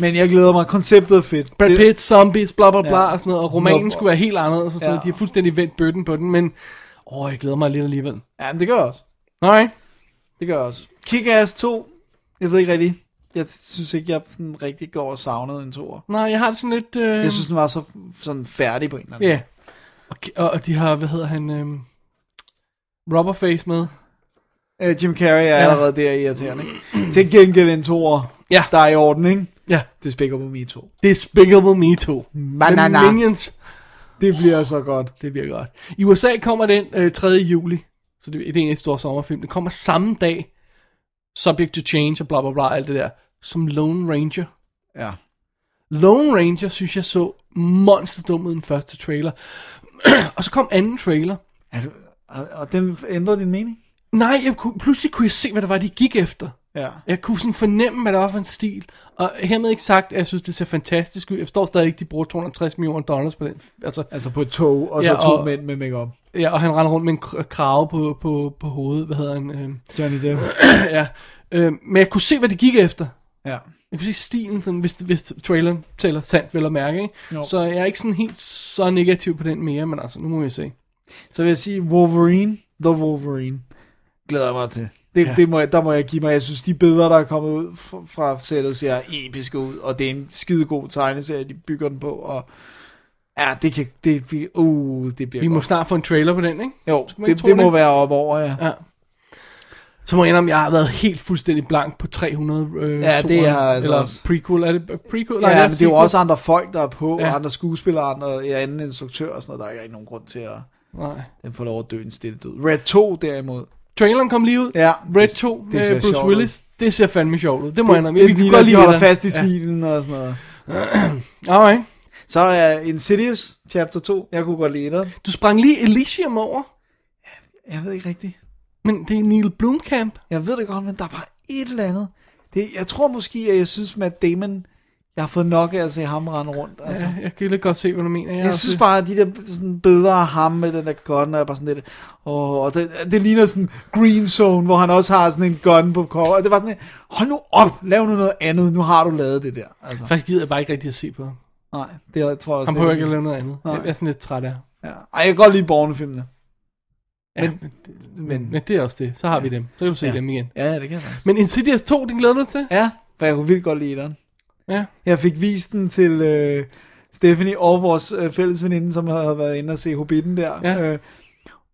S3: Men jeg glæder mig. Konceptet er fedt.
S2: Brad
S3: Det-
S2: Pitt, zombies, bla bla bla,
S3: Ja.
S2: ja. og sådan noget, og romanen
S3: Nå,
S2: skulle være helt anderledes, og
S3: Ja.
S2: sådan ja. noget. de har fuldstændig vendt bøtten på den, men åh, jeg glæder mig lidt alligevel.
S3: Ja, men det gør jeg også.
S2: Alright.
S3: Det gør jeg også. Kick-Ass 2, jeg ved ikke rigtig. Jeg synes ikke, jeg sådan rigtig går og savnede en toer.
S2: Nej, jeg har det sådan lidt... Øh...
S3: Jeg synes, den var så sådan færdig på en eller anden
S2: Ja. Yeah. Og, og, og de har, hvad hedder han... Øh... Rubberface med.
S3: måde. Øh, Jim Carrey er ja. allerede der irriterende. Ikke? Til gengæld en toer,
S2: Ja.
S3: der er i orden, ikke?
S2: Ja.
S3: Despicable Me 2.
S2: Despicable Me 2.
S3: Banana.
S2: Med Minions.
S3: Det bliver så godt.
S2: Det bliver godt. I USA kommer den øh, 3. juli. Så det, det er en af de store sommerfilm. Den kommer samme dag. Subject to Change og bla bla bla, alt det der. Som Lone Ranger.
S3: Ja.
S2: Lone Ranger, synes jeg, så monsterdum ud i den første trailer. og så kom anden trailer.
S3: Er du, og- og den ændrede din mening?
S2: Nej, jeg kunne, pludselig kunne jeg se, hvad det var, de gik efter.
S3: Ja.
S2: Jeg kunne sådan fornemme, hvad der var for en stil. Og hermed ikke sagt, at jeg synes, det ser fantastisk ud. Jeg forstår stadig ikke, de bruger 260 millioner dollars på den. Altså,
S3: altså på et tog, og så to mænd med makeup.
S2: Ja, og han render rundt med en kr- krave på, på, på hovedet. Hvad hedder han? Øh,
S3: Johnny Depp.
S2: ja. Øh, men jeg kunne se, hvad det gik efter.
S3: Ja.
S2: Jeg kunne se stilen, sådan, hvis, hvis traileren tæller sandt, vel at mærke. Ikke?
S3: Jo.
S2: Så jeg er ikke sådan helt så negativ på den mere, men altså, nu må vi se.
S3: Så vil jeg sige, Wolverine, The Wolverine, glæder jeg mig til. Det,
S2: Ja.
S3: ja. det må, jeg- der må jeg give mig. Jeg synes, de billeder, der er kommet ud fra- fra sættet, ser episke ud, og det er en skidegod tegneserie, de bygger den på, og ja, det kan, det, vi- uh, det bliver
S2: Vi må
S3: godt.
S2: snart få en trailer på den, ikke?
S3: Jo,
S2: Skal man ikke
S3: det,
S2: tro
S3: det må
S2: ikke?
S3: være op over, ja.
S2: Ja. Så må jeg indrømme, at jeg har været helt fuldstændig blank på 300 øh,
S3: Ja, det
S2: toeren,
S3: er altså
S2: Eller
S3: også-
S2: prequel, er det prequel?
S3: Ja, men
S2: Nej,
S3: det er jo
S2: sequel.
S3: også andre folk, der er på,
S2: Ja.
S3: ja. og andre skuespillere, andre, ja, anden instruktør og sådan noget, der er ikke rigtig nogen grund til at
S2: Nej.
S3: den får lov at dø en stille død. Red 2 derimod,
S2: Traileren kom lige ud.
S3: Ja.
S2: Red 2
S3: det
S2: det,
S3: ser
S2: med Bruce
S3: sjovt ud.
S2: Willis. Det ser fandme sjovt ud. Det må jeg indrømme.
S3: det,
S2: Vi
S3: det
S2: kan
S3: ligner,
S2: godt
S3: de
S2: lide
S3: holder
S2: traileren.
S3: fast i stilen og sådan noget.
S2: Ja. Alright.
S3: Så er uh, Insidious, chapter 2, jeg kunne godt lide den.
S2: Du sprang lige Elysium over.
S3: Jeg ved ikke rigtigt.
S2: Men det er Neil Blomkamp.
S3: Jeg ved det godt, men der er bare et eller andet. Det, jeg tror måske, at jeg synes, Matt Damon, jeg har fået nok af at se ham rende rundt. Altså.
S2: Ja, jeg kan lidt godt se, hvad du mener.
S3: Jeg synes bare, at de der sådan, billeder af ham med den der gun, er bare sådan lidt, åh, og det, det ligner sådan Green Zone, hvor han også har sådan en gun på cover. Og det var sådan, lidt, hold nu op, lav nu noget andet, nu har du lavet det der. Altså,
S2: Faktisk gider jeg bare ikke rigtig at se på ham.
S3: nej, det jeg tror jeg også.
S2: Han
S3: Altså, det-
S2: prøver ikke at lave noget andet.
S3: Nej.
S2: Jeg er sådan lidt træt af ham.
S3: Ja. Ej, jeg kan godt lide Bourne-filmene.
S2: Ja,
S3: Men-
S2: men, men,
S3: men-
S2: men, det er også det. Så har vi dem. Så kan du se
S3: Ja.
S2: dem igen.
S3: Ja, det kan jeg faktisk.
S2: Men Insidious 2, den glæder du dig til?
S3: Ja, for jeg kunne vildt godt lide den.
S2: Ja.
S3: Jeg fik vist den til øh, Stephanie og vores øh, fælles veninde, som havde været inde og se Hobbiten der.
S2: Ja.
S3: Øh,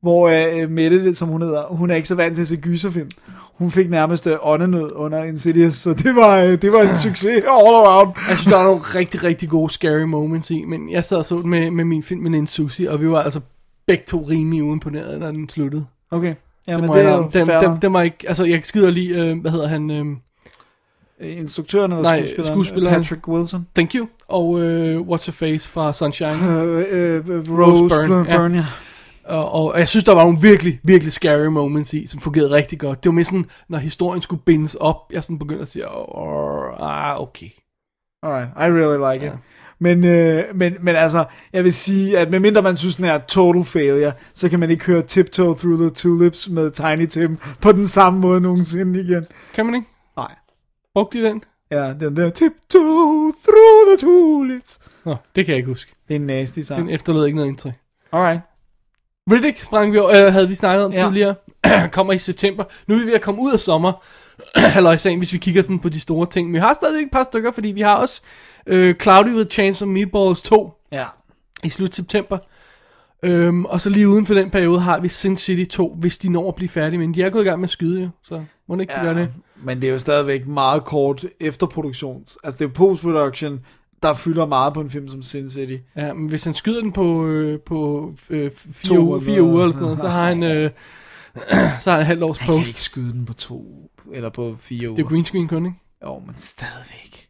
S3: hvor øh, Mette, som hun hedder, hun er ikke så vant til at se gyserfilm. Hun fik nærmest øh, åndenød under Insidious, så det var, øh, det var en succes all around.
S2: Jeg synes, der er nogle rigtig, rigtig gode scary moments i, men jeg sad og så den med, med min film, med Susi, og vi var altså begge to rimelig uimponeret, når den sluttede.
S3: Okay, ja,
S2: Det
S3: men
S2: må
S3: det
S2: jeg
S3: er jo
S2: indrømme.
S3: fair
S2: den, den,
S3: nok.
S2: den, var ikke, altså jeg skider lige, øh, hvad hedder han, øh,
S3: Øh, Instruktøren eller
S2: nej,
S3: skuespilleren,
S2: skuespilleren,
S3: Patrick Wilson.
S2: thank you, og øh, What's Her Face fra Sunshine.
S3: Øh, øh, øh, Rose, Rose Byrne, Byrne ja.
S2: Og, og, og jeg synes, der var nogle virkelig, virkelig scary moments i, som fungerede rigtig godt. Det var mere sådan, når historien skulle bindes op, jeg sådan begyndte at sige, oh, ah, okay.
S3: Alright, I really like it.
S2: Ja.
S3: Men, øh, men, men altså, jeg vil sige, at medmindre man synes, den er total failure, så kan man ikke høre Tiptoe Through the Tulips med Tiny Tim på den samme måde nogensinde igen.
S2: Kan man ikke?
S3: Nej.
S2: Brugte de den?
S3: Ja, den der Tiptoe Through the Tulips.
S2: Nå, det kan jeg ikke huske.
S3: Det er en nasty sang.
S2: Den efterlod ikke noget indtryk.
S3: Alright.
S2: Riddick sprang vi over, øh, havde vi snakket om ja.
S3: Ja.
S2: tidligere, kommer i september. Nu er vi ved at komme ud af sommer, halløjsagen, hvis vi kigger sådan på de store ting. Men vi har stadig et par stykker, fordi vi har også øh, Cloudy with Chance of Meatballs 2
S3: Ja.
S2: i slut september. Øhm, og så lige uden for den periode har vi Sin City 2, hvis de når at blive færdige. Men de er gået i gang med at skyde, jo, så må det ikke ja. gøre det.
S3: Men det er jo stadigvæk meget kort efterproduktion. Altså, det er postproduktion, der fylder meget på en film som Sin City.
S2: Ja, men hvis han skyder den på, øh, på øh,
S3: To
S2: fire, uger,
S3: måneder.
S2: fire uger eller sådan noget, så har han, øh, så har han et halvt års
S3: Man kan
S2: post.
S3: ikke skyde den på to, eller på fire uger.
S2: Det er green screen kun, ikke?
S3: Jo, men stadigvæk.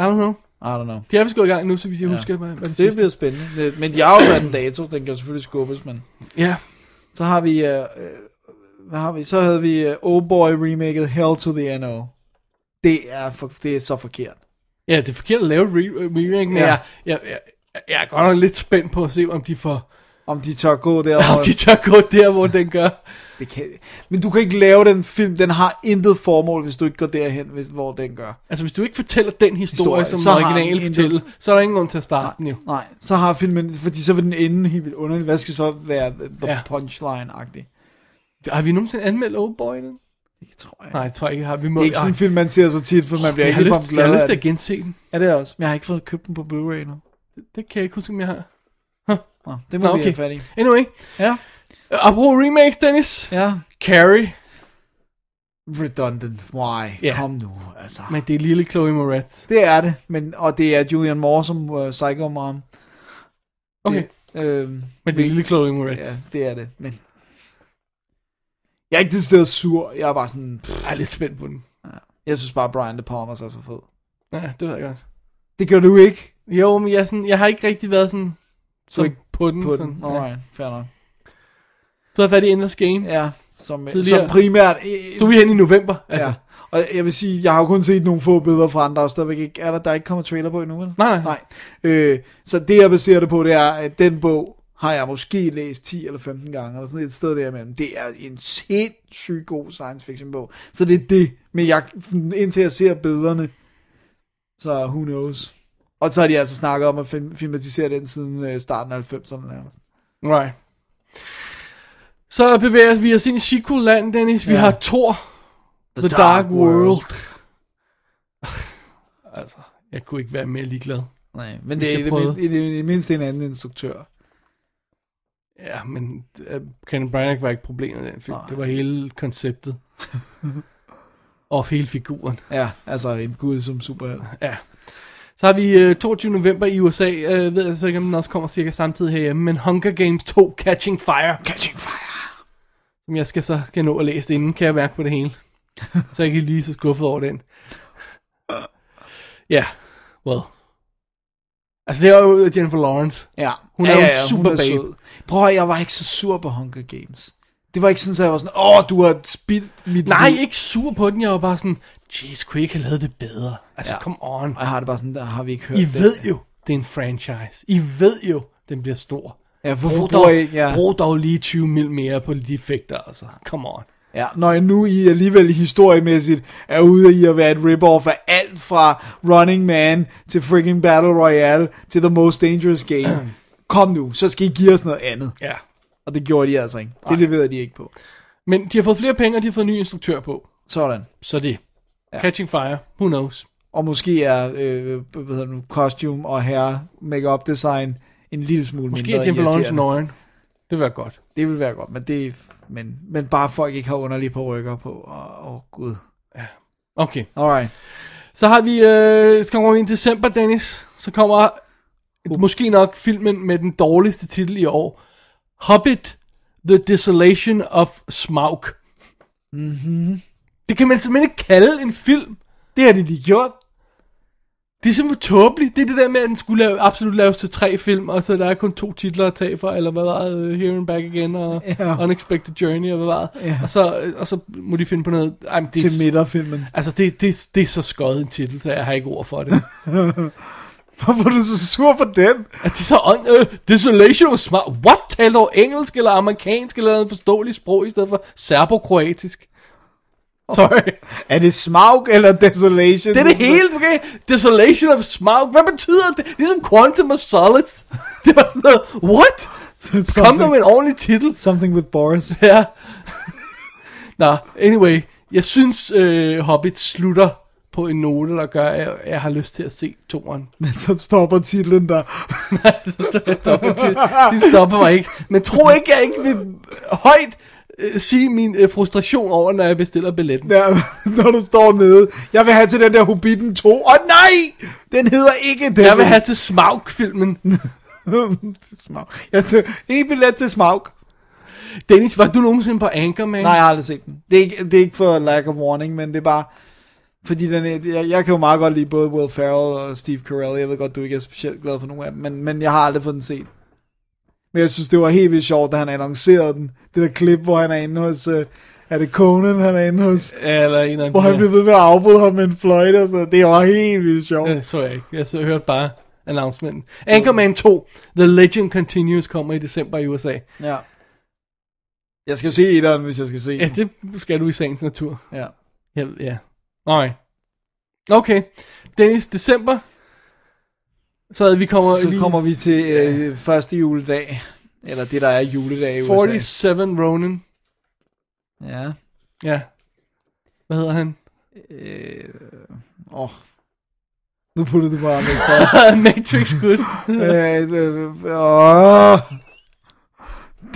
S2: I don't know.
S3: I don't know.
S2: De er vist gået i gang nu, så vi jeg ja. husker, hvad, hvad det,
S3: Det
S2: sidste.
S3: bliver spændende. Det- Men jeg har jo sat en dato, den kan selvfølgelig skubbes, men...
S2: Ja,
S3: Så har vi... Øh, øh, hvad har vi? Så havde vi øh, Old Boy remaket Hell to the NO. Det er, for, det er så forkert.
S2: ja, det er forkert at lave re- øh, remake, men ja.
S3: Ja.
S2: jeg, jeg, jeg, jeg er godt nok lidt spændt på at se, om de får...
S3: Om de tør gå der.
S2: Om de tør gå der, hvor den gør.
S3: det kan, men du kan ikke lave den film. Den har intet formål, hvis du ikke går derhen, hvis, hvor den gør.
S2: Altså, hvis du ikke fortæller den historie,
S3: Historie,
S2: som
S3: så
S2: den
S3: har den
S2: originale
S3: intet-
S2: fortæller, så er der ingen grund til at starte den jo.
S3: Nej, så har filmen... Fordi så vil den ende helt vildt underligt. Hvad skal så være the
S2: Ja.
S3: ja. punchline-agtig?
S2: Har vi nogensinde anmeldt Oldboy den?
S3: Det tror jeg.
S2: Nej, jeg tror ikke, har vi må...
S3: Det er ikke sådan en
S2: Ej,
S3: film, man ser så tit, for man bliver
S2: jeg, har
S3: ikke
S2: lyst,
S3: ligefrem
S2: jeg har
S3: glad
S2: lyst
S3: af
S2: til
S3: det.
S2: at gense den.
S3: Ja, det er også. Men jeg har ikke fået købt den på Blu-ray nu.
S2: Det kan jeg ikke huske, om jeg har.
S3: Nå, det må
S2: Nå,
S3: Nå, vi
S2: okay.
S3: have fat i.
S2: Anyway.
S3: Ja.
S2: Øh, Apropos remakes, Dennis.
S3: Ja.
S2: Carrie.
S3: Redundant. Why?
S2: Ja.
S3: Yeah. Kom nu, altså.
S2: Men det er lille Chloe Moretz.
S3: Det er det, men, og det er Julian Moore som uh, Psycho Mom.
S2: Okay.
S3: Det, øhm,
S2: Men det er lille Chloe Moretz.
S3: ja, det er det, men... Jeg er ikke det sted sur, jeg er bare sådan... Pff,
S2: Jeg er lidt spændt på den.
S3: jeg synes bare, Brian De Palma er så fed.
S2: Ja, det ved jeg godt.
S3: Det gør du ikke?
S2: Jo, men jeg, er sådan, jeg har ikke rigtig været sådan,
S3: Du er
S2: sådan
S3: ikke
S2: på den.
S3: På
S2: Mm, sådan,
S3: den. Alright, fair nok.
S2: Du har fat i Endless Game.
S3: Ja, Som,
S2: Tidligere.
S3: som primært... øh,
S2: Så er vi hen i november, altså.
S3: Ja. Og jeg vil sige, jeg har jo kun set nogle få billeder fra andre, og stadigvæk ikke, er der, der er ikke kommet trailer på endnu, vel?
S2: Nej, nej.
S3: nej. Øh, så det, jeg baserer det på, det er, at den bog har jeg måske læst 10 eller 15 gange, eller sådan et sted derimellem. Det er en sindssygt god science fiction bog. Så det er det, men jeg, indtil jeg ser billederne, så who knows. Og så har de altså snakket om at film- filmatisere den siden øh, starten af 90'erne nærmest.
S2: Right. Så bevæger vi os ind i sequel-land, Dennis. Vi
S3: Ja.
S2: har Thor. The, The Dark,
S3: Dark
S2: World.
S3: World.
S2: altså, jeg kunne ikke være mere ligeglad.
S3: Nej, men
S2: Hvis
S3: det er
S2: jeg
S3: i det,
S2: prøvede.
S3: mindste, i det, i det mindste en anden instruktør.
S2: Ja, men uh, Kenneth Branagh var ikke problemet i den film. Det var hele konceptet. og hele figuren.
S3: Ja, altså en gud som superheld.
S2: Ja. Så har vi uh, 22. november i USA. Uh, ved jeg så ikke, om den også kommer cirka samtidig herhjemme. Men Hunger Games 2 Catching Fire.
S3: Catching Fire.
S2: Som jeg skal så skal nå at læse det inden, kan jeg mærke på det hele. så jeg ikke lige så skuffet over den. Ja, yeah. well. Altså det er jo Jennifer Lawrence.
S3: Ja.
S2: Hun
S3: ja,
S2: er jo
S3: ja,
S2: en
S3: ja,
S2: super
S3: hun er
S2: babe.
S3: sød. Prøv at høre, jeg var ikke så sur på Hunger Games. Det var ikke sådan, at jeg var sådan, åh, du har spildt mit
S2: Nej,
S3: liv.
S2: ikke sur på den. Jeg var bare sådan, jeez, kunne I ikke have lavet det bedre? Altså, ja.
S3: Ja.
S2: come on.
S3: Og jeg har det bare sådan, der har vi ikke hørt
S2: I
S3: det.
S2: ved jo, det er en franchise. I ved jo, den bliver stor.
S3: Ja, hvorfor
S2: brug
S3: bruger
S2: dog,
S3: I ikke- ja.
S2: brug dog lige 20 mil mere på de effekter, altså. Come on.
S3: Ja, når jeg nu i alligevel historiemæssigt er ude i at være et rip-off af alt fra Running Man til freaking Battle Royale til The Most Dangerous Game. Kom nu, så skal I give os noget andet.
S2: Ja.
S3: Og det gjorde de altså ikke. Det leverede de ikke på.
S2: Men de har fået flere penge, og de har fået en ny instruktør på.
S3: Sådan.
S2: Så det. Ja. Catching Fire. Who knows?
S3: Og måske er øh, hvad hedder det nu, costume og herre makeup design en lille smule
S2: Måske
S3: mindre
S2: er Jennifer Lawrence
S3: irriterende.
S2: nøgen. Det vil være godt.
S3: Det vil være godt, men det men, men bare folk ikke har underlige på rykker på. Åh, oh, gud.
S2: Okay.
S3: Alright.
S2: Så har vi, øh, så kommer vi ind i december, Dennis. Så kommer uh. måske nok filmen med den dårligste titel i år. Hobbit, The Desolation of Smaug.
S3: Mm-hmm.
S2: Det kan man simpelthen ikke kalde en film.
S3: Det har de lige gjort.
S2: Det er simpelthen tåbeligt. Det er det der med, at den skulle lave, absolut laves til tre film, og så der er kun to titler at tage for, eller hvad var det, øh, Here and Back Again, og
S3: Ja.
S2: Unexpected Journey, og hvad var det.
S3: Ja.
S2: Og, så, øh, og så må de finde på noget. Ej, men det er-
S3: Til midterfilmen.
S2: Altså, det, det, det er så skøjet en titel, så jeg har ikke ord for det.
S3: Hvorfor er du så sur på den?
S2: Er det så on, uh, Desolation of Smart? What? Taler du engelsk eller amerikansk eller noget forståeligt sprog i stedet for serbokroatisk? Sorry.
S3: Er det Smaug eller Desolation?
S2: Det er det hele, okay? Desolation of Smaug. Hvad betyder det? Det er som Quantum of Solace. Det var sådan noget, what? Kom der med en ordentlig titel.
S3: Something with Boris.
S2: Ja. Nå, anyway. Jeg synes, øh, Hobbit slutter på en note, der gør, at jeg, jeg har lyst til at se toren.
S3: Men så stopper titlen der.
S2: De stopper mig ikke. Men tro ikke, jeg ikke vil højt øh, sige min øh, frustration over, når jeg bestiller billetten.
S3: Ja, når du står nede. Jeg vil have til den der Hobbiten 2. Åh oh, nej! Den hedder ikke Desolation.
S2: Jeg vil have til Smaug-filmen.
S3: til Smaug. Jeg tager en billet til Smaug.
S2: Dennis, var du nogensinde på Anchorman?
S3: Nej, jeg har aldrig set den. Det er ikke, det er ikke for lack of warning, men det er bare... Fordi den er, jeg, jeg kan jo meget godt lide både Will Ferrell og Steve Carell. Jeg ved godt, du ikke er specielt glad for nogen af dem, men, men jeg har aldrig fået den set. Men jeg synes, det var helt vildt sjovt, da han annoncerede den. Det der klip, hvor han er inde hos... Øh, er det Conan, han er inde hos?
S2: Ja, Eller en af
S3: Hvor han
S2: de
S3: blev ved med at afbryde ham med en fløjte og sådan noget. Det var helt vildt sjovt.
S2: her- Øh, så jeg ikke. Jeg så, hørte bare announcementen. Anchorman 2, The Legend Continues, kommer i december i USA.
S3: Ja. Jeg skal jo se etteren, hvis jeg skal se
S2: Ja,
S3: den.
S2: det skal du i sagens natur.
S3: Ja.
S2: Ja, ja. Nej. Okay. Dennis, december. Så vi kommer,
S3: Så kommer vi til øh, første juledag. Eller det, der er juledag i USA.
S2: 47 Ronin.
S3: Ja.
S2: Ja. Hvad hedder han?
S3: Øh, åh. Nu putter du bare med på.
S2: Matrix Good.
S3: øh, øh, åh.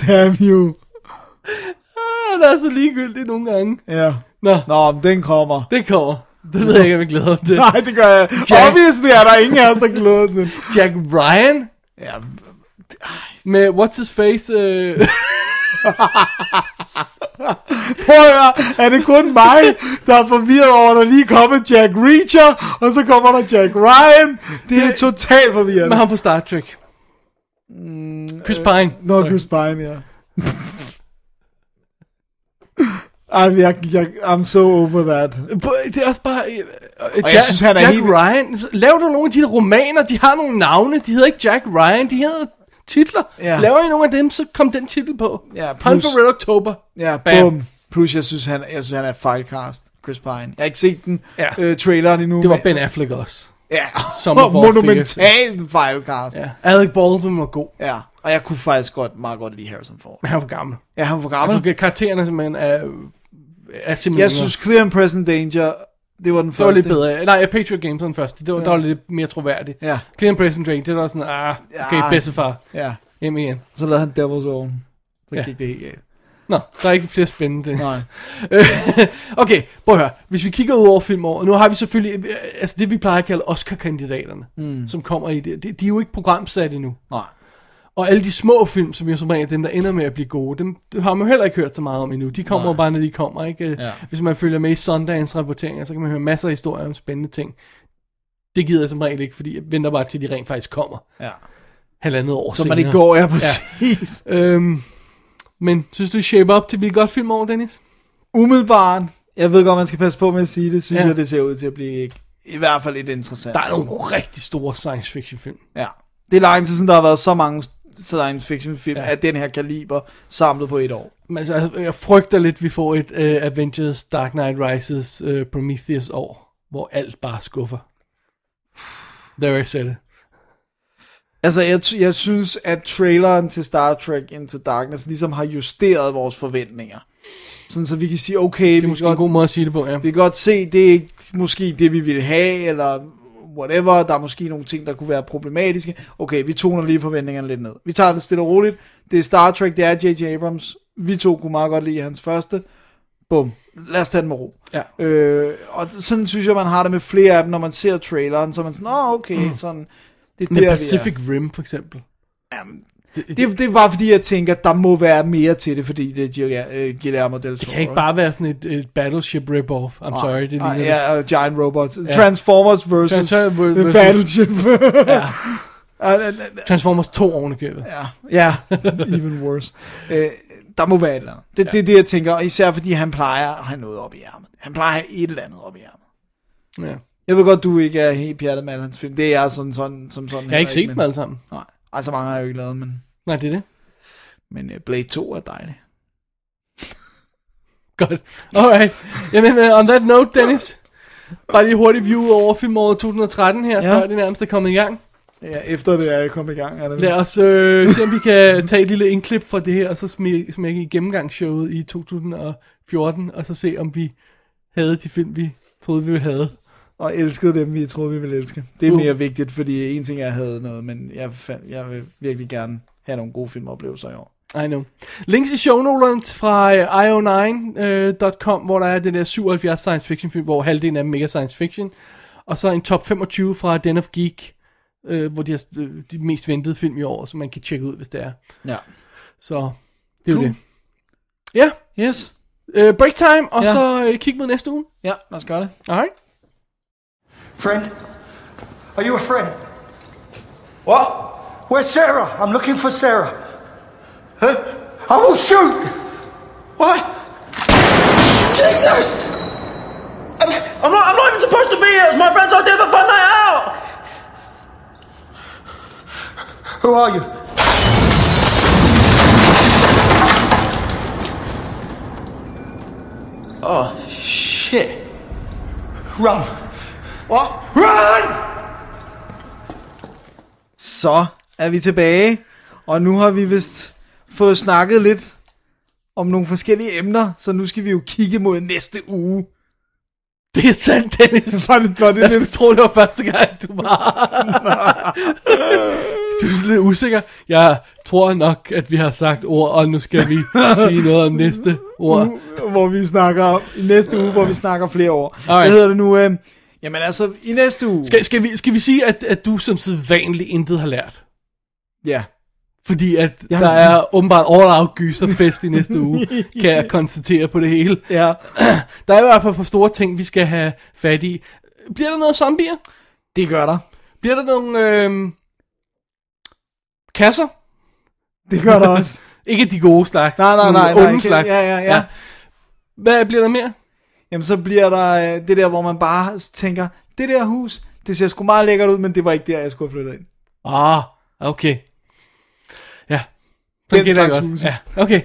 S3: Damn you.
S2: ah, der er så ligegyldigt nogle gange.
S3: Ja.
S2: Nå,
S3: Nå, men den kommer.
S2: det kommer. Det ved jeg ikke, om jeg glæder mig til.
S3: Nej, det gør jeg.
S2: Jack.
S3: Obviously er der ingen af os, der glæder til.
S2: Jack Ryan
S3: Ja,
S2: med What's His Face. Øh,
S3: prøv at høre, er det kun mig, der er forvirret over, at der lige kommer Jack Reacher, og så kommer der Jack Ryan. Det er totalt forvirrende.
S2: med ham fra Star Trek. Chris Pine.
S3: Mm, øh, Nå,
S2: Sorry.
S3: Chris Pine, ja. Ej, jeg, jeg, I'm so over that.
S2: Det er også bare... øh, øh,
S3: Og jeg synes, han er
S2: Jack
S3: helt-
S2: Ryan. Lav du nogle af de der romaner, de har nogle navne, de hedder ikke Jack Ryan, de hedder titler.
S3: Ja.
S2: Laver I nogle af dem, så kom den titel på.
S3: Ja,
S2: Hunt for Red October.
S3: Ja,
S2: Bam.
S3: bum. Plus, jeg synes, han, jeg synes, han er fejlcast, Chris Pine. Jeg har ikke set den
S2: Ja.
S3: ja. øh, traileren endnu.
S2: Det var
S3: men-
S2: Ben Affleck også.
S3: Ja,
S2: Som of all
S3: monumentalt fejlcast.
S2: Ja. Alec Baldwin var god.
S3: Ja, og jeg kunne faktisk godt, meget godt lide Harrison Ford.
S2: Men han var gammel.
S3: Ja, han var gammel.
S2: Altså, okay, karaktererne simpelthen er, er simpelthen...
S3: jeg synes, Clear and Present Danger, det var den
S2: det
S3: første.
S2: var lidt bedre. Nej, Patriot Games var den første. Det var, ja.
S3: Ja.
S2: der var lidt mere troværdigt.
S3: Ja.
S2: Clean and Present Drake, det var sådan, ah, okay,
S3: Ja.
S2: bedstefar.
S3: Ja.
S2: Hjem igen.
S3: Så lavede han Devil's Own. Så
S2: Ja.
S3: ja. gik det helt galt.
S2: Nå, der er ikke flere spændende.
S3: Nej.
S2: Øh, okay, prøv at høre. Hvis vi kigger ud over filmåret, nu har vi selvfølgelig, øh, altså det vi plejer at kalde Oscar-kandidaterne, mm. som kommer i det. De, de er jo ikke programsat endnu.
S3: Nej.
S2: Og alle de små film, som jo som regel er dem, der ender med at blive gode, dem dem har man jo heller ikke hørt så meget om endnu. De kommer Nej. bare, når de kommer, ikke? Øh,
S3: Ja.
S2: Hvis man følger med i Sundance rapporteringer, så kan man høre masser af historier om spændende ting. Det gider jeg som regel ikke, fordi jeg venter bare til, de rent faktisk kommer.
S3: Ja.
S2: Halvandet år
S3: Så man
S2: senere.
S3: ikke går, ja, præcis.
S2: Ja. Øhm, men synes du, Shape Up til at blive et godt film over, Dennis?
S3: Umiddelbart, jeg ved godt, man skal passe på med at sige det, synes
S2: Ja.
S3: ja. jeg, det ser ud til at blive i hvert fald lidt interessant.
S2: Der er nogle rigtig store science fiction film.
S3: Ja. Det er lang tid siden, der har været så mange science fiction film
S2: Ja.
S3: ja. af den her kaliber samlet på et år.
S2: Men altså, altså, jeg frygter lidt, at vi får et uh, Avengers Dark Knight Rises uh, Prometheus år, hvor alt bare skuffer. There I said it.
S3: Altså, jeg, t- jeg synes, at traileren til Star Trek Into Darkness ligesom har justeret vores forventninger. Sådan, så vi kan sige, okay,
S2: Det er
S3: vi,
S2: måske
S3: kan
S2: en god måde at sige det på, ja.
S3: vi kan godt se, det er ikke måske det, vi ville have, eller whatever. Der er måske nogle ting, der kunne være problematiske. Okay, vi toner lige forventningerne lidt ned. Vi tager det stille og roligt. Det er Star Trek, det er J.J. Abrams. Vi to kunne meget godt lide hans første. Bum. Lad os tage den med ro.
S2: Ja.
S3: Øh, og sådan synes jeg, man har det med flere af dem, når man ser traileren, så er man sådan, åh, okay, sådan... Det er
S2: Mm. Men
S3: der, vi er."
S2: Pacific Rim, for eksempel.
S3: Det, det var fordi, jeg tænker, at der må være mere til det, fordi det er Gilia- øh, Guillermo del Toro.
S2: Det kan ikke bare være sådan et, et battleship rip-off. I'm
S3: Nej,
S2: sorry, det
S3: nej,
S2: ligner det.
S3: ja, og Giant Robots. Transformers versus,
S2: Transform-
S3: Transformers
S2: versus-
S3: versus... Battleship.
S2: Ja.
S3: Ah, ah, ah, ah.
S2: Transformers 2 oven i købet.
S3: Ja. Ja, even worse. Øh, der må være et eller andet. Det, ja. det er det, jeg tænker, og især fordi han plejer at have noget op i ærmet. Han plejer at have et eller andet op i ærmet.
S2: ja.
S3: Jeg ved godt, du ikke er helt pjattet med alle hans film. Det er jeg sådan, sådan, som sådan.
S2: Jeg har ikke
S3: heller
S2: set dem alle sammen.
S3: Nej, Ej, så mange har jeg jo ikke lavet, men,
S2: Nej, det er det.
S3: men øh, Blade 2 er dejlig.
S2: Godt. Alright. Jamen, uh, on that note, Dennis. Bare lige hurtigt view over filmåret 2013 her, ja.
S3: Ja.
S2: før det nærmest er kommet i gang.
S3: Ja, efter det er jeg kommet i gang. Er det
S2: Lad os øh, se, om vi kan tage et lille indklip fra det her, og så smæ- smække i gennemgangsshowet i 2014, og så se, om vi havde de film, vi troede, vi havde.
S3: og elskede dem, vi troede, vi ville elske. Det er
S2: Uh.
S3: mere vigtigt, fordi en ting er, at jeg havde noget, men jeg, fandt, jeg vil virkelig gerne have nogle gode filmoplevelser i år.
S2: I know. Links i shownoterne fra øh, io9.com, hvor der er den der 77 science fiction film, hvor halvdelen af dem ikke er science fiction. Og så en top 25 fra Den of Geek, øh, hvor de har øh, de mest ventede film i år, som man kan tjekke ud, hvis det er.
S3: Ja.
S2: Så det er cool.
S3: Cool.
S2: jo det. Ja,
S3: Yes.
S2: øh, break time, og ja.
S3: Ja.
S2: så øh, kig mod næste uge.
S3: Ja, lad os gøre det.
S2: Alright.
S9: Friend? Are you a friend? What? Where's Sarah? I'm looking for Sarah. Huh? I will shoot! Why? Jesus! I'm, I'm, not, I'm not even supposed to be here. It's my friend's idea of a fun night out! Who are you? Oh, shit. Run. What? Run!
S3: Så er vi tilbage, og nu har vi vist fået snakket lidt om nogle forskellige emner, så nu skal vi jo kigge mod næste uge.
S2: Det er sandt, Dennis.
S3: Var det, var det
S2: Jeg
S3: lidt
S2: skulle tro, det var første gang, du var. du er sådan lidt usikker. Jeg tror nok, at vi har sagt ord, og nu skal vi sige noget om næste ord.
S3: hvor vi snakker om, i næste uge, hvor vi snakker flere år.
S2: Alright.
S3: Hvad hedder det nu? Øh, jamen altså, i næste uge.
S2: Skal, skal, vi, skal vi sige, at, at du som sædvanlig intet har lært?
S3: Ja.
S2: Fordi at
S3: Jeg
S2: jeg
S3: har
S2: der er åbenbart all-out gyserfest i næste uge, kan jeg konstatere på det hele.
S3: Ja.
S2: Der er i hvert fald på store ting, vi skal have fat i. Bliver der noget zombier?
S3: Det gør der.
S2: Bliver der nogle øh, kasser?
S3: Det gør der også.
S2: Ikke de gode slags.
S3: Nej, nej,
S2: nogle
S3: nej, nej,
S2: onde
S3: ikke-
S2: slags.
S3: ja, ja, ja.
S2: Hvad bliver der mere?
S3: Jamen så bliver der øh, det der, hvor man bare tænker, det der hus, det ser sgu meget lækkert ud, men det var ikke der, jeg skulle have flyttet ind.
S2: Ah, okay. Ja.
S3: Den
S2: gætter jeg
S3: slags
S2: godt.
S3: huse.
S2: Ja, okay.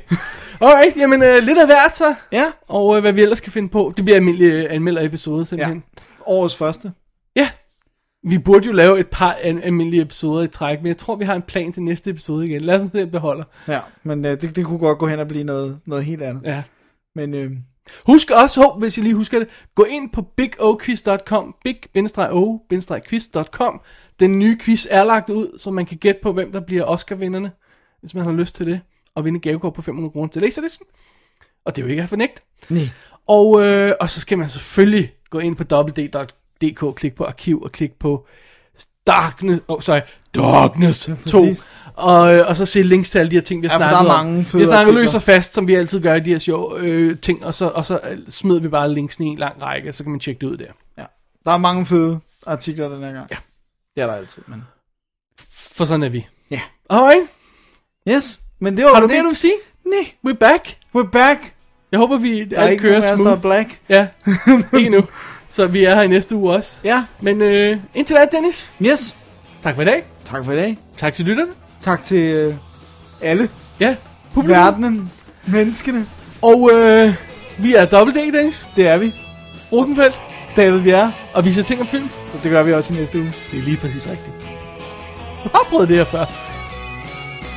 S2: Alright, jamen øh, lidt af hvert så.
S3: Ja.
S2: Og øh, hvad vi ellers kan finde på. Det bliver almindelig øh, anmelder episode simpelthen. Ja.
S3: Årets første.
S2: Ja. Vi burde jo lave et par an- almindelige episoder i træk, men jeg tror, vi har en plan til næste episode igen. Lad os se, om det holder.
S3: Ja, men øh, det, det kunne godt gå hen og blive noget, noget helt andet.
S2: Ja.
S3: Men øh,
S2: Husk også, hov, hvis I lige husker det, gå ind på bigoquiz.com, big-o-quiz.com. Den nye quiz er lagt ud, så man kan gætte på, hvem der bliver Oscar-vinderne, hvis man har lyst til det, og vinde et gavekort på 500 kroner til læserlisten. Og det er jo ikke at fornægte.
S3: Nej.
S2: Og, øh, og så skal man selvfølgelig gå ind på www.dk, klik på arkiv og klik på Darkness, oh, sorry, Darkness 2.
S3: præcis.
S2: Og, øh, og så se links til alle de her ting, vi har
S3: Ja, for der
S2: snakket
S3: er
S2: om.
S3: mange fede
S2: Vi har snakket løs
S3: artikler.
S2: og fast, som vi altid gør i de her show, øh, ting, og så, og så øh, smider vi bare linksene i en lang række, og så kan man tjekke det ud der.
S3: der er mange fede artikler den her gang.
S2: Ja.
S3: Det er der altid, men...
S2: For sådan er vi.
S3: Ja.
S2: Alright.
S3: Yes, men det var
S2: Har du
S3: det.
S2: mere, du vil sige?
S3: Nej.
S2: We're back.
S3: We're back.
S2: Jeg håber, vi
S3: Der er
S2: alt
S3: ikke nogen
S2: kører
S3: af os,
S2: smooth.
S3: der er black.
S2: Ja, ikke nu. Så vi er her i næste uge også.
S3: Ja.
S2: Men øh, indtil da, Dennis.
S3: Yes.
S2: Tak for i dag.
S3: Tak for i dag.
S2: Tak til lytterne.
S3: Tak til øh, alle.
S2: Ja. Publikum.
S3: Verdenen. Menneskene.
S2: Og øh, vi er Double D, Dennis.
S3: Det er vi.
S2: Rosenfeldt.
S3: David Bjerre.
S2: Og vi ser ting om film.
S3: Det gør vi også i næste uge.
S2: Det er lige præcis rigtigt. Jeg har prøvet det her før.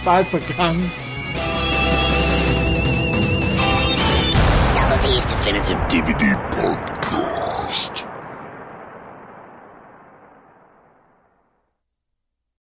S3: Bare et par gange.
S15: Double D's Definitive DVD Podcast.